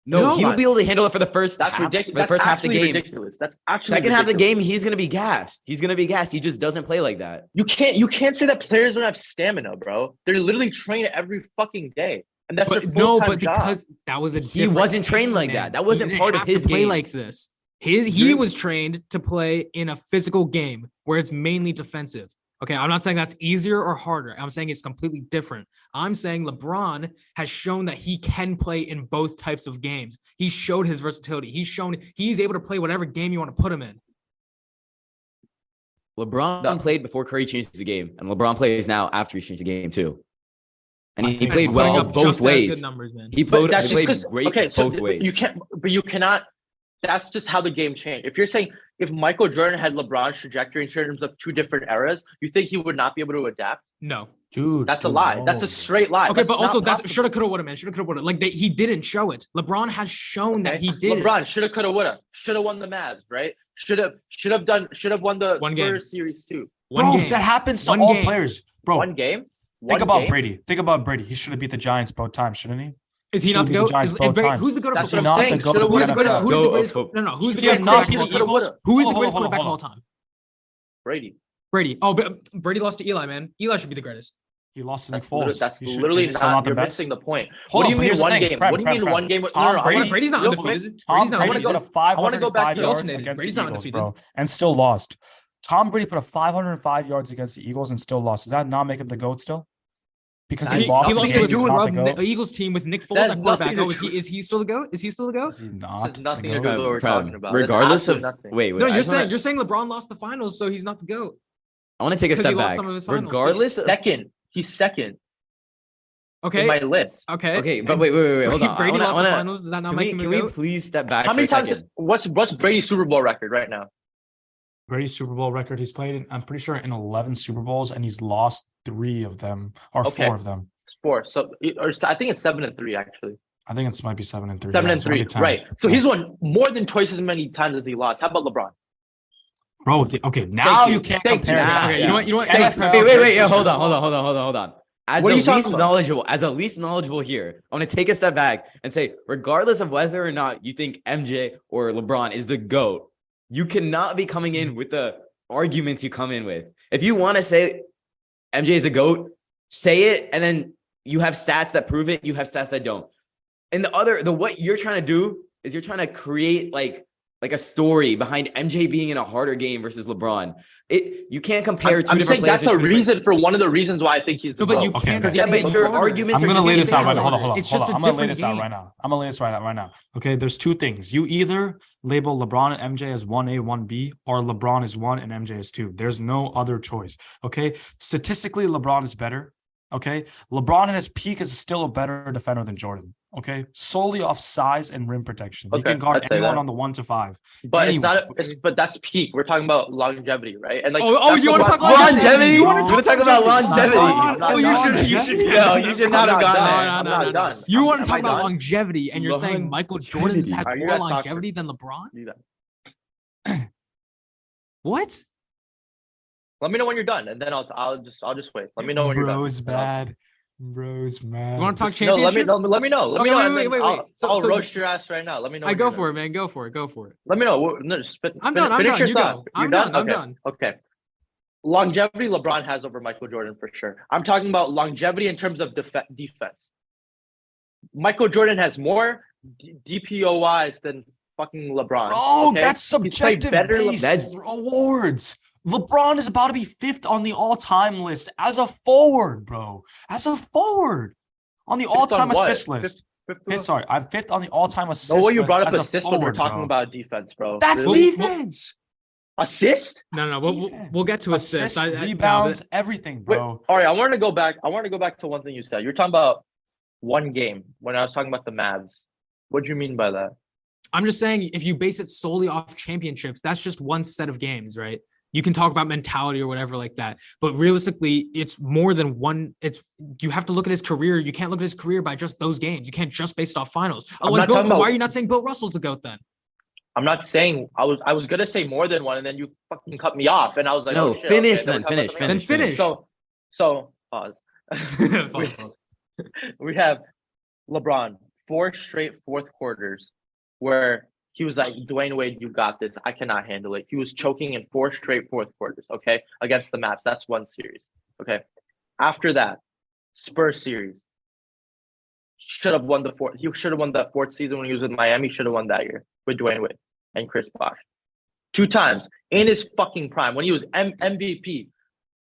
Speaker 1: No,
Speaker 2: No.
Speaker 1: he'll be able to handle it for the first
Speaker 3: That's
Speaker 1: half,
Speaker 3: ridiculous.
Speaker 1: for the
Speaker 3: That's
Speaker 1: first half the
Speaker 3: actually
Speaker 1: game.
Speaker 3: ridiculous. That's actually
Speaker 1: Second half of the
Speaker 3: ridiculous.
Speaker 1: game, he's gonna be gassed. He's gonna be gassed. He just doesn't play like that.
Speaker 3: You can't you can't say that players don't have stamina, bro. They're literally trained every fucking day, and that's their
Speaker 2: but
Speaker 3: full
Speaker 2: no,
Speaker 3: time
Speaker 2: but
Speaker 3: job.
Speaker 2: because that was a
Speaker 1: He
Speaker 2: different
Speaker 1: wasn't trained
Speaker 2: game,
Speaker 1: like that.
Speaker 2: man.
Speaker 1: That
Speaker 2: He
Speaker 1: wasn't
Speaker 2: didn't
Speaker 1: part of
Speaker 2: have to
Speaker 1: his
Speaker 2: play
Speaker 1: game.
Speaker 2: like this. His he
Speaker 1: You're-
Speaker 2: was trained to play in a physical game where it's mainly defensive. Okay, I'm not saying that's easier or harder. I'm saying it's completely different. I'm saying LeBron has shown that he can play in both types of games. He showed his versatility. He's shown he's able to play whatever game you want to put him in.
Speaker 1: LeBron
Speaker 3: No.
Speaker 1: played before Curry changed the game, and LeBron plays now after he changed the game too. And
Speaker 4: I
Speaker 1: he, he
Speaker 4: think
Speaker 1: played
Speaker 4: I'm
Speaker 1: well
Speaker 4: putting
Speaker 1: both
Speaker 4: up
Speaker 2: just as good
Speaker 1: ways.
Speaker 2: numbers, man.
Speaker 1: He
Speaker 3: But
Speaker 1: played,
Speaker 3: that's
Speaker 1: he
Speaker 3: just
Speaker 1: played
Speaker 3: 'cause-
Speaker 1: great
Speaker 3: okay, so
Speaker 1: both
Speaker 3: th-
Speaker 1: ways.
Speaker 3: you can't, but you cannot. That's just how the game changed. If you're saying if Michael Jordan had LeBron's trajectory in terms of two different eras, you think he would not be able to adapt?
Speaker 2: no.
Speaker 4: dude.
Speaker 3: That's a
Speaker 4: dude,
Speaker 3: lie. That's
Speaker 4: no.
Speaker 3: a straight lie.
Speaker 2: Okay, but
Speaker 3: not
Speaker 2: also that's
Speaker 3: possible.
Speaker 2: shoulda coulda woulda man. Shoulda coulda woulda. Like they, he didn't show it. LeBron has shown that
Speaker 3: Okay.
Speaker 2: he did.
Speaker 3: LeBron should have, could have, would have, should have won the Mavs, right? Should have, should have done, should have won the
Speaker 2: One game.
Speaker 3: Spurs series too.
Speaker 4: bro. That happens to
Speaker 2: One
Speaker 4: all
Speaker 2: game.
Speaker 4: players, bro.
Speaker 3: One game.
Speaker 4: Think
Speaker 3: One
Speaker 4: about
Speaker 3: game?
Speaker 4: Brady. Think about Brady. He should have beat the Giants both times, shouldn't he?
Speaker 2: Is he
Speaker 4: Should
Speaker 2: not the
Speaker 4: be the
Speaker 2: goat?
Speaker 4: Giants
Speaker 2: Is-
Speaker 4: both
Speaker 2: Brady-
Speaker 4: times.
Speaker 2: who's the goat of
Speaker 3: That's what
Speaker 2: football?
Speaker 3: I'm
Speaker 4: not
Speaker 3: saying.
Speaker 4: the GOAT
Speaker 3: Should have
Speaker 4: of
Speaker 2: Who's the
Speaker 3: won
Speaker 4: NFL.
Speaker 2: greatest? Who's
Speaker 1: Goat
Speaker 2: the
Speaker 1: of
Speaker 2: greatest?
Speaker 1: hope.
Speaker 2: No, no. Who's the
Speaker 4: Should
Speaker 2: greatest
Speaker 4: have not
Speaker 2: quarterback of all
Speaker 4: beat the
Speaker 2: time?
Speaker 4: Eagles.
Speaker 2: Who is the
Speaker 4: Hold on,
Speaker 2: greatest
Speaker 4: hold on,
Speaker 2: quarterback of all
Speaker 4: hold
Speaker 2: time?
Speaker 3: Brady.
Speaker 2: Brady. Oh, but Brady lost to Eli, man. Eli should be the greatest.
Speaker 4: He lost to Nick
Speaker 3: That's, literally,
Speaker 4: Foles.
Speaker 3: that's
Speaker 4: He should-
Speaker 3: literally
Speaker 4: is he still
Speaker 3: not. You're
Speaker 4: best?
Speaker 3: missing the point. what
Speaker 4: Hold on,
Speaker 3: do you
Speaker 4: but
Speaker 3: mean
Speaker 4: here's the
Speaker 3: one
Speaker 4: thing.
Speaker 3: game?
Speaker 4: Prep,
Speaker 3: what do you
Speaker 4: prep,
Speaker 3: mean
Speaker 4: prep.
Speaker 3: one game? with-
Speaker 4: Tom
Speaker 3: no, no, I
Speaker 4: Brady-
Speaker 2: Brady,
Speaker 3: wanna-
Speaker 2: Brady's not
Speaker 3: real quick,
Speaker 2: undefeated.
Speaker 4: Tom
Speaker 2: Brady's not
Speaker 4: Brady
Speaker 2: undefeated.
Speaker 4: put a
Speaker 2: I wanna go
Speaker 4: 505
Speaker 2: back to the
Speaker 4: yards
Speaker 2: alternative.
Speaker 4: against
Speaker 2: Brady's
Speaker 4: the
Speaker 2: not
Speaker 4: Eagles,
Speaker 2: undefeated.
Speaker 4: bro, and still lost. Tom Brady put a 505 yards against the Eagles and still lost. Does that not make him the goat still? Because
Speaker 2: He,
Speaker 4: he,
Speaker 2: he
Speaker 4: lost.
Speaker 2: lost,
Speaker 4: to the
Speaker 2: to a
Speaker 4: Eagles, he's not
Speaker 2: scrub
Speaker 4: the
Speaker 2: Ni-
Speaker 4: goat.
Speaker 2: Eagles team with Nick Foles
Speaker 3: That's
Speaker 2: at quarterback.
Speaker 3: nothing to
Speaker 2: Oh, is he,
Speaker 3: do-
Speaker 2: is he still the goat? Is he still the goat?
Speaker 4: Is he not
Speaker 3: This has
Speaker 4: the
Speaker 3: nothing to
Speaker 4: goat?
Speaker 3: do with
Speaker 1: Um,
Speaker 3: what we're
Speaker 1: Prem,
Speaker 3: talking about. That's
Speaker 1: Regardless of
Speaker 3: absolutely nothing.
Speaker 1: wait, wait,
Speaker 2: No,
Speaker 1: I
Speaker 2: you're
Speaker 1: just wanna-
Speaker 2: saying you're saying LeBron lost the finals, so he's not the goat.
Speaker 1: I want to take a
Speaker 2: 'Cause he
Speaker 1: step
Speaker 2: lost
Speaker 1: back.
Speaker 2: some of his finals.
Speaker 1: Regardless, of,
Speaker 3: second. He's second
Speaker 2: Okay.
Speaker 3: in my list.
Speaker 2: okay.
Speaker 1: okay, but wait, wait, wait, wait, hold on. I
Speaker 2: Brady
Speaker 1: wanna- I
Speaker 2: lost
Speaker 1: wanna-
Speaker 2: the finals. Does that not
Speaker 1: Can,
Speaker 2: make
Speaker 1: we,
Speaker 2: him the
Speaker 1: can we
Speaker 2: goat?
Speaker 1: please step back?
Speaker 3: How many
Speaker 1: for a
Speaker 3: times?
Speaker 1: second?
Speaker 3: What's what's Brady's Super Bowl record right now?
Speaker 4: Brady's Super Bowl record. He's played in. I'm pretty sure in 11 Super Bowls, and he's lost three of them or
Speaker 3: Okay.
Speaker 4: four of them.
Speaker 3: Four. So or I think it's seven and three actually.
Speaker 4: I think it's might be seven and three.
Speaker 3: Seven
Speaker 4: yeah,
Speaker 3: and
Speaker 4: it's might
Speaker 3: three.
Speaker 4: be 10.
Speaker 3: Right. So
Speaker 4: Yeah.
Speaker 3: he's won more than twice as many times as he lost. How about LeBron?
Speaker 4: bro. th- Okay, now
Speaker 3: you.
Speaker 4: you, can't
Speaker 3: Thank
Speaker 4: compare.
Speaker 3: you.
Speaker 4: that.
Speaker 2: Okay, you know what? You know what?
Speaker 4: NFL
Speaker 1: Wait, wait, wait, yeah,
Speaker 4: versus-
Speaker 1: hold on, hold on, hold on, hold on, hold on. As
Speaker 3: What are
Speaker 1: the
Speaker 3: you talking
Speaker 1: least
Speaker 3: about?
Speaker 1: knowledgeable, as the least knowledgeable here, I want to take a step back and say, regardless of whether or not you think MJ or LeBron is the GOAT, you cannot be coming in with the arguments you come in with. If you want to say MJ is a GOAT, say it, and then you have stats that prove it, you have stats that don't. And the other, the what you're trying to do is you're trying to create like like a story behind MJ being in a harder game versus LeBron. It you can't compare
Speaker 3: I'm,
Speaker 1: 2
Speaker 3: I'm
Speaker 1: different
Speaker 3: saying
Speaker 1: players.
Speaker 3: that's
Speaker 1: with
Speaker 3: a
Speaker 1: two different-
Speaker 3: reason for one of the reasons why I think he's.
Speaker 2: No,
Speaker 3: the
Speaker 2: but
Speaker 3: goat.
Speaker 2: you
Speaker 4: Oh, Okay,
Speaker 2: can't.
Speaker 4: okay.
Speaker 2: say
Speaker 1: Yeah, but
Speaker 2: it's
Speaker 1: your
Speaker 2: harder.
Speaker 1: arguments
Speaker 4: I'm
Speaker 1: are
Speaker 4: gonna
Speaker 1: just
Speaker 4: lay
Speaker 1: the
Speaker 4: this out
Speaker 1: same
Speaker 4: right now. Hold on,
Speaker 1: order.
Speaker 4: hold on,
Speaker 2: It's
Speaker 4: hold
Speaker 2: just
Speaker 4: on.
Speaker 2: a
Speaker 4: I'm gonna lay
Speaker 2: different
Speaker 4: this out
Speaker 2: game.
Speaker 4: right now. I'm gonna lay this right out right now. Okay, there's two things. You either label LeBron and MJ as one A, one B, or LeBron is one and MJ is two. There's no other choice. Okay, statistically, LeBron is better. Okay, LeBron in his peak is still a better defender than Jordan. Okay, solely off size and rim protection. he
Speaker 3: Okay,
Speaker 4: can guard
Speaker 3: I'd say
Speaker 4: anyone
Speaker 3: that.
Speaker 4: on the one to five.
Speaker 3: But it's not.
Speaker 4: Anyway,
Speaker 3: It's but that's peak. We're talking about longevity, right? And like,
Speaker 2: Oh, oh,
Speaker 3: that's
Speaker 2: you
Speaker 3: the
Speaker 2: want to
Speaker 3: one-
Speaker 2: talk about
Speaker 1: Longevity?
Speaker 2: You want
Speaker 1: No.
Speaker 2: to talk,
Speaker 1: We're talking about longevity.
Speaker 2: Oh, you should. You should.
Speaker 1: No, you should not have gotten there.
Speaker 2: No, no,
Speaker 3: I'm
Speaker 2: no,
Speaker 3: not
Speaker 2: no.
Speaker 3: done.
Speaker 2: You
Speaker 3: I'm-
Speaker 2: want to
Speaker 3: am
Speaker 2: talk
Speaker 3: I
Speaker 2: about
Speaker 3: done?
Speaker 2: longevity, and you're saying Michael Jordan's had
Speaker 1: Longevity.
Speaker 3: Are you
Speaker 2: more
Speaker 3: guys soccer?
Speaker 2: longevity than LeBron?
Speaker 3: Do that.
Speaker 2: What?
Speaker 3: Let me know when you're done, and then I'll I'll just I'll just wait. Let me know when you're done.
Speaker 4: Bro's
Speaker 3: and I'll-
Speaker 4: bad. Bro's mad.
Speaker 2: You want to talk
Speaker 3: No, let me
Speaker 2: championships?
Speaker 3: let me let me know. Let
Speaker 2: Okay,
Speaker 3: me know.
Speaker 2: Oh, wait,
Speaker 3: and
Speaker 2: wait,
Speaker 3: then
Speaker 2: wait, wait.
Speaker 3: I'll,
Speaker 2: So-
Speaker 3: I'll
Speaker 2: so-
Speaker 3: roast your ass right now. Let me know.
Speaker 2: I
Speaker 3: when
Speaker 2: go
Speaker 3: you're
Speaker 2: for
Speaker 3: done.
Speaker 2: it, man. Go for it. Go for it.
Speaker 3: Let me know. Wha- No, just fin-
Speaker 2: I'm
Speaker 3: fin-
Speaker 2: done, I'm
Speaker 3: finish
Speaker 2: done,
Speaker 3: your
Speaker 2: you
Speaker 3: thought.
Speaker 2: go.
Speaker 3: You're
Speaker 2: I'm
Speaker 3: done.
Speaker 2: done, I'm
Speaker 3: okay.
Speaker 2: done.
Speaker 3: Okay. Longevity LeBron has over Michael Jordan for sure. I'm talking about longevity in terms of def- defense. Michael Jordan has more D- DPOIs than fucking LeBron.
Speaker 4: Oh,
Speaker 3: okay?
Speaker 4: that's
Speaker 3: played
Speaker 4: subjective
Speaker 3: better Le-
Speaker 4: based
Speaker 1: That's-
Speaker 4: awards. LeBron is about to be fifth on the all-time list as a forward, bro. As a forward on the
Speaker 3: on
Speaker 4: all-time
Speaker 3: what?
Speaker 4: assist
Speaker 3: Fifth-
Speaker 4: list.
Speaker 3: Fifth
Speaker 4: Fifth, sorry, I'm fifth on the all-time assist.
Speaker 3: no way you
Speaker 4: list
Speaker 3: brought up
Speaker 4: as a
Speaker 3: assist when we're
Speaker 4: forward,
Speaker 3: talking
Speaker 4: bro.
Speaker 3: about defense, bro.
Speaker 4: That's
Speaker 2: Well,
Speaker 3: Really?
Speaker 2: well-
Speaker 4: defense.
Speaker 3: assist.
Speaker 2: No, no, no.
Speaker 4: That's
Speaker 2: We'll, we'll,
Speaker 4: defense.
Speaker 2: we'll get to assists. I- I- no,
Speaker 4: rebounds,
Speaker 2: that-
Speaker 4: everything,
Speaker 3: Wait,
Speaker 4: bro.
Speaker 3: all right, I wanted to go back. I wanted to go back to one thing you said. You're talking about one game when I was talking about the Mavs. What do you mean by that?
Speaker 2: I'm just saying, if you base it solely off championships, that's just one set of games, right? You can talk about mentality or whatever like that, but realistically, it's more than one. It's you have to look at his career. You can't look at his career by just those games. You can't just base it off finals. Otherwise,
Speaker 3: not
Speaker 2: Bill, why
Speaker 3: talking about-
Speaker 2: are you not saying Bill Russell's the goat then?
Speaker 3: I'm not saying I was I was gonna say more than one, and then you fucking cut me off, and I was like,
Speaker 1: No,
Speaker 3: oh, shit,
Speaker 1: finish
Speaker 3: okay,
Speaker 1: then.
Speaker 3: we're talking
Speaker 1: Finish,
Speaker 3: about
Speaker 1: finish,
Speaker 2: Then
Speaker 3: something
Speaker 2: finish.
Speaker 3: else. So so pause.
Speaker 2: Fine, fine.
Speaker 3: we have LeBron four straight fourth quarters where he was like, Dwayne Wade, you got this. I cannot handle it. He was choking in four straight fourth quarters, okay, against the Maps. That's one series, okay. After that, Spurs series. Should have won the fourth. He should have won that fourth season when he was with Miami. Should have won that year with Dwayne Wade and Chris Bosh. Two times in his fucking prime when he was M- MVP,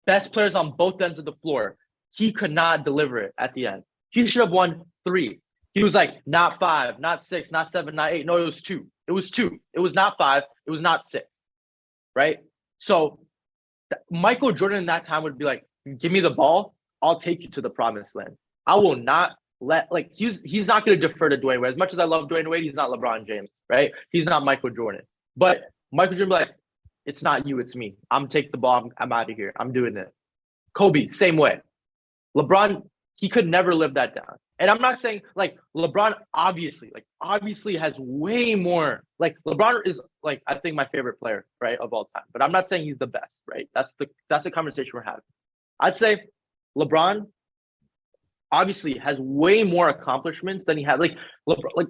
Speaker 3: best players on both ends of the floor. He could not deliver it at the end. He should have won three. He was like, not five, not six, not seven, not eight. No, it was two. It was two. It was not five. It was not six. Right? So th- Michael Jordan in that time would be like, give me the ball. I'll take you to the promised land. I will not let like he's he's not going to defer to Dwayne Wade. As much as I love Dwayne Wade, he's not LeBron James, right? He's not Michael Jordan. But Michael Jordan, be like, it's not you, it's me. I'm take the ball. I'm, I'm out of here. I'm doing it. Kobe, same way. LeBron, he could never live that down. And I'm not saying like LeBron obviously, like obviously has way more. Like LeBron is like I think my favorite player, right, of all time. But I'm not saying he's the best, right? That's the that's the conversation we're having. I'd say LeBron obviously has way more accomplishments than he had. Like LeBron, like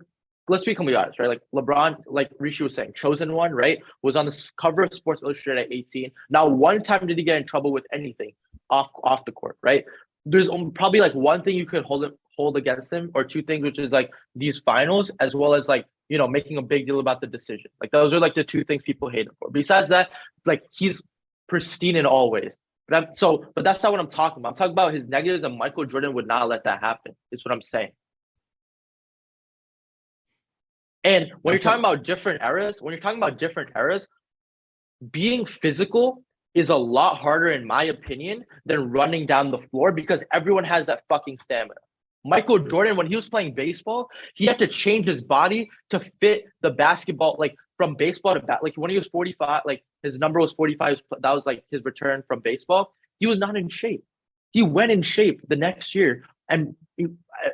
Speaker 3: let's be completely honest, right? Like LeBron, like Rishi was saying, chosen one, right? Was on the cover of Sports Illustrated at 18. Not one time did he get in trouble with anything off off the court, right? There's only- probably like one thing you could hold him hold against him, or two things, which is like these finals, as well as like you know making a big deal about the decision. Like those are like the two things people hate him for. Besides that, like he's pristine in all ways. But I'm, so, but that's not what I'm talking about. I'm talking about his negatives, and Michael Jordan would not let that happen. Is what I'm saying. And when
Speaker 4: That's
Speaker 3: you're talking about different eras, when you're talking about different eras, being physical is a lot harder, in my opinion, than running down the floor because everyone has that fucking stamina. Michael Jordan, when he was playing baseball, he had to change his body to fit the basketball, like from baseball to bat. Like when he was 45, like his number was 45. he was- That was like his return from baseball. He was not in shape. He went in shape the next year. And he-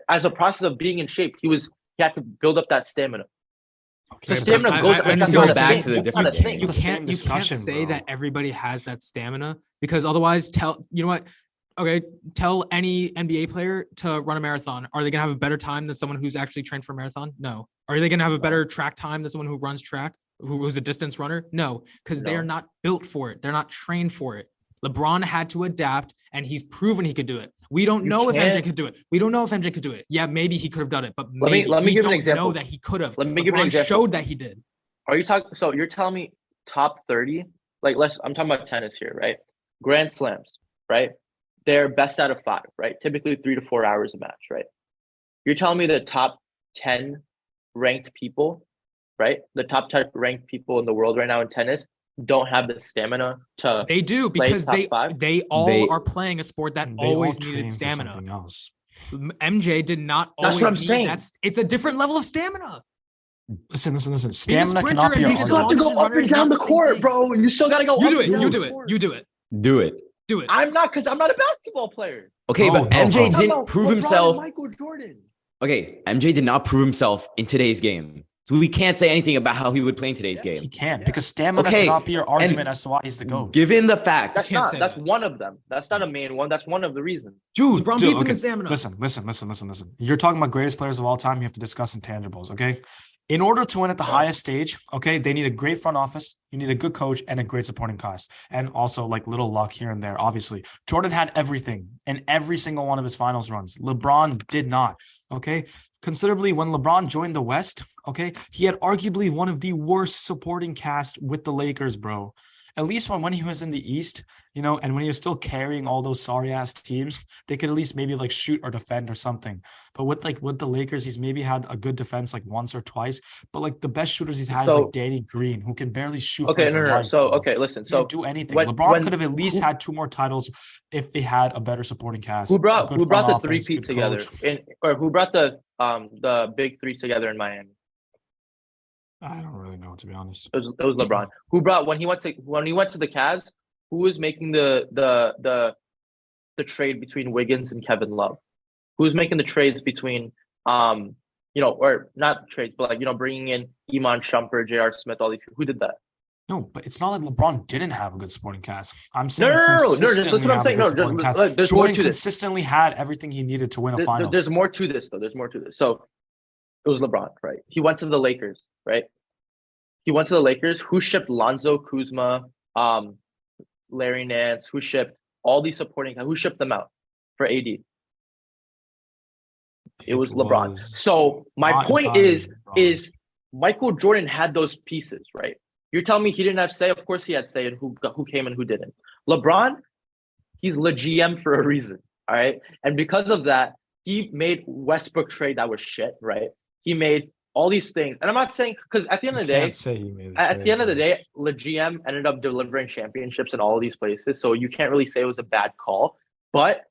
Speaker 3: as a process of being in shape, he was, he had to build up that stamina.
Speaker 4: Okay,
Speaker 3: so
Speaker 4: but
Speaker 3: stamina
Speaker 2: I-
Speaker 3: goes
Speaker 2: I- I
Speaker 3: like, that's
Speaker 2: just
Speaker 3: not
Speaker 2: go
Speaker 3: a
Speaker 2: back
Speaker 3: thing.
Speaker 1: to the
Speaker 3: That's not a
Speaker 1: different game.
Speaker 2: you
Speaker 4: the
Speaker 2: can't
Speaker 4: same
Speaker 2: you can't
Speaker 4: discussion,
Speaker 2: say that
Speaker 4: bro.
Speaker 2: everybody has that stamina because otherwise tell you know what okay tell any nba player to run a marathon are they going to have a better time than someone who's actually trained for a marathon no are they going to have a better track time than someone who runs track who, who's a distance runner no because they
Speaker 3: No.
Speaker 2: are not built for it they're not trained for it LeBron had to adapt and he's proven he could do it. We don't
Speaker 3: You
Speaker 2: know if MJ
Speaker 3: can't-
Speaker 2: could do it. We don't know if MJ could do it. Yeah, maybe he could have done it, but
Speaker 3: Let me-
Speaker 2: maybe.
Speaker 3: let me
Speaker 2: We
Speaker 3: give an
Speaker 2: don't
Speaker 3: example.
Speaker 2: Know that he could have.
Speaker 3: Let me give an
Speaker 2: LeBron
Speaker 3: example.
Speaker 2: Showed that he did.
Speaker 3: Are you talking? So you're telling me top thirty? Like let's. I'm talking about tennis here, right? Grand slams, right? They're best out of five, right? Typically three to four hours a match, right? You're telling me the top ten ranked people, right? The top ten ranked people in the world right now in tennis don't have the stamina to.
Speaker 2: They do
Speaker 3: play
Speaker 2: because
Speaker 3: top
Speaker 2: they
Speaker 3: five?
Speaker 2: they all
Speaker 1: They-
Speaker 2: are playing a sport that
Speaker 4: They all
Speaker 2: always
Speaker 4: train
Speaker 2: needed
Speaker 4: for
Speaker 2: stamina.
Speaker 4: something else.
Speaker 2: M- MJ did not
Speaker 3: That's
Speaker 2: always
Speaker 3: what I'm
Speaker 2: need
Speaker 3: saying.
Speaker 2: That's it's a different level of stamina.
Speaker 4: Listen, listen, listen.
Speaker 2: Being a
Speaker 4: Stamina
Speaker 2: sprinter
Speaker 4: cannot be
Speaker 2: and
Speaker 4: an
Speaker 2: being a
Speaker 4: argument.
Speaker 2: long distance runner is not the same thing.
Speaker 3: bro. You still gotta go.
Speaker 2: You
Speaker 3: up
Speaker 2: do
Speaker 3: and
Speaker 2: it.
Speaker 3: down
Speaker 2: You
Speaker 3: the
Speaker 2: do it.
Speaker 3: court.
Speaker 2: You do it.
Speaker 1: Do it.
Speaker 2: Do it.
Speaker 3: I'm not because I'm not a basketball player.
Speaker 1: Okay, but
Speaker 4: No, no, bro.
Speaker 1: MJ
Speaker 4: Talk
Speaker 3: I'm talking
Speaker 1: didn't
Speaker 3: about
Speaker 1: prove
Speaker 3: LeBron and
Speaker 1: himself.
Speaker 3: Michael Jordan.
Speaker 1: Okay, MJ did not prove himself in today's game. So we can't say anything about how he would play in today's
Speaker 4: He
Speaker 1: game.
Speaker 4: can't because stamina
Speaker 1: Okay,
Speaker 4: cannot be your argument as to why he's the goat.
Speaker 1: Given the fact,
Speaker 3: That's
Speaker 2: Can't
Speaker 3: not.
Speaker 2: say
Speaker 3: That's
Speaker 2: that.
Speaker 3: one of them. That's not a main one. That's one of the reasons.
Speaker 4: Dude,
Speaker 2: LeBron
Speaker 4: dude,
Speaker 2: beats him
Speaker 4: okay,
Speaker 2: in stamina.
Speaker 4: Listen, listen, listen, listen, listen. You're talking about greatest players of all time. You have to discuss intangibles, okay? In order to win at the highest stage, okay, they need a great front office, you need a good coach, and a great supporting cast, and also like little luck here and there. Obviously, Jordan had everything in every single one of his finals runs. LeBron did not, okay? Considerably, when LeBron joined the West, okay, he had arguably one of the worst supporting cast with the Lakers, bro. At least when, when he was in the East, you know, and when he was still carrying all those sorry ass teams, they could at least maybe like shoot or defend or something. But with like with the Lakers, he's maybe had a good defense like once or twice. But like the best shooters he's had is
Speaker 3: So-
Speaker 4: like Danny Green, who can barely shoot. for
Speaker 3: Okay,
Speaker 4: his
Speaker 3: no, no, no.
Speaker 4: life,
Speaker 3: So
Speaker 4: bro.
Speaker 3: okay, listen.
Speaker 4: He didn't
Speaker 3: So
Speaker 4: do anything.
Speaker 3: when-
Speaker 4: LeBron
Speaker 3: when-
Speaker 4: could have at least
Speaker 3: who-
Speaker 4: had two more titles if they had a better supporting cast.
Speaker 3: who
Speaker 4: a
Speaker 3: brought
Speaker 4: good
Speaker 3: who brought the
Speaker 4: front
Speaker 3: three
Speaker 4: office,
Speaker 3: feet
Speaker 4: good
Speaker 3: together
Speaker 4: coach.
Speaker 3: in or who brought the um the big three together in Miami?
Speaker 4: I don't really know to be honest.
Speaker 3: It was it was LeBron. Who brought when he went to when he went to the Cavs? Who was making the the the the trade between Wiggins and Kevin Love? Who was making the trades between um you know or not trades but like you know bringing in Iman Shumpert, J.R. Smith, all these who did that?
Speaker 4: No, but it's not like LeBron didn't have a good supporting cast. I'm
Speaker 3: No,
Speaker 4: saying
Speaker 3: no, no, no, no, just- that's
Speaker 4: consistently
Speaker 3: what I'm
Speaker 4: have a
Speaker 3: saying.
Speaker 4: good
Speaker 3: No, just-
Speaker 4: supporting cast.
Speaker 3: look, there's more
Speaker 4: Jordan
Speaker 3: to this.
Speaker 4: consistently had everything he needed to win a
Speaker 3: There- there-
Speaker 4: final.
Speaker 3: there's more to this though. There's more to this. So it was LeBron, right? He went to the Lakers, right? He went to the Lakers. Who shipped Lonzo Kuzma, um, Larry Nance? Who shipped all these supporting? Who shipped them out for AD? It was LeBron. So my
Speaker 4: Not
Speaker 3: point
Speaker 4: entirely
Speaker 3: is,
Speaker 4: LeBron.
Speaker 3: is Michael Jordan had those pieces, right? You're telling me he didn't have say? Of course he had say in who got- who came and who didn't. LeBron, he's the GM for a reason, all right? And because of that, he made Westbrook trade that was shit, right? He made all these things. And I'm not saying because at the end
Speaker 4: You
Speaker 3: of the day,
Speaker 4: can't say he made
Speaker 3: at, at the end of the day, the GM ended up delivering championships in all of these places, so you can't really say it was a bad call. But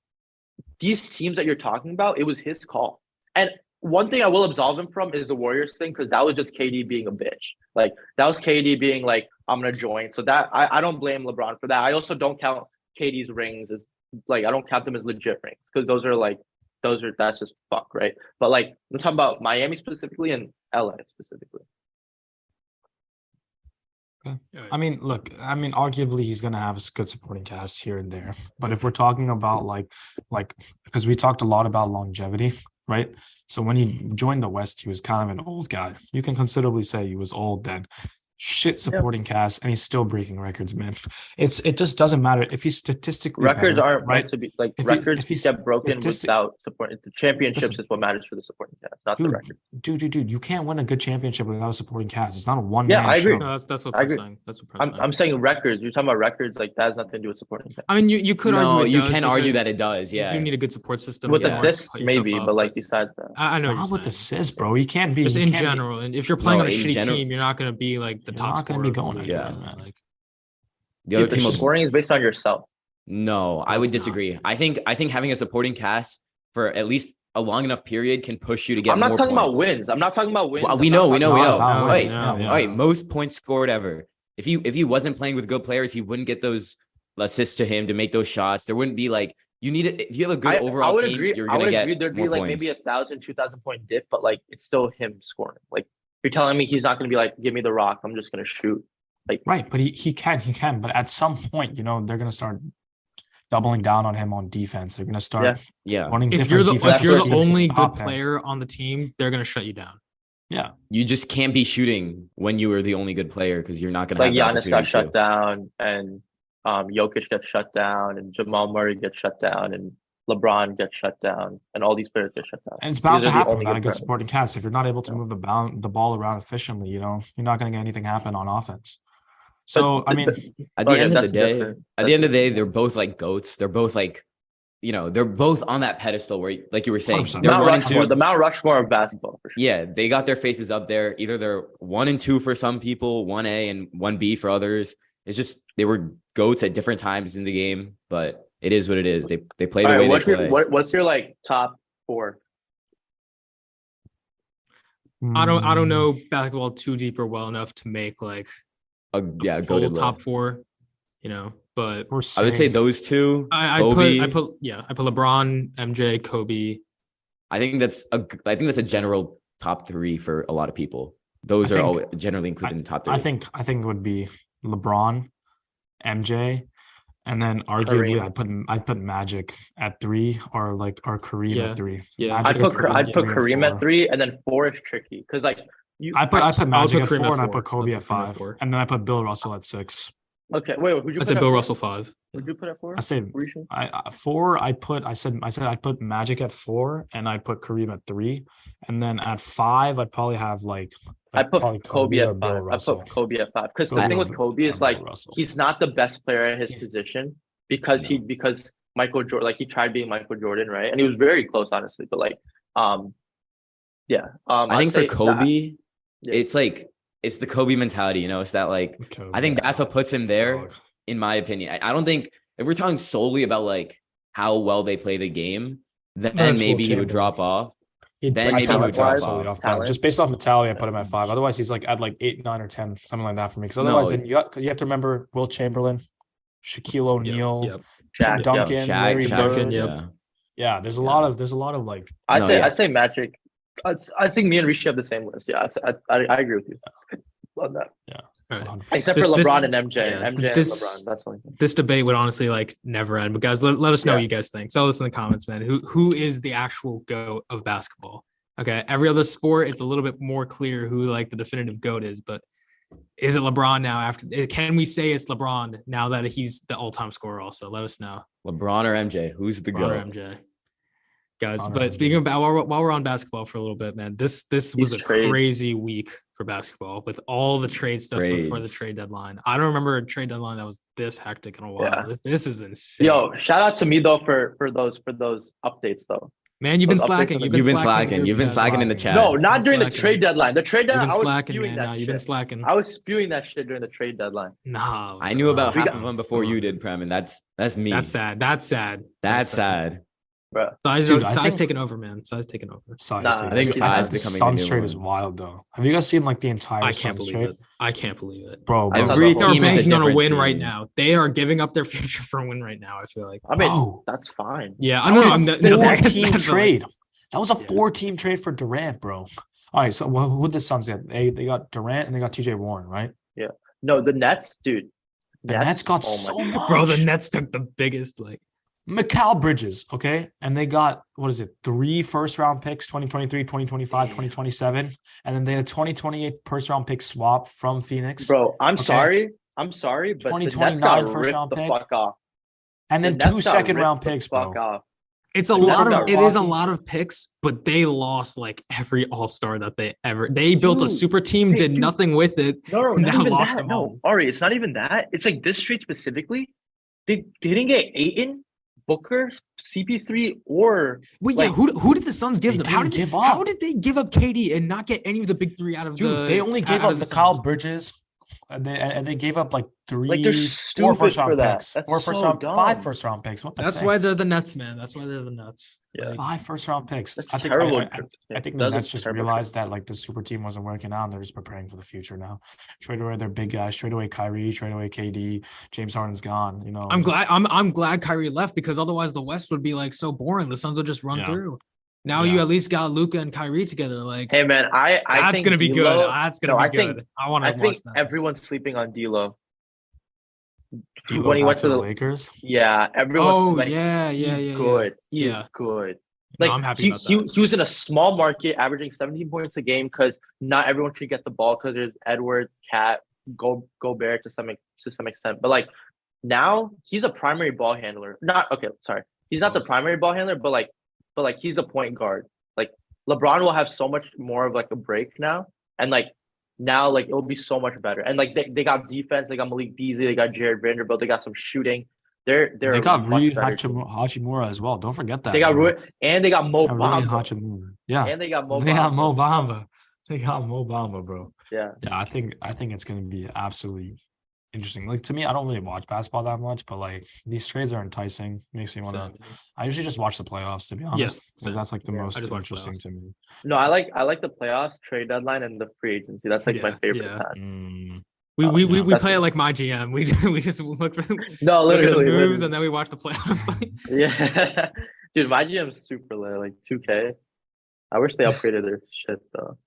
Speaker 3: these teams that you're talking about, it was his call. And one thing I will absolve him from is the Warriors thing because that was just KD being a bitch. Like that was KD being like, "I'm gonna join." So that I, I don't blame LeBron for that. I also don't count KD's rings as like I don't count them as legit rings because those are like those are that's just fuck right. But like I'm talking about Miami specifically and LA specifically.
Speaker 4: I mean, look, I mean, arguably he's gonna have a s- good supporting cast here and there. But if we're talking about like like because we talked a lot about longevity, right? So when he joined the West, he was kind of an old guy. You can considerably say he was old then. Shit supporting cast, and he's still breaking records, man. It's it just doesn't matter if he's statistically
Speaker 3: records
Speaker 4: better,
Speaker 3: aren't
Speaker 4: right.
Speaker 3: meant to be like
Speaker 4: If he-
Speaker 3: records
Speaker 4: if he's-
Speaker 3: get broken
Speaker 4: statistic-
Speaker 3: without support. The championships
Speaker 4: Listen.
Speaker 3: is what matters for the supporting cast, not the
Speaker 4: Dude,
Speaker 3: record.
Speaker 4: Dude, dude, dude, you can't win a good championship without a supporting cast. It's not a one
Speaker 3: Yeah,
Speaker 4: man
Speaker 3: I agree.
Speaker 2: No, that's that's what
Speaker 3: I
Speaker 2: I'm
Speaker 3: agree.
Speaker 2: saying. That's what
Speaker 3: I'm I'm saying records. You're talking about records like that has nothing to do with supporting cast.
Speaker 2: I mean, you you could
Speaker 1: no,
Speaker 2: argue it
Speaker 1: you
Speaker 2: does
Speaker 1: can argue
Speaker 2: because
Speaker 1: that it does.
Speaker 2: you
Speaker 1: Yeah.
Speaker 2: do need a good support system
Speaker 3: With
Speaker 2: yeah.
Speaker 3: assists,
Speaker 2: Put yourself
Speaker 3: maybe,
Speaker 2: up,
Speaker 3: but like besides that,
Speaker 2: I, I know what
Speaker 4: Not
Speaker 2: you're
Speaker 4: with
Speaker 2: saying.
Speaker 4: assists, bro. You can't be
Speaker 2: Just
Speaker 4: you
Speaker 2: in
Speaker 4: can't be-
Speaker 2: general, and if you're playing
Speaker 1: No,
Speaker 2: on a
Speaker 1: in
Speaker 2: shitty
Speaker 1: general-
Speaker 2: team, you're not gonna be like the
Speaker 4: You're
Speaker 2: top
Speaker 4: not
Speaker 2: scorer.
Speaker 4: gonna be going
Speaker 2: like,
Speaker 1: anywhere,
Speaker 4: man.
Speaker 2: like,
Speaker 1: the other
Speaker 3: the
Speaker 1: team will
Speaker 4: just-
Speaker 3: scoring is based on yourself.
Speaker 1: No, I
Speaker 2: No,
Speaker 1: would
Speaker 2: it's not.
Speaker 1: disagree. I think I think having a supporting cast for at least a long enough period can push you to get.
Speaker 3: I'm not
Speaker 1: more
Speaker 3: talking about
Speaker 1: points.
Speaker 3: wins. I'm not talking about wins.
Speaker 1: Well,
Speaker 3: I'm
Speaker 1: we
Speaker 3: not
Speaker 1: know, we
Speaker 3: talking
Speaker 1: know, we
Speaker 4: not
Speaker 1: know.
Speaker 4: about
Speaker 1: Wait,
Speaker 4: wins, no, yeah.
Speaker 1: all right, most points scored ever. If he if he wasn't playing with good players, he wouldn't get those assists to him to make those shots. There wouldn't be like you need it if you have a good
Speaker 3: I,
Speaker 1: overall
Speaker 3: I would
Speaker 1: team.
Speaker 3: agree.
Speaker 1: You're
Speaker 3: I
Speaker 1: gonna
Speaker 3: would
Speaker 1: get
Speaker 3: agree. There'd be
Speaker 1: more
Speaker 3: like
Speaker 1: points.
Speaker 3: maybe a thousand, two thousand point dip, but like it's still him scoring. Like you're telling me he's not going to be like, give me the rock. I'm just going to shoot.
Speaker 4: Right, but he, he can, he can. But at some point, you know, they're gonna start doubling down on him on defense. They're gonna start
Speaker 1: yeah.
Speaker 4: running
Speaker 2: if
Speaker 4: different
Speaker 2: you're the if
Speaker 4: defenses
Speaker 2: you're
Speaker 4: to
Speaker 2: the only good
Speaker 4: stop him.
Speaker 2: player on the team, they're gonna shut you down.
Speaker 1: You just can't be shooting when you are the only good player because you're not gonna
Speaker 3: like
Speaker 1: have the
Speaker 3: Giannis got
Speaker 1: opportunity
Speaker 3: shut
Speaker 1: to.
Speaker 3: down, and um, Jokic gets shut down, and Jamal Murray gets shut down, and LeBron gets shut down, and all these players get shut down.
Speaker 4: And it's
Speaker 3: These
Speaker 4: bound to
Speaker 3: are the
Speaker 4: happen
Speaker 3: only
Speaker 4: without
Speaker 3: good
Speaker 4: a good
Speaker 3: players.
Speaker 4: supporting cast. If you're not able to
Speaker 3: Yeah.
Speaker 4: move the bound the ball around efficiently, you know, you're not gonna get anything happen on offense. So I
Speaker 3: but-
Speaker 4: mean,
Speaker 1: At
Speaker 3: but- Oh,
Speaker 1: the
Speaker 3: yeah,
Speaker 1: end of
Speaker 3: that's
Speaker 1: the day,
Speaker 3: different.
Speaker 1: at
Speaker 3: That's
Speaker 1: the end of the day, they're both like goats. They're both like, you know, they're both on that pedestal where, like you were saying,
Speaker 4: 100%.
Speaker 1: they're
Speaker 3: Mount
Speaker 1: one and
Speaker 3: Rushmore,
Speaker 1: two.
Speaker 3: the Mount Rushmore of basketball for sure.
Speaker 1: Yeah, they got their faces up there. Either they're one and two for some people, one A and one B for others. It's just they were goats at different times in the game, but it is what it is. They they play the
Speaker 3: All
Speaker 1: way
Speaker 3: right,
Speaker 1: they
Speaker 3: what's
Speaker 1: play.
Speaker 3: your what, what's your like top four?
Speaker 2: I don't I don't
Speaker 4: mm,
Speaker 2: know basketball too deep or well enough to make like
Speaker 1: A-
Speaker 2: a
Speaker 1: yeah,
Speaker 2: full
Speaker 1: goated
Speaker 2: top
Speaker 1: list.
Speaker 2: four, you know. But
Speaker 4: mm, We're
Speaker 1: I would say
Speaker 4: saying-
Speaker 1: those two.
Speaker 4: Uh,
Speaker 2: I, I
Speaker 1: Kobe.
Speaker 2: put I put yeah I put LeBron, MJ, Kobe.
Speaker 1: I think that's a g- I think that's a general top three for a lot of people. Those
Speaker 4: I
Speaker 1: are
Speaker 4: think-
Speaker 1: always generally included in top three.
Speaker 4: I think I think it would be LeBron, MJ, and then arguably
Speaker 3: Kareem.
Speaker 4: I put I put Magic at three or like or Kareem
Speaker 2: Yeah,
Speaker 4: at three.
Speaker 2: yeah.
Speaker 3: I'd
Speaker 4: Magic and
Speaker 3: put Kar-
Speaker 4: Kareem
Speaker 3: I'd put
Speaker 4: at
Speaker 3: Kareem at
Speaker 4: four.
Speaker 3: three, and then four is tricky because like you.
Speaker 4: I put I put
Speaker 2: I would
Speaker 4: Magic
Speaker 2: put
Speaker 4: at
Speaker 2: Kareem
Speaker 4: four
Speaker 2: at
Speaker 4: and I
Speaker 2: four.
Speaker 4: put Kobe
Speaker 2: I'd
Speaker 4: at
Speaker 2: put Kareem at
Speaker 4: five,
Speaker 2: four.
Speaker 4: and then I put Bill Russell at six.
Speaker 3: okay, wait, wait, who'd you
Speaker 2: I
Speaker 3: put
Speaker 2: said
Speaker 3: at
Speaker 2: Bill
Speaker 3: four?
Speaker 2: Russell five.
Speaker 3: Who'd you put at four?
Speaker 4: I said
Speaker 3: Were you sure?
Speaker 4: I I- four. I put I said I said I put Magic at four and I put Kareem at three, and then at five I'd probably have like
Speaker 3: I
Speaker 4: I'd
Speaker 3: put
Speaker 4: probably
Speaker 3: Kobe
Speaker 4: or
Speaker 3: at
Speaker 4: Bill
Speaker 3: five. I
Speaker 4: Russell.
Speaker 3: put Kobe at five because the
Speaker 4: Kobe
Speaker 3: thing
Speaker 4: or
Speaker 3: with
Speaker 4: Bill-
Speaker 3: Kobe
Speaker 4: or
Speaker 3: is
Speaker 4: Bill
Speaker 3: like
Speaker 4: Russell.
Speaker 3: he's not the best player in his
Speaker 4: He's-
Speaker 3: position because he because Michael Jordan like he tried being Michael Jordan right and he was very close honestly but like um yeah um
Speaker 1: I
Speaker 3: I'd
Speaker 1: think for
Speaker 3: say that-
Speaker 1: Kobe,
Speaker 3: Yeah.
Speaker 1: it's like it's the Kobe mentality. You know, it's that like I think that's what puts him there.
Speaker 4: Dog.
Speaker 1: in my opinion. I, I don't think if we're talking solely about like how well they play the game, then
Speaker 4: that's
Speaker 1: maybe
Speaker 4: cool,
Speaker 1: he would
Speaker 4: Chandler.
Speaker 1: drop off.
Speaker 4: He'd
Speaker 1: Then
Speaker 4: break-
Speaker 1: maybe
Speaker 4: I
Speaker 1: he
Speaker 4: put him
Speaker 1: would
Speaker 4: at
Speaker 1: drop
Speaker 4: five,
Speaker 1: off.
Speaker 4: solely off
Speaker 3: Talent.
Speaker 4: that. Just based off mentality, I put him at five. Otherwise, he's like at like eight, nine, or ten, something like that for me. Because otherwise,
Speaker 1: No.
Speaker 4: then you got, you have to remember Will Chamberlain, Shaquille
Speaker 2: Yeah,
Speaker 4: O'Neal,
Speaker 2: yeah.
Speaker 3: Shaq, yeah.
Speaker 4: Duncan,
Speaker 1: Shaq,
Speaker 4: Larry
Speaker 1: Shaq, uh,
Speaker 4: Bird.
Speaker 2: yep.
Speaker 1: yeah.
Speaker 4: Yeah, there's a lot of there's a lot of like
Speaker 3: I'd
Speaker 1: No,
Speaker 3: say
Speaker 1: yeah.
Speaker 3: I'd say Magic. I'd, I think me and Rishi have the same list. Yeah, I'd, I I I agree with you on that.
Speaker 2: All right.
Speaker 3: Except
Speaker 2: This-
Speaker 3: for
Speaker 2: this-
Speaker 3: LeBron and MJ,
Speaker 2: yeah,
Speaker 3: MJ
Speaker 2: this-
Speaker 3: and LeBron. That's the only thing.
Speaker 2: This debate would honestly like never end. But guys, let, let us know
Speaker 3: Yeah.
Speaker 2: what you guys think. Tell us in the comments, man. Who who is the actual go of basketball? Okay, every other sport, it's a little bit more clear who like the definitive goat is, but is it LeBron now? After eh, can we say it's LeBron now that he's the all-time scorer? Also, let us know.
Speaker 1: LeBron or MJ? Who's the
Speaker 2: LeBron
Speaker 1: goat?
Speaker 2: or MJ, guys.
Speaker 4: LeBron or
Speaker 2: but
Speaker 4: MJ.
Speaker 2: speaking about while, we're- while we're on basketball for a little bit, man, this this was
Speaker 3: These
Speaker 2: a
Speaker 3: trades.
Speaker 2: crazy week for basketball with all the trade stuff before the
Speaker 1: Trades.
Speaker 2: trade deadline. I don't remember a trade deadline that was this hectic in a while.
Speaker 3: Yeah.
Speaker 2: This, this is insane.
Speaker 3: Yo, shout out to me though for for those for those updates though.
Speaker 2: man, you've been
Speaker 3: those updates
Speaker 2: slacking.
Speaker 3: on the-
Speaker 2: You've
Speaker 1: You've been
Speaker 2: in
Speaker 1: slacking.
Speaker 2: the
Speaker 1: You've been
Speaker 2: group
Speaker 1: slacking in the
Speaker 4: slacking.
Speaker 1: chat.
Speaker 3: No, not during the
Speaker 2: slacking.
Speaker 3: trade deadline. The trade
Speaker 2: You've
Speaker 3: deadline,
Speaker 2: been
Speaker 3: I was
Speaker 2: slacking,
Speaker 3: spewing
Speaker 2: man.
Speaker 3: that
Speaker 2: Nah, you've been
Speaker 3: shit.
Speaker 2: slacking.
Speaker 3: I was spewing that shit during the trade deadline.
Speaker 2: Nah,
Speaker 1: I knew about
Speaker 2: bro.
Speaker 1: half of them before you did, Prem, and that's that's me.
Speaker 2: That's sad. That's sad.
Speaker 1: That's sad.
Speaker 3: Bro,
Speaker 2: Size,
Speaker 4: Dude, I
Speaker 2: size
Speaker 4: think-
Speaker 2: taken over, man. Size taken over.
Speaker 4: Size,
Speaker 3: Nah,
Speaker 4: dude.
Speaker 3: I think
Speaker 4: Dude,
Speaker 3: size
Speaker 4: the
Speaker 1: becoming the
Speaker 4: Suns
Speaker 1: new
Speaker 4: trade is
Speaker 1: one.
Speaker 4: wild though. Have you guys seen like the entire
Speaker 2: I can't
Speaker 4: Suns
Speaker 2: believe
Speaker 4: trade?
Speaker 2: it. I can't believe it.
Speaker 4: Bro,
Speaker 1: I
Speaker 4: bro,
Speaker 1: saw
Speaker 4: bro,
Speaker 1: that
Speaker 2: They're
Speaker 1: team is a
Speaker 2: banking on a
Speaker 1: different
Speaker 2: win right
Speaker 1: team.
Speaker 2: now. They are giving up their future for a win right now. I feel like.
Speaker 3: I mean
Speaker 4: bro.
Speaker 3: that's fine.
Speaker 2: Yeah, I
Speaker 4: That
Speaker 2: know.
Speaker 4: was
Speaker 2: I'm
Speaker 4: a
Speaker 2: not- no, that's
Speaker 4: four-team
Speaker 2: not-
Speaker 4: trade. That was a
Speaker 2: Yeah.
Speaker 4: four-team trade for Durant, bro. All right, so wh- who did the Suns get? They they got Durant and they got T.J. Warren, right?
Speaker 3: No, the Nets, dude.
Speaker 4: The Nets got so
Speaker 3: Oh my-
Speaker 4: much.
Speaker 2: Bro, the Nets took the biggest like.
Speaker 4: Mikal Bridges, okay? And they got, what is it, three first round picks 2023, 2025, 2027. And then they had a 2028 first round pick swap from Phoenix.
Speaker 3: Bro, I'm
Speaker 4: Okay.
Speaker 3: sorry. I'm sorry, but the Nets
Speaker 4: 2029
Speaker 3: got
Speaker 4: first
Speaker 3: ripped
Speaker 4: round
Speaker 3: the
Speaker 4: pick.
Speaker 3: fuck off.
Speaker 4: and
Speaker 3: The
Speaker 4: then
Speaker 3: Nets
Speaker 4: two
Speaker 3: got
Speaker 4: second
Speaker 3: ripped
Speaker 4: round
Speaker 3: the
Speaker 4: picks,
Speaker 3: fuck
Speaker 4: bro.
Speaker 3: off.
Speaker 2: It's a
Speaker 4: Two
Speaker 2: lot of.
Speaker 3: rounds.
Speaker 2: It is a lot of picks, but they lost like every All Star that they ever. They built a
Speaker 3: Dude,
Speaker 2: super team,
Speaker 3: hey,
Speaker 2: did
Speaker 3: dude.
Speaker 2: nothing with it.
Speaker 3: No,
Speaker 2: And
Speaker 3: not
Speaker 2: now
Speaker 3: even
Speaker 2: lost
Speaker 3: that.
Speaker 2: them all.
Speaker 3: No, Ari, it's not even that. It's like this trade specifically. They, they didn't get Aiton, Booker, CP3, or
Speaker 2: Wait, yeah,
Speaker 3: Like,
Speaker 2: who who did the Suns give
Speaker 4: they
Speaker 2: them? How did
Speaker 4: didn't
Speaker 2: they,
Speaker 4: give
Speaker 2: how
Speaker 4: up.
Speaker 2: did they give up KD and not get any of the big three out of the?
Speaker 4: Dude, they only gave
Speaker 2: out
Speaker 4: up
Speaker 2: of the
Speaker 4: Mikal
Speaker 2: Suns?
Speaker 4: Bridges. And they, and they gave up like three,
Speaker 3: they're
Speaker 4: four
Speaker 3: stupid
Speaker 4: first
Speaker 3: for
Speaker 4: round
Speaker 3: that.
Speaker 4: picks,
Speaker 3: That's
Speaker 4: four first
Speaker 3: so
Speaker 4: round, five
Speaker 3: dumb.
Speaker 4: first round picks. What the
Speaker 2: That's
Speaker 4: heck?
Speaker 2: why they're the Nets, man. That's why they're the Nuts.
Speaker 3: Yeah.
Speaker 2: Like,
Speaker 4: five first round picks.
Speaker 3: that's
Speaker 4: I think I-
Speaker 3: terrible.
Speaker 4: I- I- I think the
Speaker 3: That is
Speaker 4: Nets just
Speaker 3: terrible.
Speaker 4: realized that like the super team wasn't working out, and they're just preparing for the future now. Trade away their big guys, trade away Kyrie, trade away KD. James Harden's gone. You know,
Speaker 2: I'm
Speaker 4: just-
Speaker 2: glad I'm I'm glad Kyrie left because otherwise the West would be like so boring. The Suns would just run
Speaker 4: Yeah.
Speaker 2: through. Now you
Speaker 4: Yeah.
Speaker 2: at least got Luca and Kyrie together. Like
Speaker 3: Hey man, I, I
Speaker 2: that's
Speaker 3: think
Speaker 2: gonna be
Speaker 3: D'Lo-
Speaker 2: good. That's gonna
Speaker 3: No,
Speaker 2: be
Speaker 3: I
Speaker 2: good.
Speaker 3: think-
Speaker 2: I want
Speaker 3: I
Speaker 2: to watch
Speaker 3: think
Speaker 2: that.
Speaker 3: everyone's sleeping on D'Lo.
Speaker 4: Do you
Speaker 3: when
Speaker 4: go
Speaker 3: he
Speaker 4: back
Speaker 3: went to the-
Speaker 4: Lakers.
Speaker 3: Yeah, everyone's
Speaker 2: oh
Speaker 3: like,
Speaker 2: yeah, yeah,
Speaker 3: he's
Speaker 2: yeah.
Speaker 3: good. He
Speaker 2: Yeah.
Speaker 3: is good.
Speaker 2: No,
Speaker 3: Like
Speaker 2: I'm happy
Speaker 3: he,
Speaker 2: about
Speaker 3: he
Speaker 2: that.
Speaker 3: he was in a small market, averaging 17 points a game because not everyone could get the ball because there's Edward, Cat, Go Gobert to some ex- to some extent. But like now, he's a primary ball handler. Not okay. Sorry, he's not the primary ball handler, but like but like he's a point guard. Like LeBron will have so much more of like a break now, and like now like it'll be so much better. And like they, they got defense, they got Malik Beasley, they got Jared Vanderbilt, they got some shooting. They're they're
Speaker 4: They got
Speaker 3: much
Speaker 4: Rui
Speaker 3: better team.
Speaker 4: Hachimura, Hachimura as well. Don't forget that.
Speaker 3: They got
Speaker 4: bro.
Speaker 3: Rui, and they got Mo
Speaker 4: Yeah, Rui
Speaker 3: Bamba,
Speaker 4: Hachimura. Yeah,
Speaker 3: and they got Mo.
Speaker 4: they got
Speaker 3: Bamba.
Speaker 4: Mo Bamba. They got Mo Bamba, bro.
Speaker 3: Yeah.
Speaker 4: Yeah, I think I think it's gonna be absolutely interesting. Like to me, I don't really watch basketball that much, but like these trades are enticing. Makes me want to. I usually just watch the playoffs to be honest,
Speaker 2: same.
Speaker 4: because that's like the
Speaker 3: Yeah, I
Speaker 4: most
Speaker 2: just watch
Speaker 4: interesting
Speaker 2: playoffs.
Speaker 4: to me.
Speaker 3: No, I like I like the playoffs, trade deadline, and the free agency. That's like my
Speaker 2: Yeah,
Speaker 3: favorite
Speaker 2: yeah.
Speaker 3: time.
Speaker 4: Mm,
Speaker 2: we
Speaker 3: Oh,
Speaker 2: we, we,
Speaker 4: yeah.
Speaker 2: we
Speaker 3: That's-
Speaker 2: play it like my GM. We just, we just look for
Speaker 3: No,
Speaker 2: look at the
Speaker 3: literally,
Speaker 2: moves
Speaker 3: literally.
Speaker 2: and then we watch the playoffs. Like,
Speaker 3: yeah, dude, my GM's super low, like 2K. I wish they upgraded their shit though.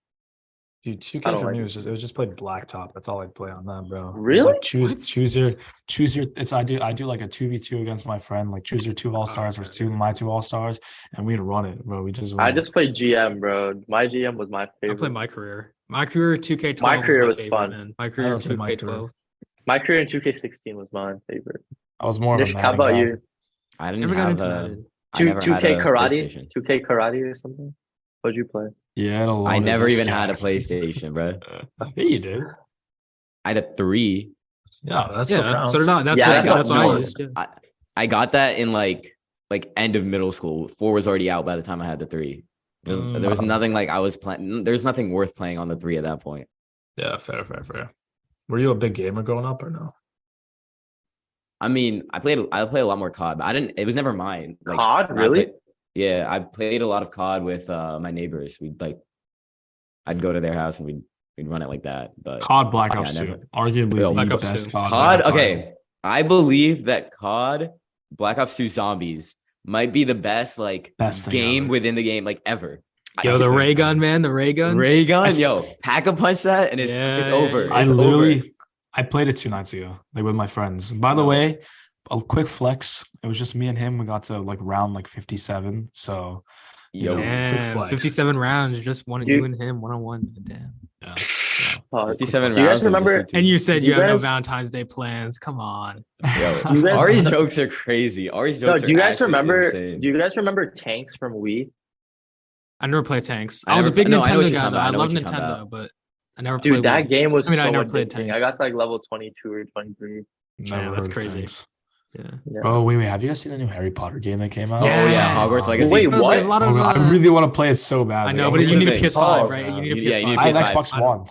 Speaker 4: dude, two
Speaker 3: I
Speaker 4: K
Speaker 3: don't
Speaker 4: for
Speaker 3: like
Speaker 4: me
Speaker 3: it.
Speaker 4: was just it was just played blacktop. That's all I play on that, bro. Just, like,
Speaker 3: Really?
Speaker 4: choose
Speaker 2: What?
Speaker 4: choose your choose your. It's I do I do like a two v two against my friend. Like choose your two all stars or
Speaker 2: Oh, okay.
Speaker 4: two my two all stars, and we'd run it, bro. We just
Speaker 3: I
Speaker 4: win.
Speaker 3: just played GM, bro. My GM was my
Speaker 2: I
Speaker 3: favorite.
Speaker 2: play my career. My career 2K12.
Speaker 3: My career was
Speaker 2: favorite,
Speaker 3: fun.
Speaker 2: man. My career
Speaker 4: don't play my
Speaker 2: 2K12.
Speaker 4: career.
Speaker 3: my career in 2K16 was my favorite.
Speaker 4: I was more of
Speaker 3: Nish,
Speaker 4: a man.
Speaker 3: how about
Speaker 4: guy.
Speaker 3: you?
Speaker 1: I didn't
Speaker 2: Never got
Speaker 1: have
Speaker 2: into
Speaker 1: a,
Speaker 2: Madden.
Speaker 1: I
Speaker 3: Two,
Speaker 1: never had a
Speaker 3: 2K karate,
Speaker 1: PlayStation.
Speaker 3: 2K karate or something. What'd you play?
Speaker 4: Yeah, it'll
Speaker 1: I
Speaker 4: load it,
Speaker 1: never
Speaker 4: this
Speaker 1: even had a
Speaker 4: guy.
Speaker 1: PlayStation, bro.
Speaker 4: Yeah, you did.
Speaker 1: I had a three.
Speaker 4: Yeah, that's still
Speaker 2: Yeah,
Speaker 4: counts.
Speaker 2: so did I. That's
Speaker 3: Yeah,
Speaker 2: what,
Speaker 3: that's
Speaker 2: yeah, that's what I
Speaker 3: not-
Speaker 2: used. Yeah.
Speaker 1: I, I got that in like like end of middle school. Four was already out by the time I had the three. There's-
Speaker 4: Mm.
Speaker 1: There was nothing like I was playing. There's nothing worth playing on the three at that point.
Speaker 4: Yeah, fair, fair, fair. Were you a big gamer growing up or no?
Speaker 1: I mean, I played. I play a lot more COD. But I didn't. It was never mine. Like,
Speaker 3: COD?
Speaker 1: when I
Speaker 3: Really?
Speaker 1: played- yeah, I played a lot of COD with uh, my neighbors. We'd like, I'd go to their house and we'd we'd run it like that. But
Speaker 4: COD Black
Speaker 1: Yeah,
Speaker 4: Ops
Speaker 1: never.
Speaker 4: 2, arguably
Speaker 1: Yo,
Speaker 4: the
Speaker 2: Black Ops
Speaker 4: best
Speaker 2: 2.
Speaker 4: COD.
Speaker 1: COD.
Speaker 4: of all time.
Speaker 1: Okay, I believe that COD Black Ops Two Zombies might be the best like
Speaker 4: Best thing
Speaker 1: game
Speaker 4: ever.
Speaker 1: within the game like ever. I-
Speaker 2: Yo, the
Speaker 4: Absolutely.
Speaker 2: ray gun, man. The ray gun.
Speaker 1: ray
Speaker 4: I
Speaker 1: gun,
Speaker 4: s-
Speaker 1: yo, pack a punch that and it's
Speaker 2: Yeah,
Speaker 1: it's
Speaker 2: yeah,
Speaker 1: over.
Speaker 2: yeah.
Speaker 4: I
Speaker 1: It's over.
Speaker 4: literally, I played it two nights ago, like with my friends. By the
Speaker 1: Wow.
Speaker 4: way, a quick flex. It was just me and him. We got to like round like fifty-seven, so
Speaker 1: Yo,
Speaker 4: No.
Speaker 2: Damn,
Speaker 4: flex.
Speaker 2: 57 rounds, just one
Speaker 3: You-
Speaker 2: you and him, one on one. Damn.
Speaker 3: Pause.
Speaker 1: 57
Speaker 3: You guys
Speaker 1: rounds. is
Speaker 3: remember-
Speaker 1: just a
Speaker 2: And you said you,
Speaker 3: You
Speaker 2: have no
Speaker 3: guys-
Speaker 2: Valentine's Day plans. Come on.
Speaker 1: Yo,
Speaker 3: You guys-
Speaker 1: Ari's jokes are crazy. Ari's
Speaker 3: No,
Speaker 1: jokes
Speaker 3: do you
Speaker 1: are
Speaker 3: guys
Speaker 1: actually
Speaker 3: remember?
Speaker 1: insane.
Speaker 3: Do you guys remember tanks from Wii?
Speaker 2: I never played tanks.
Speaker 1: I
Speaker 2: I, was a
Speaker 1: never-
Speaker 2: big
Speaker 1: no, I know what
Speaker 2: Nintendo
Speaker 1: you're
Speaker 2: guy.
Speaker 1: talking
Speaker 2: though.
Speaker 1: about.
Speaker 2: I,
Speaker 1: I know
Speaker 2: love
Speaker 1: what you're talking
Speaker 2: Nintendo,
Speaker 1: about.
Speaker 2: but I never
Speaker 3: Dude,
Speaker 2: played
Speaker 3: that
Speaker 2: Wii.
Speaker 3: game was
Speaker 2: I mean, I
Speaker 3: so
Speaker 2: never played
Speaker 3: addicting.
Speaker 2: tanks.
Speaker 3: I got to like level twenty two or twenty three.
Speaker 2: Yeah,
Speaker 4: Never
Speaker 2: that's
Speaker 4: heard of
Speaker 2: crazy.
Speaker 4: tanks.
Speaker 2: Yeah.
Speaker 3: Yeah.
Speaker 4: Oh wait, wait. Have you guys seen the new Harry Potter game that came out?
Speaker 1: Oh, yeah, Hogwarts
Speaker 4: Yes.
Speaker 1: Legacy.
Speaker 3: Wait,
Speaker 2: There's-
Speaker 3: what?
Speaker 2: There's a lot of,
Speaker 4: Oh, God,
Speaker 2: uh,
Speaker 4: I really want to play it so bad.
Speaker 2: I know, but you need a
Speaker 1: It's
Speaker 2: PS5,
Speaker 1: solved,
Speaker 2: right? You
Speaker 4: man.
Speaker 2: need a PS5.
Speaker 1: Yeah, you need a
Speaker 4: I have
Speaker 1: PS5.
Speaker 4: Xbox
Speaker 2: I-
Speaker 4: One.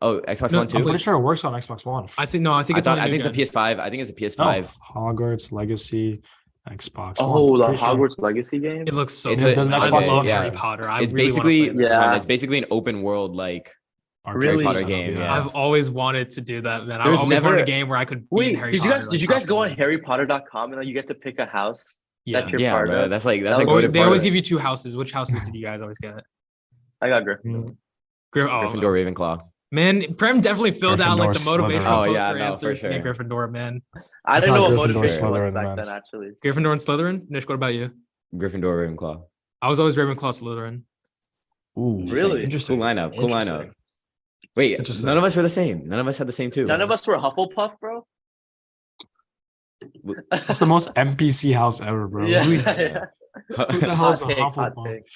Speaker 1: Oh, Xbox
Speaker 2: No,
Speaker 1: One
Speaker 2: I'm
Speaker 4: I'm
Speaker 1: too.
Speaker 4: pretty sure it works on Xbox One.
Speaker 2: I think no, I think
Speaker 1: I
Speaker 2: it's
Speaker 1: thought
Speaker 2: only
Speaker 1: I
Speaker 2: new
Speaker 1: think it's
Speaker 2: gen.
Speaker 1: a PS5. I think it's a
Speaker 4: No,
Speaker 1: PS5.
Speaker 4: Hogwarts Legacy, Xbox.
Speaker 3: Oh,
Speaker 4: One.
Speaker 3: the
Speaker 4: Pretty sure.
Speaker 3: Hogwarts Legacy game.
Speaker 2: It looks so.
Speaker 1: It's
Speaker 2: good.
Speaker 1: a- there's an
Speaker 2: I
Speaker 1: Xbox
Speaker 2: love
Speaker 1: game,
Speaker 2: Harry
Speaker 4: yeah.
Speaker 2: Potter. I
Speaker 1: It's
Speaker 2: really wanna
Speaker 1: basically
Speaker 2: play that.
Speaker 3: Yeah.
Speaker 1: It's basically an open world like
Speaker 4: Arcade
Speaker 3: Really?
Speaker 4: setup,
Speaker 1: game, yeah.
Speaker 2: I've always wanted to do that, man.
Speaker 1: There's
Speaker 2: I've always wanted
Speaker 1: never-
Speaker 2: a game where I could. Be in
Speaker 3: Wait,
Speaker 2: Harry
Speaker 3: did you
Speaker 2: Potter,
Speaker 3: guys
Speaker 2: like,
Speaker 3: did you guys go on
Speaker 2: constantly.
Speaker 3: HarryPotter.com and like you get to pick a house
Speaker 2: Yeah.
Speaker 3: that you're
Speaker 1: yeah,
Speaker 3: part
Speaker 1: bro.
Speaker 3: of?
Speaker 1: That's like that's
Speaker 3: That
Speaker 1: like
Speaker 3: was-
Speaker 2: Well,
Speaker 1: go to
Speaker 2: they always
Speaker 1: part.
Speaker 2: give you two houses. Which houses did you guys always get?
Speaker 3: I got Gryffindor.
Speaker 4: Mm.
Speaker 2: Gryff- oh,
Speaker 1: Gryffindor, Ravenclaw.
Speaker 2: Man, Prem definitely filled out like the
Speaker 4: Gryffindor,
Speaker 2: motivational
Speaker 4: Slytherin.
Speaker 1: Oh,
Speaker 2: posts
Speaker 1: yeah,
Speaker 2: for
Speaker 1: no, for
Speaker 2: answers to get
Speaker 1: sure.
Speaker 2: Gryffindor, man.
Speaker 3: I
Speaker 4: I
Speaker 3: didn't know
Speaker 4: thought
Speaker 3: what
Speaker 4: Gryffindor,
Speaker 3: motivation was
Speaker 4: Slytherin,
Speaker 3: back
Speaker 4: man.
Speaker 3: then. Actually,
Speaker 2: Gryffindor and Slytherin. Nish, what about you?
Speaker 1: Gryffindor, Ravenclaw.
Speaker 2: I was always Ravenclaw, Slytherin.
Speaker 4: Ooh,
Speaker 3: Really?
Speaker 1: Cool lineup. Cool lineup.
Speaker 4: Interesting.
Speaker 1: Wait,
Speaker 4: Interesting.
Speaker 1: none of us were the same. None of us had the same two.
Speaker 3: none of us were Hufflepuff, bro.
Speaker 1: W-
Speaker 4: That's the most NPC house ever, bro.
Speaker 3: yeah,
Speaker 4: Really?
Speaker 3: yeah.
Speaker 4: Who the hell
Speaker 3: Hot
Speaker 4: is a
Speaker 3: take, hot
Speaker 4: Hufflepuff?
Speaker 3: take.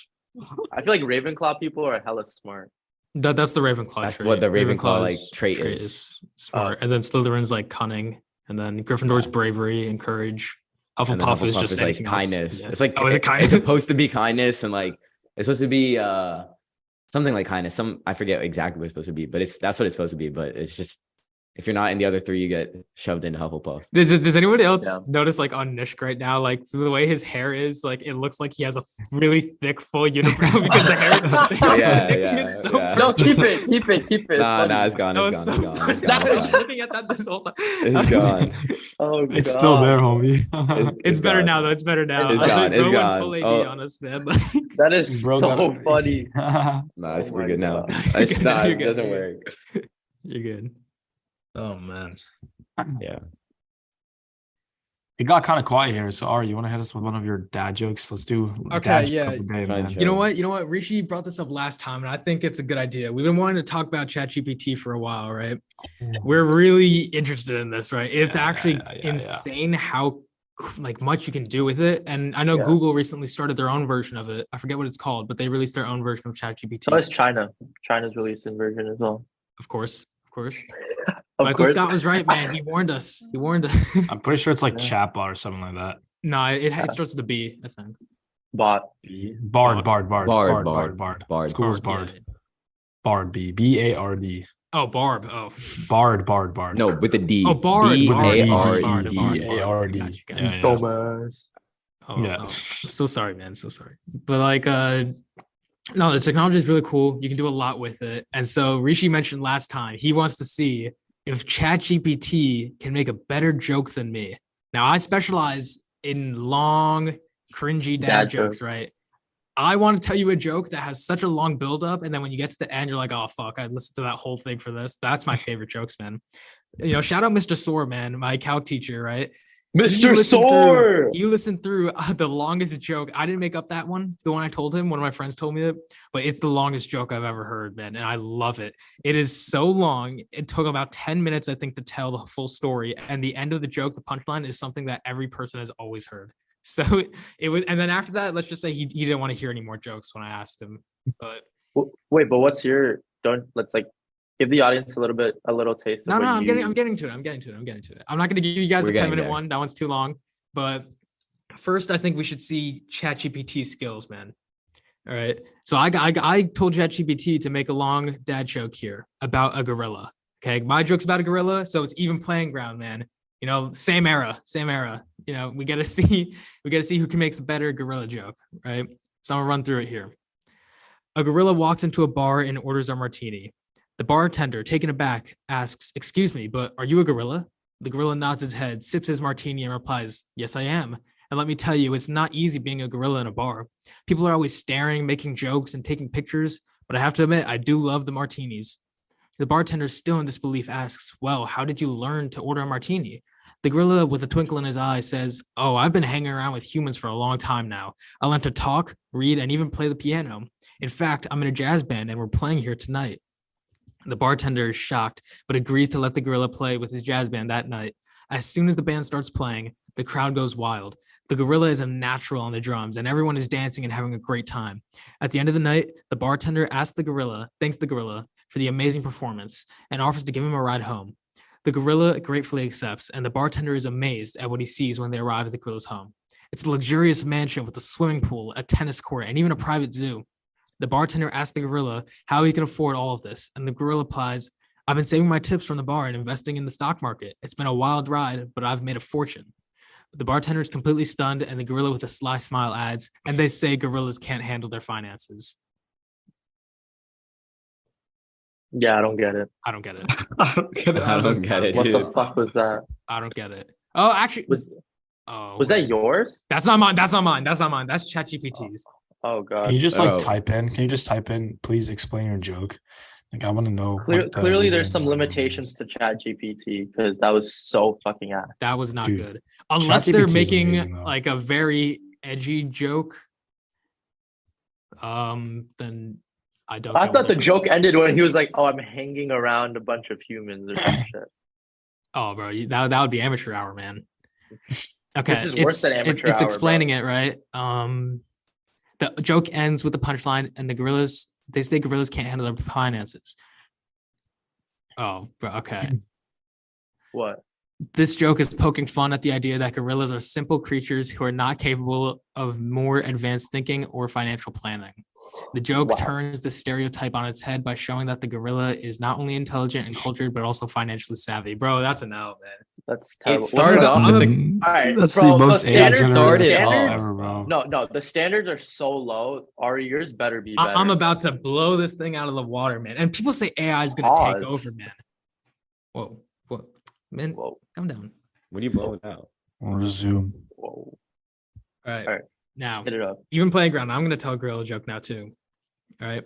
Speaker 3: I feel like Ravenclaw people are hella smart.
Speaker 2: That, that's the Ravenclaw.
Speaker 1: That's
Speaker 2: trait.
Speaker 1: what the Ravenclaw,
Speaker 2: Ravenclaw's
Speaker 1: like, trait is. Oh.
Speaker 2: smart, and then Slytherin's like cunning, and then Gryffindor's bravery and courage.
Speaker 1: And then
Speaker 2: Hufflepuff, is
Speaker 1: Hufflepuff
Speaker 2: just
Speaker 1: like
Speaker 2: anything else.
Speaker 1: kindness.
Speaker 2: Yeah.
Speaker 1: It's like
Speaker 2: Oh, is it
Speaker 1: it-
Speaker 2: kindness?
Speaker 1: It's supposed to be kindness and like it's supposed to be uh something like kindness. Some I forget exactly what it's supposed to be, but it's that's what it's supposed to be. But it's just if you're not in the other three, you get shoved into Hufflepuff.
Speaker 2: Does, does does anyone else
Speaker 3: Yeah.
Speaker 2: notice like on Nishk right now, like the way his hair is, like it looks like he has a really thick full unibrow because the hair. the hair's
Speaker 1: Yeah,
Speaker 2: thick.
Speaker 1: yeah,
Speaker 2: It's so
Speaker 1: yeah.
Speaker 3: No, keep it, keep it, keep it. It's
Speaker 1: nah, nah,
Speaker 3: funny.
Speaker 1: it's gone.
Speaker 2: That
Speaker 1: It's
Speaker 2: was
Speaker 1: gone.
Speaker 2: so
Speaker 1: It's gone. It's gone.
Speaker 2: funny. I was just looking at that this whole time.
Speaker 1: It's gone.
Speaker 3: Oh, God.
Speaker 4: It's still there, homie.
Speaker 1: It's,
Speaker 2: It's, better
Speaker 1: gone.
Speaker 2: now though. It's better now.
Speaker 1: It's
Speaker 2: I
Speaker 1: gone,
Speaker 2: think
Speaker 1: it's
Speaker 2: Rowan
Speaker 1: gone.
Speaker 2: Full AD
Speaker 1: Oh.
Speaker 2: on us, man.
Speaker 3: That is so
Speaker 4: gotta-
Speaker 3: funny.
Speaker 1: Nah, it's,
Speaker 3: Oh
Speaker 1: we're
Speaker 3: my
Speaker 1: good now.
Speaker 3: God.
Speaker 1: It's
Speaker 2: You're
Speaker 1: not.
Speaker 2: good,
Speaker 1: It
Speaker 2: you're
Speaker 1: doesn't
Speaker 2: good.
Speaker 1: work.
Speaker 2: You're good. Oh man.
Speaker 4: it got kind of quiet here. So, Ari, you want to hit us with one of your dad jokes? Let's do
Speaker 2: Okay,
Speaker 4: dad joke
Speaker 2: yeah.
Speaker 4: of the day,
Speaker 1: Fine,
Speaker 4: man.
Speaker 1: sure.
Speaker 2: You know what? You know what? Rishi brought this up last time, and I think it's a good idea. We've been wanting to talk about ChatGPT for a while, right? We're really interested in this, right? It's
Speaker 4: Yeah, yeah,
Speaker 2: actually
Speaker 4: yeah, yeah, yeah.
Speaker 2: insane how like much you can do with it. And I know
Speaker 3: Yeah.
Speaker 2: Google recently started their own version of it. I forget what it's called, but they released their own version of ChatGPT.
Speaker 3: So is Oh, China. China's released in version as well.
Speaker 2: Of course. Of course.
Speaker 3: Of
Speaker 2: Michael
Speaker 3: course.
Speaker 2: Scott was right, man. He warned us. He warned us.
Speaker 4: I'm pretty sure it's like
Speaker 3: Yeah.
Speaker 4: chatbot or something like that.
Speaker 2: no, it, it starts with a B, I think.
Speaker 3: Bot.
Speaker 4: Bard, Bard,
Speaker 1: Bard,
Speaker 4: Bard, Bard, Bard, Bard.
Speaker 1: Bard.
Speaker 4: School is
Speaker 2: Barb,
Speaker 4: Bard.
Speaker 2: yeah.
Speaker 4: Bard, B, B A R D.
Speaker 2: Oh, Barb. Oh.
Speaker 4: Bard, Bard, Bard.
Speaker 1: No, with a D.
Speaker 2: Oh, Bard,
Speaker 1: B
Speaker 4: Bard,
Speaker 1: A R
Speaker 4: Bard,
Speaker 1: E
Speaker 4: Bard,
Speaker 1: D.
Speaker 4: Bard, B-A-R-D.
Speaker 2: Gotcha, gotcha.
Speaker 4: Yeah, yeah.
Speaker 3: Thomas.
Speaker 2: Oh,
Speaker 4: Yeah.
Speaker 2: oh, so sorry, man. So sorry. But like, uh, no, the technology is really cool. You can do a lot with it. And so Rishi mentioned last time he wants to see if ChatGPT can make a better joke than me. Now I specialize in long, cringy dad,
Speaker 3: Dad
Speaker 2: jokes,
Speaker 3: jokes.
Speaker 2: right? I want to tell you a joke that has such a long buildup, and then when you get to the end, you're like, "Oh fuck, I listened to that whole thing for this." That's my favorite jokes, man. You know, shout out Mr. Sore, man, my calc teacher, right? Sore,
Speaker 3: Mr. Sore.
Speaker 2: You listened through uh, the longest joke. I didn't make up that one. The one I told him, one of my friends told me it, but it's the longest joke I've ever heard, man. And I love it. It is so long. It took about 10 minutes, I think, to tell the full story. And the end of the joke, the punchline is something that every person has always heard. So it was, and then after that, let's just say he, he didn't want to hear any more jokes when I asked him. But
Speaker 3: W- Wait, but what's your don't let's like give the audience a little bit a little taste
Speaker 2: no,
Speaker 3: of
Speaker 2: no,
Speaker 3: what
Speaker 2: I'm
Speaker 3: you,
Speaker 2: getting, I'm getting to it. I'm getting to it. I'm getting to it. I'm not going to give you guys
Speaker 1: We're
Speaker 2: the 10
Speaker 1: getting
Speaker 2: minute
Speaker 1: there.
Speaker 2: one. That one's too long. But first, I think we should see ChatGPT skills, man. All right. So I, I, I told ChatGPT to make a long dad joke here about a gorilla. Okay. My joke's about a gorilla. So it's even playing ground, man. You know, same era, same era. You know, we got to see, we got to see who can make the better gorilla joke, right? So I'm going to run through it here. A gorilla walks into a bar and orders a martini. The bartender, taken aback, asks, Excuse me, but are you a gorilla? The gorilla nods his head, sips his martini, and replies, Yes, I am. And let me tell you, it's not easy being a gorilla in a bar. People are always staring, making jokes, and taking pictures, but I have to admit, I do love the martinis. The bartender, still in disbelief, asks, Well, how did you learn to order a martini? The gorilla with a twinkle in his eye says, Oh, I've been hanging around with humans for a long time now. I learned to talk, read, and even play the piano. In fact, I'm in a jazz band and we're playing here tonight. The bartender is shocked, but agrees to let the gorilla play with his jazz band that night. As soon as the band starts playing, the crowd goes wild. The gorilla is a natural on the drums, and everyone is dancing and having a great time. At the end of the night, the bartender asks the gorilla, thanks the gorilla for the amazing performance, and offers to give him a ride home. The gorilla gratefully accepts, and the bartender is amazed at what he sees when they arrive at the gorilla's home. It's a luxurious mansion with a swimming pool, a tennis court, and even a private zoo. The bartender asks the gorilla how he can afford all of this, and the gorilla replies, I've been saving my tips from the bar and investing in the stock market. It's been a wild ride, but I've made a fortune. The bartender is completely stunned, and the gorilla with a sly smile adds, and they say gorillas can't handle their finances.
Speaker 3: Yeah, I don't get it.
Speaker 2: I don't get it.
Speaker 4: I don't get it.
Speaker 1: I don't get it,
Speaker 3: What the
Speaker 1: dude.
Speaker 3: fuck was that?
Speaker 2: I don't get it. Oh, actually,
Speaker 3: Was
Speaker 2: oh,
Speaker 3: was that
Speaker 2: wait.
Speaker 3: yours?
Speaker 2: That's not mine. That's not mine. That's not mine. That's ChatGPT's.
Speaker 3: Oh god.
Speaker 4: Can you just like
Speaker 1: Oh.
Speaker 4: type in? Can you just type in? Please explain your joke. Like I want to know.
Speaker 3: Clear,
Speaker 4: what the
Speaker 3: clearly, there's
Speaker 4: reason
Speaker 3: some
Speaker 4: why it
Speaker 3: limitations
Speaker 4: is.
Speaker 3: to Chat GPT because that was so fucking ass.
Speaker 2: That was not
Speaker 4: Dude,
Speaker 2: good. Unless they're
Speaker 4: ChatGPT is
Speaker 2: making
Speaker 4: amazing, though.
Speaker 2: like a very edgy joke, um, then I don't.
Speaker 3: I
Speaker 2: know
Speaker 3: thought
Speaker 2: what
Speaker 3: the
Speaker 2: it-
Speaker 3: joke ended when he was like, "Oh, I'm hanging around a bunch of humans or some shit."
Speaker 2: Oh, bro, you- that that would be amateur hour, man. Okay,
Speaker 3: is worse
Speaker 2: it's-
Speaker 3: than
Speaker 2: it-
Speaker 3: amateur
Speaker 2: It's
Speaker 3: hour, bro.
Speaker 2: explaining it right. Um, the joke ends with the punchline, and the gorillas they say gorillas can't handle their finances. Oh, bro, okay.
Speaker 3: What?
Speaker 2: this joke is poking fun at the idea that gorillas are simple creatures who are not capable of more advanced thinking or financial planning. The joke
Speaker 3: Wow.
Speaker 2: turns the stereotype on its head by showing that the gorilla is not only intelligent and cultured, but also financially savvy. Bro, that's an L, man.
Speaker 3: That's terrible. What's
Speaker 1: started
Speaker 3: the-
Speaker 1: off- I'm
Speaker 4: Mm,
Speaker 3: All right,
Speaker 4: That's
Speaker 3: bro, the
Speaker 4: the most AI
Speaker 1: standards-
Speaker 4: generated
Speaker 1: standards-
Speaker 4: thought ever, bro.
Speaker 3: No, no, the standards are so low. Ari, yours better be better.
Speaker 2: I- I'm about to blow this thing out of the water, man. And people say AI is going to take
Speaker 3: Pause.
Speaker 2: over, man. Whoa, whoa, man,
Speaker 3: Whoa,
Speaker 2: calm down.
Speaker 1: What are you blowing out?
Speaker 4: We'll resume.
Speaker 3: whoa,
Speaker 2: All right.
Speaker 3: All right.
Speaker 2: Now,
Speaker 3: hit it up.
Speaker 2: even playground. I'm gonna tell a gorilla joke now too. All right.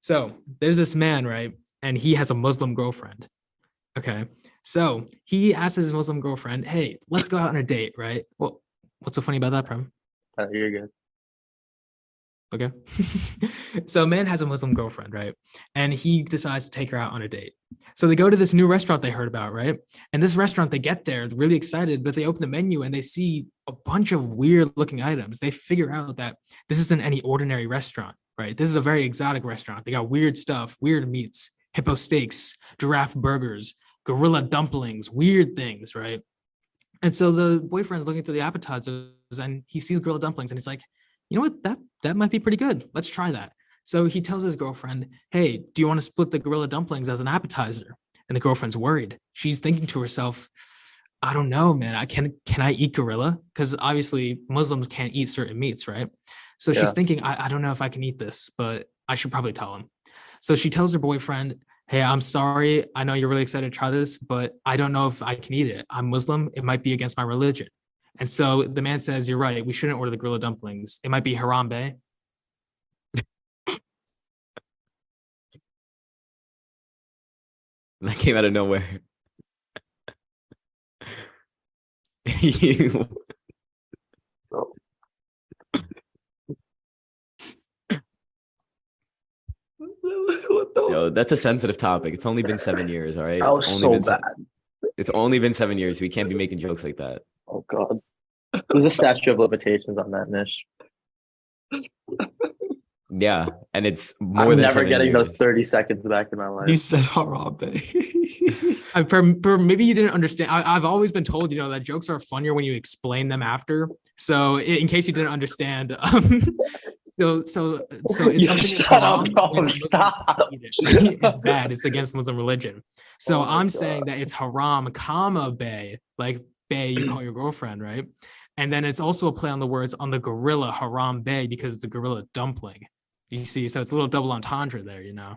Speaker 2: So there's this man, right? And he has a Muslim girlfriend. Okay. So he asks his Muslim girlfriend, Hey, let's go out on a date, right? Well, what's so funny about that, Prem?
Speaker 3: Uh, you're good.
Speaker 2: Okay. so a man has a Muslim girlfriend, right? And he decides to take her out on a date. So they go to this new restaurant they heard about, right? And this restaurant, they get there really excited, but they open the menu and they see a bunch of weird looking items. They figure out that this isn't any ordinary restaurant, right? This is a very exotic restaurant. They got weird stuff, weird meats, hippo steaks, giraffe burgers, gorilla dumplings, weird things, right? And so the boyfriend's looking through the appetizers and he sees gorilla dumplings and he's like, you know what that that might be pretty good let's try that so he tells his girlfriend hey do you want to split the gorilla dumplings as an appetizer and the girlfriend's worried she's thinking to herself i don't know man i can can i eat gorilla because obviously muslims can't eat certain meats right so
Speaker 3: Yeah.
Speaker 2: she's thinking I, I don't know if i can eat this but i should probably tell him so she tells her boyfriend hey i'm sorry i know you're really excited to try this but i don't know if i can eat it i'm muslim it might be against my religion and so the man says, "You're right. We shouldn't order the gorilla dumplings. It might be Harambe."
Speaker 1: That came out of nowhere. You-
Speaker 3: what the?
Speaker 1: Yo, that's a sensitive topic. It's only been seven years, all right?
Speaker 3: that was
Speaker 1: it's only
Speaker 3: so
Speaker 1: been se-
Speaker 3: bad.
Speaker 1: it's only been seven years. We can't be making jokes like that.
Speaker 3: Oh god. There's a statute of limitations on that niche.
Speaker 1: Yeah, and it's more
Speaker 3: I'm
Speaker 1: than
Speaker 3: never
Speaker 1: seven
Speaker 3: getting
Speaker 1: years.
Speaker 3: those 30 seconds back in my life.
Speaker 4: He said Harambe.
Speaker 2: I, per, per- maybe you didn't understand. I, I've always been told, you know, that jokes are funnier when you explain them after. So, i- in case you didn't understand, um, so so so
Speaker 3: Yo,
Speaker 2: it's something is
Speaker 3: shut up,
Speaker 2: haram
Speaker 3: bro,
Speaker 2: when Muslims
Speaker 3: stop.
Speaker 2: eat it. it's bad. It's against Muslim religion. So
Speaker 3: Oh my
Speaker 2: I'm saying that it's haram, comma bay, like bay you call your girlfriend, right? And then it's also a play on the words on the gorilla haram bay because it's a gorilla dumpling. You see, so it's a little double entendre there, you know.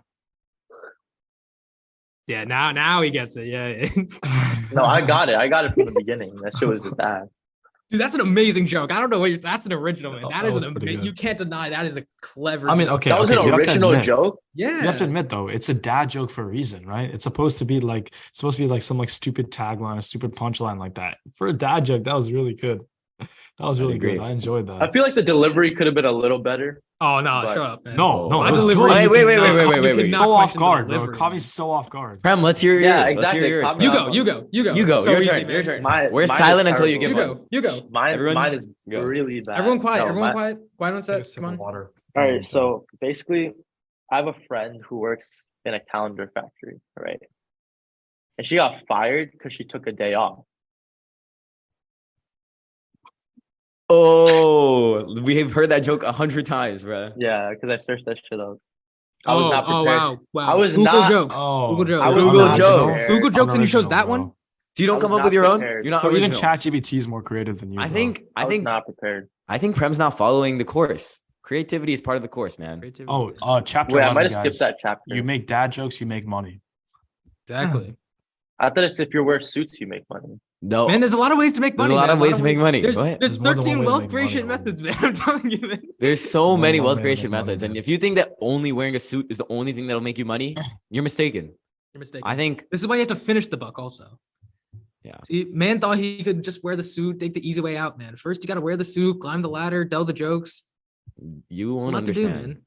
Speaker 2: Yeah, now now he gets it. Yeah, yeah.
Speaker 3: No, I got it. I got it from the beginning. That shit was just ass.
Speaker 2: Dude, that's an amazing joke. I don't know what you're, that's an original man.
Speaker 4: Oh,
Speaker 2: That
Speaker 4: that
Speaker 2: is
Speaker 4: was
Speaker 2: an
Speaker 4: pretty
Speaker 2: ama-
Speaker 4: good.
Speaker 2: you can't deny that is a clever.
Speaker 4: I mean,
Speaker 2: joke.
Speaker 4: okay,
Speaker 3: that was
Speaker 4: okay,
Speaker 3: an
Speaker 4: you have to
Speaker 3: original
Speaker 4: admit-
Speaker 3: joke.
Speaker 2: yeah.
Speaker 4: You have to admit though, it's a dad joke for a reason, right? It's supposed to be like it's supposed to be like some like stupid tagline or stupid punchline like that. For a dad joke, that was really good. That was
Speaker 1: I'd
Speaker 4: really
Speaker 1: agree.
Speaker 4: good. I enjoyed
Speaker 3: I
Speaker 4: that.
Speaker 3: feel like the delivery could have been a little better.
Speaker 2: oh no,
Speaker 3: But-
Speaker 2: shut up. Man.
Speaker 4: No,
Speaker 3: Oh.
Speaker 4: no,
Speaker 1: I
Speaker 4: it was
Speaker 2: delivered-
Speaker 4: good.
Speaker 1: Wait, wait, wait,
Speaker 4: You
Speaker 1: wait,
Speaker 4: cannot-
Speaker 1: wait,
Speaker 4: you
Speaker 1: wait, wait, wait.
Speaker 4: cannot
Speaker 2: Not
Speaker 4: So off
Speaker 2: question
Speaker 4: guard, bro.
Speaker 2: delivery.
Speaker 4: Kami's so off guard.
Speaker 1: Prem, let's hear
Speaker 3: Yeah,
Speaker 1: yours.
Speaker 3: exactly.
Speaker 1: Let's hear yours.
Speaker 3: Comment
Speaker 2: You
Speaker 1: bro.
Speaker 2: go. You go. You go.
Speaker 1: You go,
Speaker 2: So
Speaker 1: your
Speaker 2: easy,
Speaker 1: turn,
Speaker 2: man.
Speaker 1: your turn.
Speaker 3: Mine,
Speaker 1: We're
Speaker 3: mine is
Speaker 1: silent until you
Speaker 2: You
Speaker 3: terrible.
Speaker 1: give
Speaker 2: go. You go.
Speaker 3: Mine,
Speaker 1: Everyone-
Speaker 3: mine is
Speaker 1: go.
Speaker 3: really bad.
Speaker 2: Everyone quiet.
Speaker 3: No,
Speaker 2: everyone
Speaker 3: mine-
Speaker 2: quiet. Quiet on
Speaker 4: Take a
Speaker 2: set.
Speaker 4: sip
Speaker 2: Come
Speaker 4: of
Speaker 2: on.
Speaker 4: water.
Speaker 3: All right, so basically, I have a friend who works in a calendar factory, right? And she got fired because she took a day off.
Speaker 1: Oh, we have heard that joke a hundred times, bro.
Speaker 3: Yeah, because I searched that shit up. I was
Speaker 2: Oh,
Speaker 3: not
Speaker 2: oh
Speaker 3: prepared.
Speaker 2: wow, wow.
Speaker 3: I was
Speaker 2: Google
Speaker 3: not-
Speaker 2: jokes.
Speaker 4: Oh,
Speaker 2: Google jokes.
Speaker 4: so
Speaker 3: Google
Speaker 4: unoriginal.
Speaker 1: jokes.
Speaker 2: Google jokes, and you chose
Speaker 4: Unoriginal,
Speaker 2: that
Speaker 4: bro.
Speaker 2: one.
Speaker 1: So you don't
Speaker 3: I
Speaker 1: come
Speaker 3: was
Speaker 1: up with
Speaker 3: not
Speaker 1: your own?
Speaker 3: prepared.
Speaker 1: You're not
Speaker 4: So even
Speaker 1: original.
Speaker 4: ChatGPT is more creative than you.
Speaker 1: I
Speaker 4: bro.
Speaker 1: think
Speaker 3: I,
Speaker 1: I
Speaker 3: was
Speaker 1: think
Speaker 3: not prepared.
Speaker 1: I think Prem's not following the course. Creativity is part of the course, man.
Speaker 2: Creativity.
Speaker 4: Oh, uh, chapter.
Speaker 3: Wait, I
Speaker 4: 11,
Speaker 3: might have skipped
Speaker 4: guys.
Speaker 3: that chapter.
Speaker 4: You make dad jokes, you make money.
Speaker 2: exactly.
Speaker 3: I thought it's if you wear suits, you make money.
Speaker 1: No.
Speaker 2: Man, there's a lot of ways to make
Speaker 1: Oh. There's
Speaker 2: money.
Speaker 1: a lot
Speaker 2: man.
Speaker 1: of ways to make money.
Speaker 2: There's,
Speaker 1: What?
Speaker 2: there's
Speaker 4: There's more than
Speaker 2: 13
Speaker 4: one way to
Speaker 2: wealth
Speaker 4: make
Speaker 2: creation
Speaker 4: money, bro.
Speaker 2: methods, man. I'm telling you, man.
Speaker 1: There's so
Speaker 4: There's
Speaker 1: many
Speaker 4: no
Speaker 1: wealth
Speaker 4: way to
Speaker 1: creation
Speaker 4: make money,
Speaker 1: methods. And
Speaker 4: man.
Speaker 1: if you think that only wearing a suit is the only thing that'll make you money, you're mistaken.
Speaker 2: You're mistaken.
Speaker 1: I think
Speaker 2: This is why you have to finish the buck, also.
Speaker 1: Yeah.
Speaker 2: See, man thought he could just wear the suit, take the easy way out, man. First, you got to wear the suit, climb the ladder, tell the jokes.
Speaker 1: you
Speaker 2: There's a
Speaker 1: won't
Speaker 2: lot to do,
Speaker 1: understand.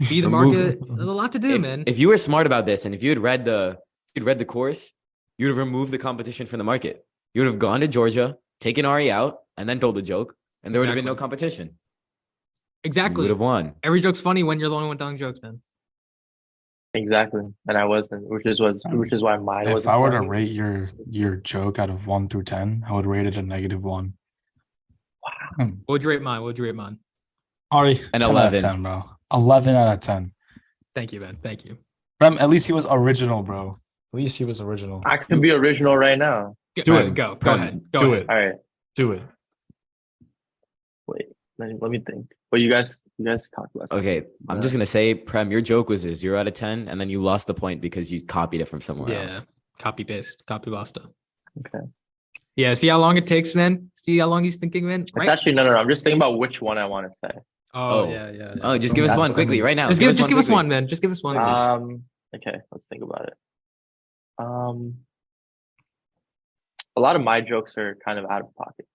Speaker 2: man. Be the
Speaker 1: Or move-
Speaker 2: market. There's a lot to do,
Speaker 1: if,
Speaker 2: man.
Speaker 1: if you were smart about this and if you had read the if you'd read the course, you'd have removed the competition from the market. You would have gone to Georgia, taken Ari out, and then told a joke, and there would have been no
Speaker 2: Exactly.
Speaker 1: competition. You
Speaker 2: exactly.
Speaker 1: would have won.
Speaker 2: Every joke's funny when you're the only one telling jokes, man.
Speaker 3: Exactly, and I wasn't, which is was, which is why mine
Speaker 4: Um, if
Speaker 3: wasn't.
Speaker 4: I were to
Speaker 3: funny.
Speaker 4: rate your your joke out of one through ten, I would rate it a negative one. Wow.
Speaker 2: What would you rate mine? What would you rate mine?
Speaker 4: Ari,
Speaker 1: An
Speaker 4: 10 out
Speaker 1: 11.
Speaker 4: of ten, bro. Eleven out of ten.
Speaker 2: Thank you, man. Thank you.
Speaker 4: Rem, at least he was original, bro. At least he was original.
Speaker 3: I could be original right now.
Speaker 2: Go,
Speaker 4: Do
Speaker 2: uh,
Speaker 4: it.
Speaker 2: Go. Go
Speaker 4: Go.
Speaker 2: ahead. Go
Speaker 4: Do
Speaker 2: ahead.
Speaker 4: it.
Speaker 3: All right,
Speaker 4: Do it.
Speaker 3: wait, let me, let me think. Well, you guys, you guys talk about.
Speaker 1: Okay, I'm just gonna say, Prem, your joke was a zero out of ten, and then you lost the point because you copied it from somewhere
Speaker 2: Yeah.
Speaker 1: else.
Speaker 2: Copy paste. Copy pasta.
Speaker 3: Okay.
Speaker 2: Yeah. See how long it takes, man. See how long he's thinking, man.
Speaker 3: It's actually no, no, no. I'm just thinking about which one I want to say.
Speaker 2: Oh,
Speaker 1: Oh.
Speaker 2: yeah, yeah. yeah.
Speaker 1: Oh, just
Speaker 4: So
Speaker 1: give us
Speaker 4: that's
Speaker 1: one
Speaker 4: something-
Speaker 1: quickly right now.
Speaker 2: just give, just give us
Speaker 1: quickly.
Speaker 2: one, man. Just give us one.
Speaker 3: Um, okay, let's think about it. Um, a lot of my jokes are kind of out of pocket.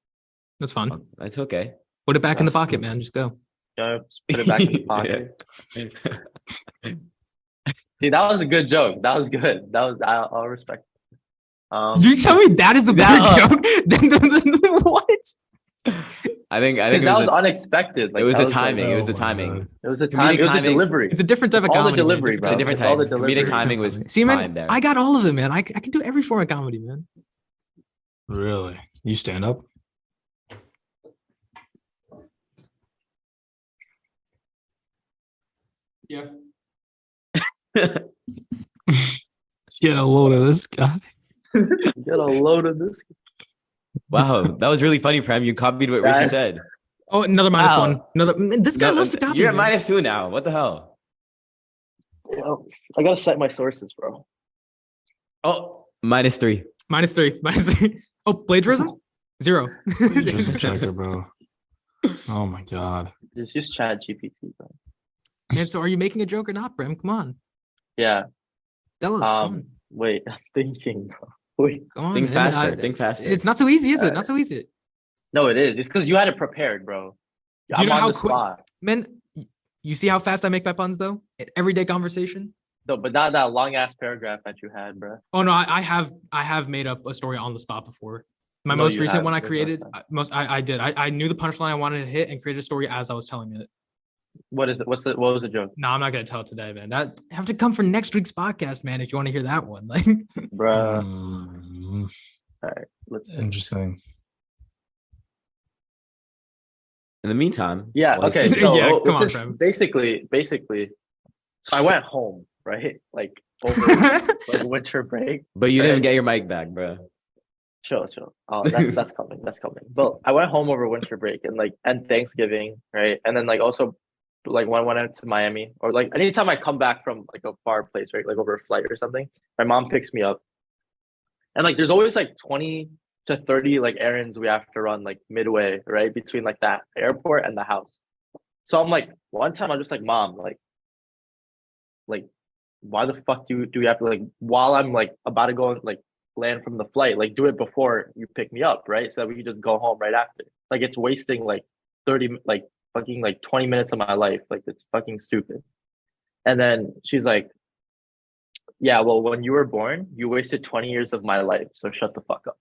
Speaker 2: That's fun.
Speaker 1: Oh, That's okay.
Speaker 2: Put it back in the
Speaker 1: that's-
Speaker 2: pocket, man. Just go.
Speaker 3: You know, just put it back in the pocket.
Speaker 1: Yeah.
Speaker 3: See, that was a good joke. That was good. That was I, I'll respect. it. Um,
Speaker 2: You tell me that is a better
Speaker 1: That-
Speaker 2: joke than the, the, the- what?
Speaker 1: I think I
Speaker 3: 'cause
Speaker 1: think
Speaker 3: that was
Speaker 1: a-
Speaker 3: unexpected. Like
Speaker 1: it was
Speaker 3: that
Speaker 1: the
Speaker 3: like,
Speaker 1: timing. it was
Speaker 4: Oh
Speaker 1: the
Speaker 4: my
Speaker 1: timing.
Speaker 4: God.
Speaker 3: it was the
Speaker 1: comedic
Speaker 3: time. It was the
Speaker 1: timing.
Speaker 3: delivery.
Speaker 2: It's a different type of
Speaker 3: It's all the
Speaker 2: comedy. man.
Speaker 3: delivery,
Speaker 1: It's
Speaker 2: Different
Speaker 3: bro.
Speaker 1: a different
Speaker 2: type-
Speaker 3: It's all
Speaker 1: time.
Speaker 3: the
Speaker 1: Comedic
Speaker 3: delivery.
Speaker 1: timing was
Speaker 2: See, man,
Speaker 1: prime there.
Speaker 2: I got all of it, man. I, I can do every form of comedy, man.
Speaker 4: Really? You stand up?
Speaker 2: Yeah.
Speaker 4: Get a load of this guy.
Speaker 3: Get a load of this.
Speaker 1: wow, that was really funny, Prem. You copied what
Speaker 3: Guys.
Speaker 1: Richie said.
Speaker 2: Oh, another minus
Speaker 1: Wow.
Speaker 2: one. Another. man, This guy
Speaker 1: No,
Speaker 2: loves to copy.
Speaker 1: You're at
Speaker 2: man.
Speaker 1: minus two now. What the hell?
Speaker 3: Yo, I gotta cite my sources, bro.
Speaker 1: Oh, minus three.
Speaker 2: minus three. Minus three. Oh, plagiarism. Zero.
Speaker 4: Just a checker, bro. Oh my god.
Speaker 3: Just use Chat GPT, bro.
Speaker 2: Man, so are you making a joke or not, Brim? Come on.
Speaker 3: Yeah.
Speaker 2: Tell
Speaker 1: Oh,
Speaker 2: us. come
Speaker 3: Um.
Speaker 2: on.
Speaker 3: Wait, I'm thinking. bro. Wait.
Speaker 2: Come on.
Speaker 1: Think
Speaker 2: Oh, man.
Speaker 1: faster.
Speaker 2: I-
Speaker 1: Think faster.
Speaker 2: It's not so easy, is it? Not so easy.
Speaker 3: No, it is. It's because you had it prepared, bro.
Speaker 2: Do you
Speaker 3: I'm
Speaker 2: know
Speaker 3: on
Speaker 2: how
Speaker 3: the
Speaker 2: quick-
Speaker 3: spot.
Speaker 2: Man, y- you see how fast I make my puns, though? In everyday conversation.
Speaker 3: No, but not that long ass paragraph that you had, bro.
Speaker 2: Oh no, I, I have I have made up a story on the spot before. My
Speaker 3: No,
Speaker 2: most
Speaker 3: you
Speaker 2: recent one I
Speaker 3: haven't. There's no
Speaker 2: created,
Speaker 3: time.
Speaker 2: I- most I, I did. I, I knew the punchline I wanted to hit and created a story as I was telling it.
Speaker 3: What is it? What's the what was the joke,
Speaker 2: No, I'm not gonna tell it today, man. That have to come for next week's podcast, man. If you want to hear that one, like
Speaker 1: Uh,
Speaker 3: bro?
Speaker 4: Hmm,
Speaker 3: Let's see.
Speaker 4: interesting.
Speaker 1: In the meantime,
Speaker 3: Yeah.
Speaker 1: while he's
Speaker 3: Okay.
Speaker 1: thinking-
Speaker 3: So
Speaker 2: Yeah,
Speaker 3: oh,
Speaker 2: come on,
Speaker 3: this is
Speaker 2: Trev.
Speaker 3: basically, basically. So I went home, right? Like over like, winter break.
Speaker 1: but you didn't
Speaker 3: Right.
Speaker 1: get your mic back, bro.
Speaker 3: Chill, chill. Oh, that's that's coming. That's coming. But I went home over winter break and like and Thanksgiving, right? And then like also like when I went out to Miami or like anytime I come back from like a far place, right? Like over a flight or something, my mom picks me up. And like there's always like 20, to 30 like errands we have to run like midway, right? Between like that airport and the house. So I'm like, one time I'm just like, mom, like, like, why the fuck do you, do we have to like, while I'm like about to go and like land from the flight, like do it before you pick me up, right? So that we can just go home right after. Like it's wasting like 30, like fucking like 20 minutes of my life. Like it's fucking stupid. And then she's like, yeah, well, when you were born, you wasted 20 years of my life. So shut the fuck up.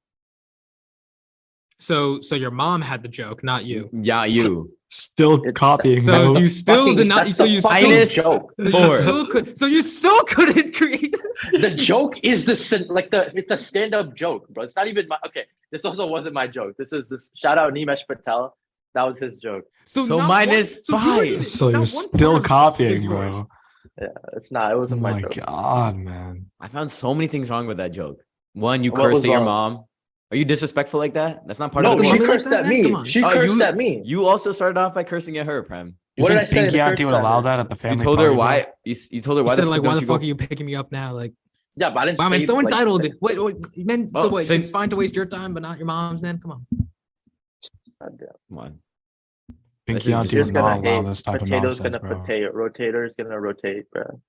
Speaker 2: So, so your mom had the joke, not you.
Speaker 1: Yeah, you.
Speaker 4: Still
Speaker 3: It's-
Speaker 4: copying.
Speaker 2: So
Speaker 4: bro.
Speaker 2: you still
Speaker 3: Fucking-
Speaker 2: did not.
Speaker 3: that's
Speaker 2: So
Speaker 3: the
Speaker 2: you still,
Speaker 1: finest-
Speaker 3: finest joke.
Speaker 2: you
Speaker 1: four.
Speaker 2: still could, So you still couldn't create.
Speaker 3: the joke is the sin- like the it's a stand up joke, bro. It's not even my okay. This also wasn't my joke. This is this shout out Nimesh Patel. That was his joke.
Speaker 2: So,
Speaker 1: So
Speaker 2: not
Speaker 1: minus
Speaker 2: one, so you weren't
Speaker 1: five.
Speaker 2: even-
Speaker 4: So
Speaker 2: not
Speaker 4: you're
Speaker 2: one
Speaker 4: still
Speaker 2: part of this is
Speaker 4: copying, bro.
Speaker 2: yours.
Speaker 3: It's not. It
Speaker 4: Oh
Speaker 3: wasn't my,
Speaker 4: my
Speaker 3: joke.
Speaker 4: god, man.
Speaker 1: I found so many things wrong with that joke. One, you
Speaker 3: What
Speaker 1: cursed
Speaker 3: was
Speaker 1: at your
Speaker 3: wrong?
Speaker 1: mom. Are you disrespectful like that? That's not part
Speaker 3: No,
Speaker 1: of the
Speaker 2: Come
Speaker 3: she
Speaker 2: on,
Speaker 1: joke.
Speaker 2: like
Speaker 3: cursed
Speaker 2: that,
Speaker 3: at
Speaker 2: man, come
Speaker 3: me.
Speaker 2: on.
Speaker 3: She
Speaker 1: Oh,
Speaker 3: cursed
Speaker 1: you-
Speaker 3: at me.
Speaker 1: You also started off by cursing at her, Prem.
Speaker 4: You
Speaker 3: What did I
Speaker 4: think
Speaker 3: say the
Speaker 4: Pinky
Speaker 3: first
Speaker 4: Auntie would allow
Speaker 3: time?
Speaker 4: that at the
Speaker 1: You
Speaker 4: family?
Speaker 1: told her
Speaker 4: party, bro?
Speaker 1: why. You, s- you told her
Speaker 2: You
Speaker 1: why
Speaker 2: said
Speaker 1: the
Speaker 2: like,
Speaker 1: fuck,
Speaker 2: why
Speaker 1: don't
Speaker 2: the
Speaker 1: you
Speaker 2: fuck
Speaker 1: go-
Speaker 2: are you picking me up now? Like,
Speaker 3: Yeah, but I didn't.
Speaker 2: wow, man,
Speaker 3: say,
Speaker 2: so
Speaker 3: like,
Speaker 2: entitled. Wait, wait, man. So
Speaker 1: Well,
Speaker 2: what?
Speaker 1: since-
Speaker 2: it's fine to waste your time, but not your mom's, man. Come on.
Speaker 3: goddamn.
Speaker 1: Come on. This is
Speaker 4: Pinky Auntie
Speaker 1: just
Speaker 4: would
Speaker 3: gonna
Speaker 4: not allow
Speaker 3: hate.
Speaker 4: this type of
Speaker 3: Potato's
Speaker 4: nonsense,
Speaker 3: gonna
Speaker 4: bro.
Speaker 3: potato. Rotator's gonna rotate, bro.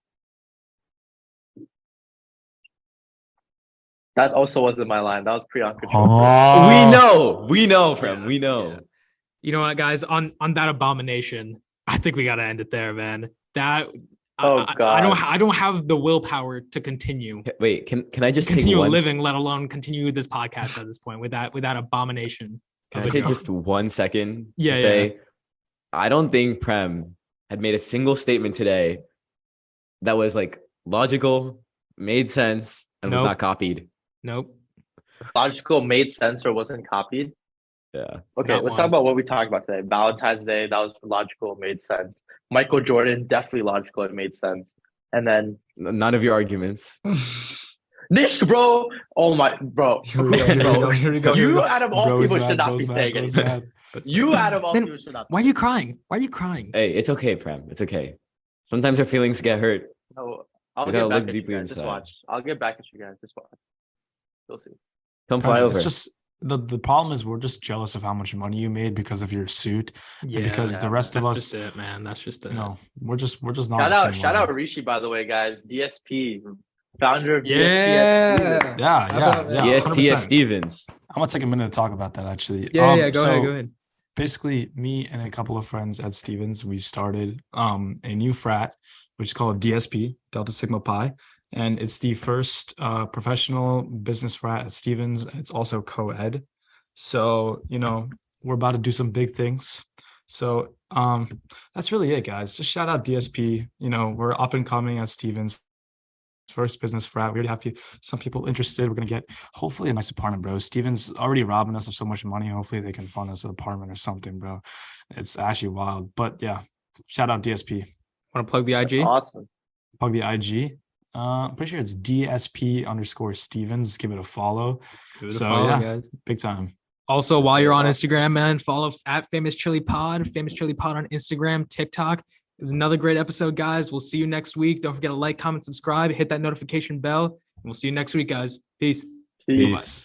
Speaker 3: That also wasn't my line. That was preoccupied.
Speaker 4: Oh.
Speaker 1: we know. We know, Prem.
Speaker 2: Yeah,
Speaker 1: we know.
Speaker 2: yeah. You know what, guys? On on that abomination, I think we gotta end it there, man. That I-
Speaker 3: Oh,
Speaker 2: I, I don't
Speaker 3: God.
Speaker 2: ha- I don't have the willpower to continue
Speaker 1: Ca- Wait, can can I just
Speaker 2: continue
Speaker 1: take one,
Speaker 2: living, let alone continue this podcast at this point with that with that abomination.
Speaker 1: Can
Speaker 2: of
Speaker 1: I
Speaker 2: a
Speaker 1: take
Speaker 2: joke.
Speaker 1: just one second
Speaker 2: Yeah,
Speaker 1: to
Speaker 2: yeah.
Speaker 1: say I don't think Prem had made a single statement today that was like logical, made sense, and was
Speaker 2: Nope.
Speaker 1: not copied.
Speaker 2: nope.
Speaker 3: Logical made sense or wasn't copied.
Speaker 1: Yeah.
Speaker 3: Okay,
Speaker 2: Not
Speaker 3: let's
Speaker 2: one.
Speaker 3: talk about what we talked about today. Valentine's Day, that was logical, it made sense. Michael Jordan, definitely logical, it made sense. And then
Speaker 1: N- None of your arguments.
Speaker 2: Mm.
Speaker 3: Nish, bro. Oh my, bro.
Speaker 4: Here we go, here we
Speaker 1: Bro,
Speaker 4: go, here we go, here we
Speaker 3: You
Speaker 4: go.
Speaker 3: out of all
Speaker 4: Bro's
Speaker 3: people
Speaker 4: mad,
Speaker 3: should not
Speaker 4: bro's
Speaker 3: be
Speaker 4: mad,
Speaker 3: saying
Speaker 4: bro's
Speaker 3: anything.
Speaker 4: mad.
Speaker 3: You out of all
Speaker 2: Man,
Speaker 3: people should not.
Speaker 2: Why are you crying? Why are you crying?
Speaker 1: Hey, it's okay, Prem. It's okay. Sometimes our feelings get hurt.
Speaker 3: No, I'll
Speaker 1: You
Speaker 3: get
Speaker 1: gotta
Speaker 3: back
Speaker 1: look
Speaker 3: at you
Speaker 1: deeply
Speaker 3: guys. Just
Speaker 1: inside.
Speaker 3: watch. I'll get back at you guys. Just watch. You'll see.
Speaker 1: Come fly
Speaker 4: Bro,
Speaker 1: over.
Speaker 4: It's just the the problem is we're just jealous of how much money you made because of your suit.
Speaker 2: Yeah,
Speaker 4: because the rest of
Speaker 2: that's
Speaker 4: us-
Speaker 2: just it, man. That's just it.
Speaker 4: No, we're just we're just not.
Speaker 3: Shout
Speaker 4: the
Speaker 3: out,
Speaker 4: same
Speaker 3: shout out
Speaker 4: level.
Speaker 3: Rishi, by the way, guys. DSP, founder of DSP.
Speaker 2: Yeah.
Speaker 3: Steven.
Speaker 4: Yeah,
Speaker 2: How
Speaker 4: yeah,
Speaker 2: about-
Speaker 4: yeah.
Speaker 1: yes,
Speaker 4: 100%.
Speaker 1: PS Stevens.
Speaker 4: I'm gonna take a minute to talk about that actually.
Speaker 2: Yeah,
Speaker 4: Um,
Speaker 2: yeah, go
Speaker 4: so-
Speaker 2: ahead, go ahead.
Speaker 4: basically me and a couple of friends at Stevens, we started um, a new frat, which is called DSP, Delta Sigma Pi. And it's the first uh, professional business frat at Stevens. and It's also co ed. So, you know, we're about to do some big things. So um, that's really it, guys. Just shout out DSP. You know, we're up and coming at Stevens. First business frat. We already have pe- some people interested. We're gonna get hopefully a nice apartment, bro. Steven's already robbing us of so much money. Hopefully they can fund us an apartment or something, bro. It's actually wild. But yeah, shout out DSP.
Speaker 2: Want to plug the IG?
Speaker 3: Awesome.
Speaker 4: Plug the IG. Uh, I'm pretty sure it's DSP underscore Stevens. Give it a follow.
Speaker 2: Give it a
Speaker 4: So,
Speaker 2: follow,
Speaker 4: yeah.
Speaker 2: guys.
Speaker 4: Big time.
Speaker 2: Also, while
Speaker 3: That's
Speaker 2: you're
Speaker 3: it.
Speaker 2: on Instagram, man, follow at Famous Chili Pod, Famous Chili Pod on Instagram, TikTok. It was another great episode, guys. We'll see you next week. Don't forget to like, comment, subscribe, hit that notification bell. And we'll see you next week, guys. Peace.
Speaker 3: Peace.
Speaker 1: Peace.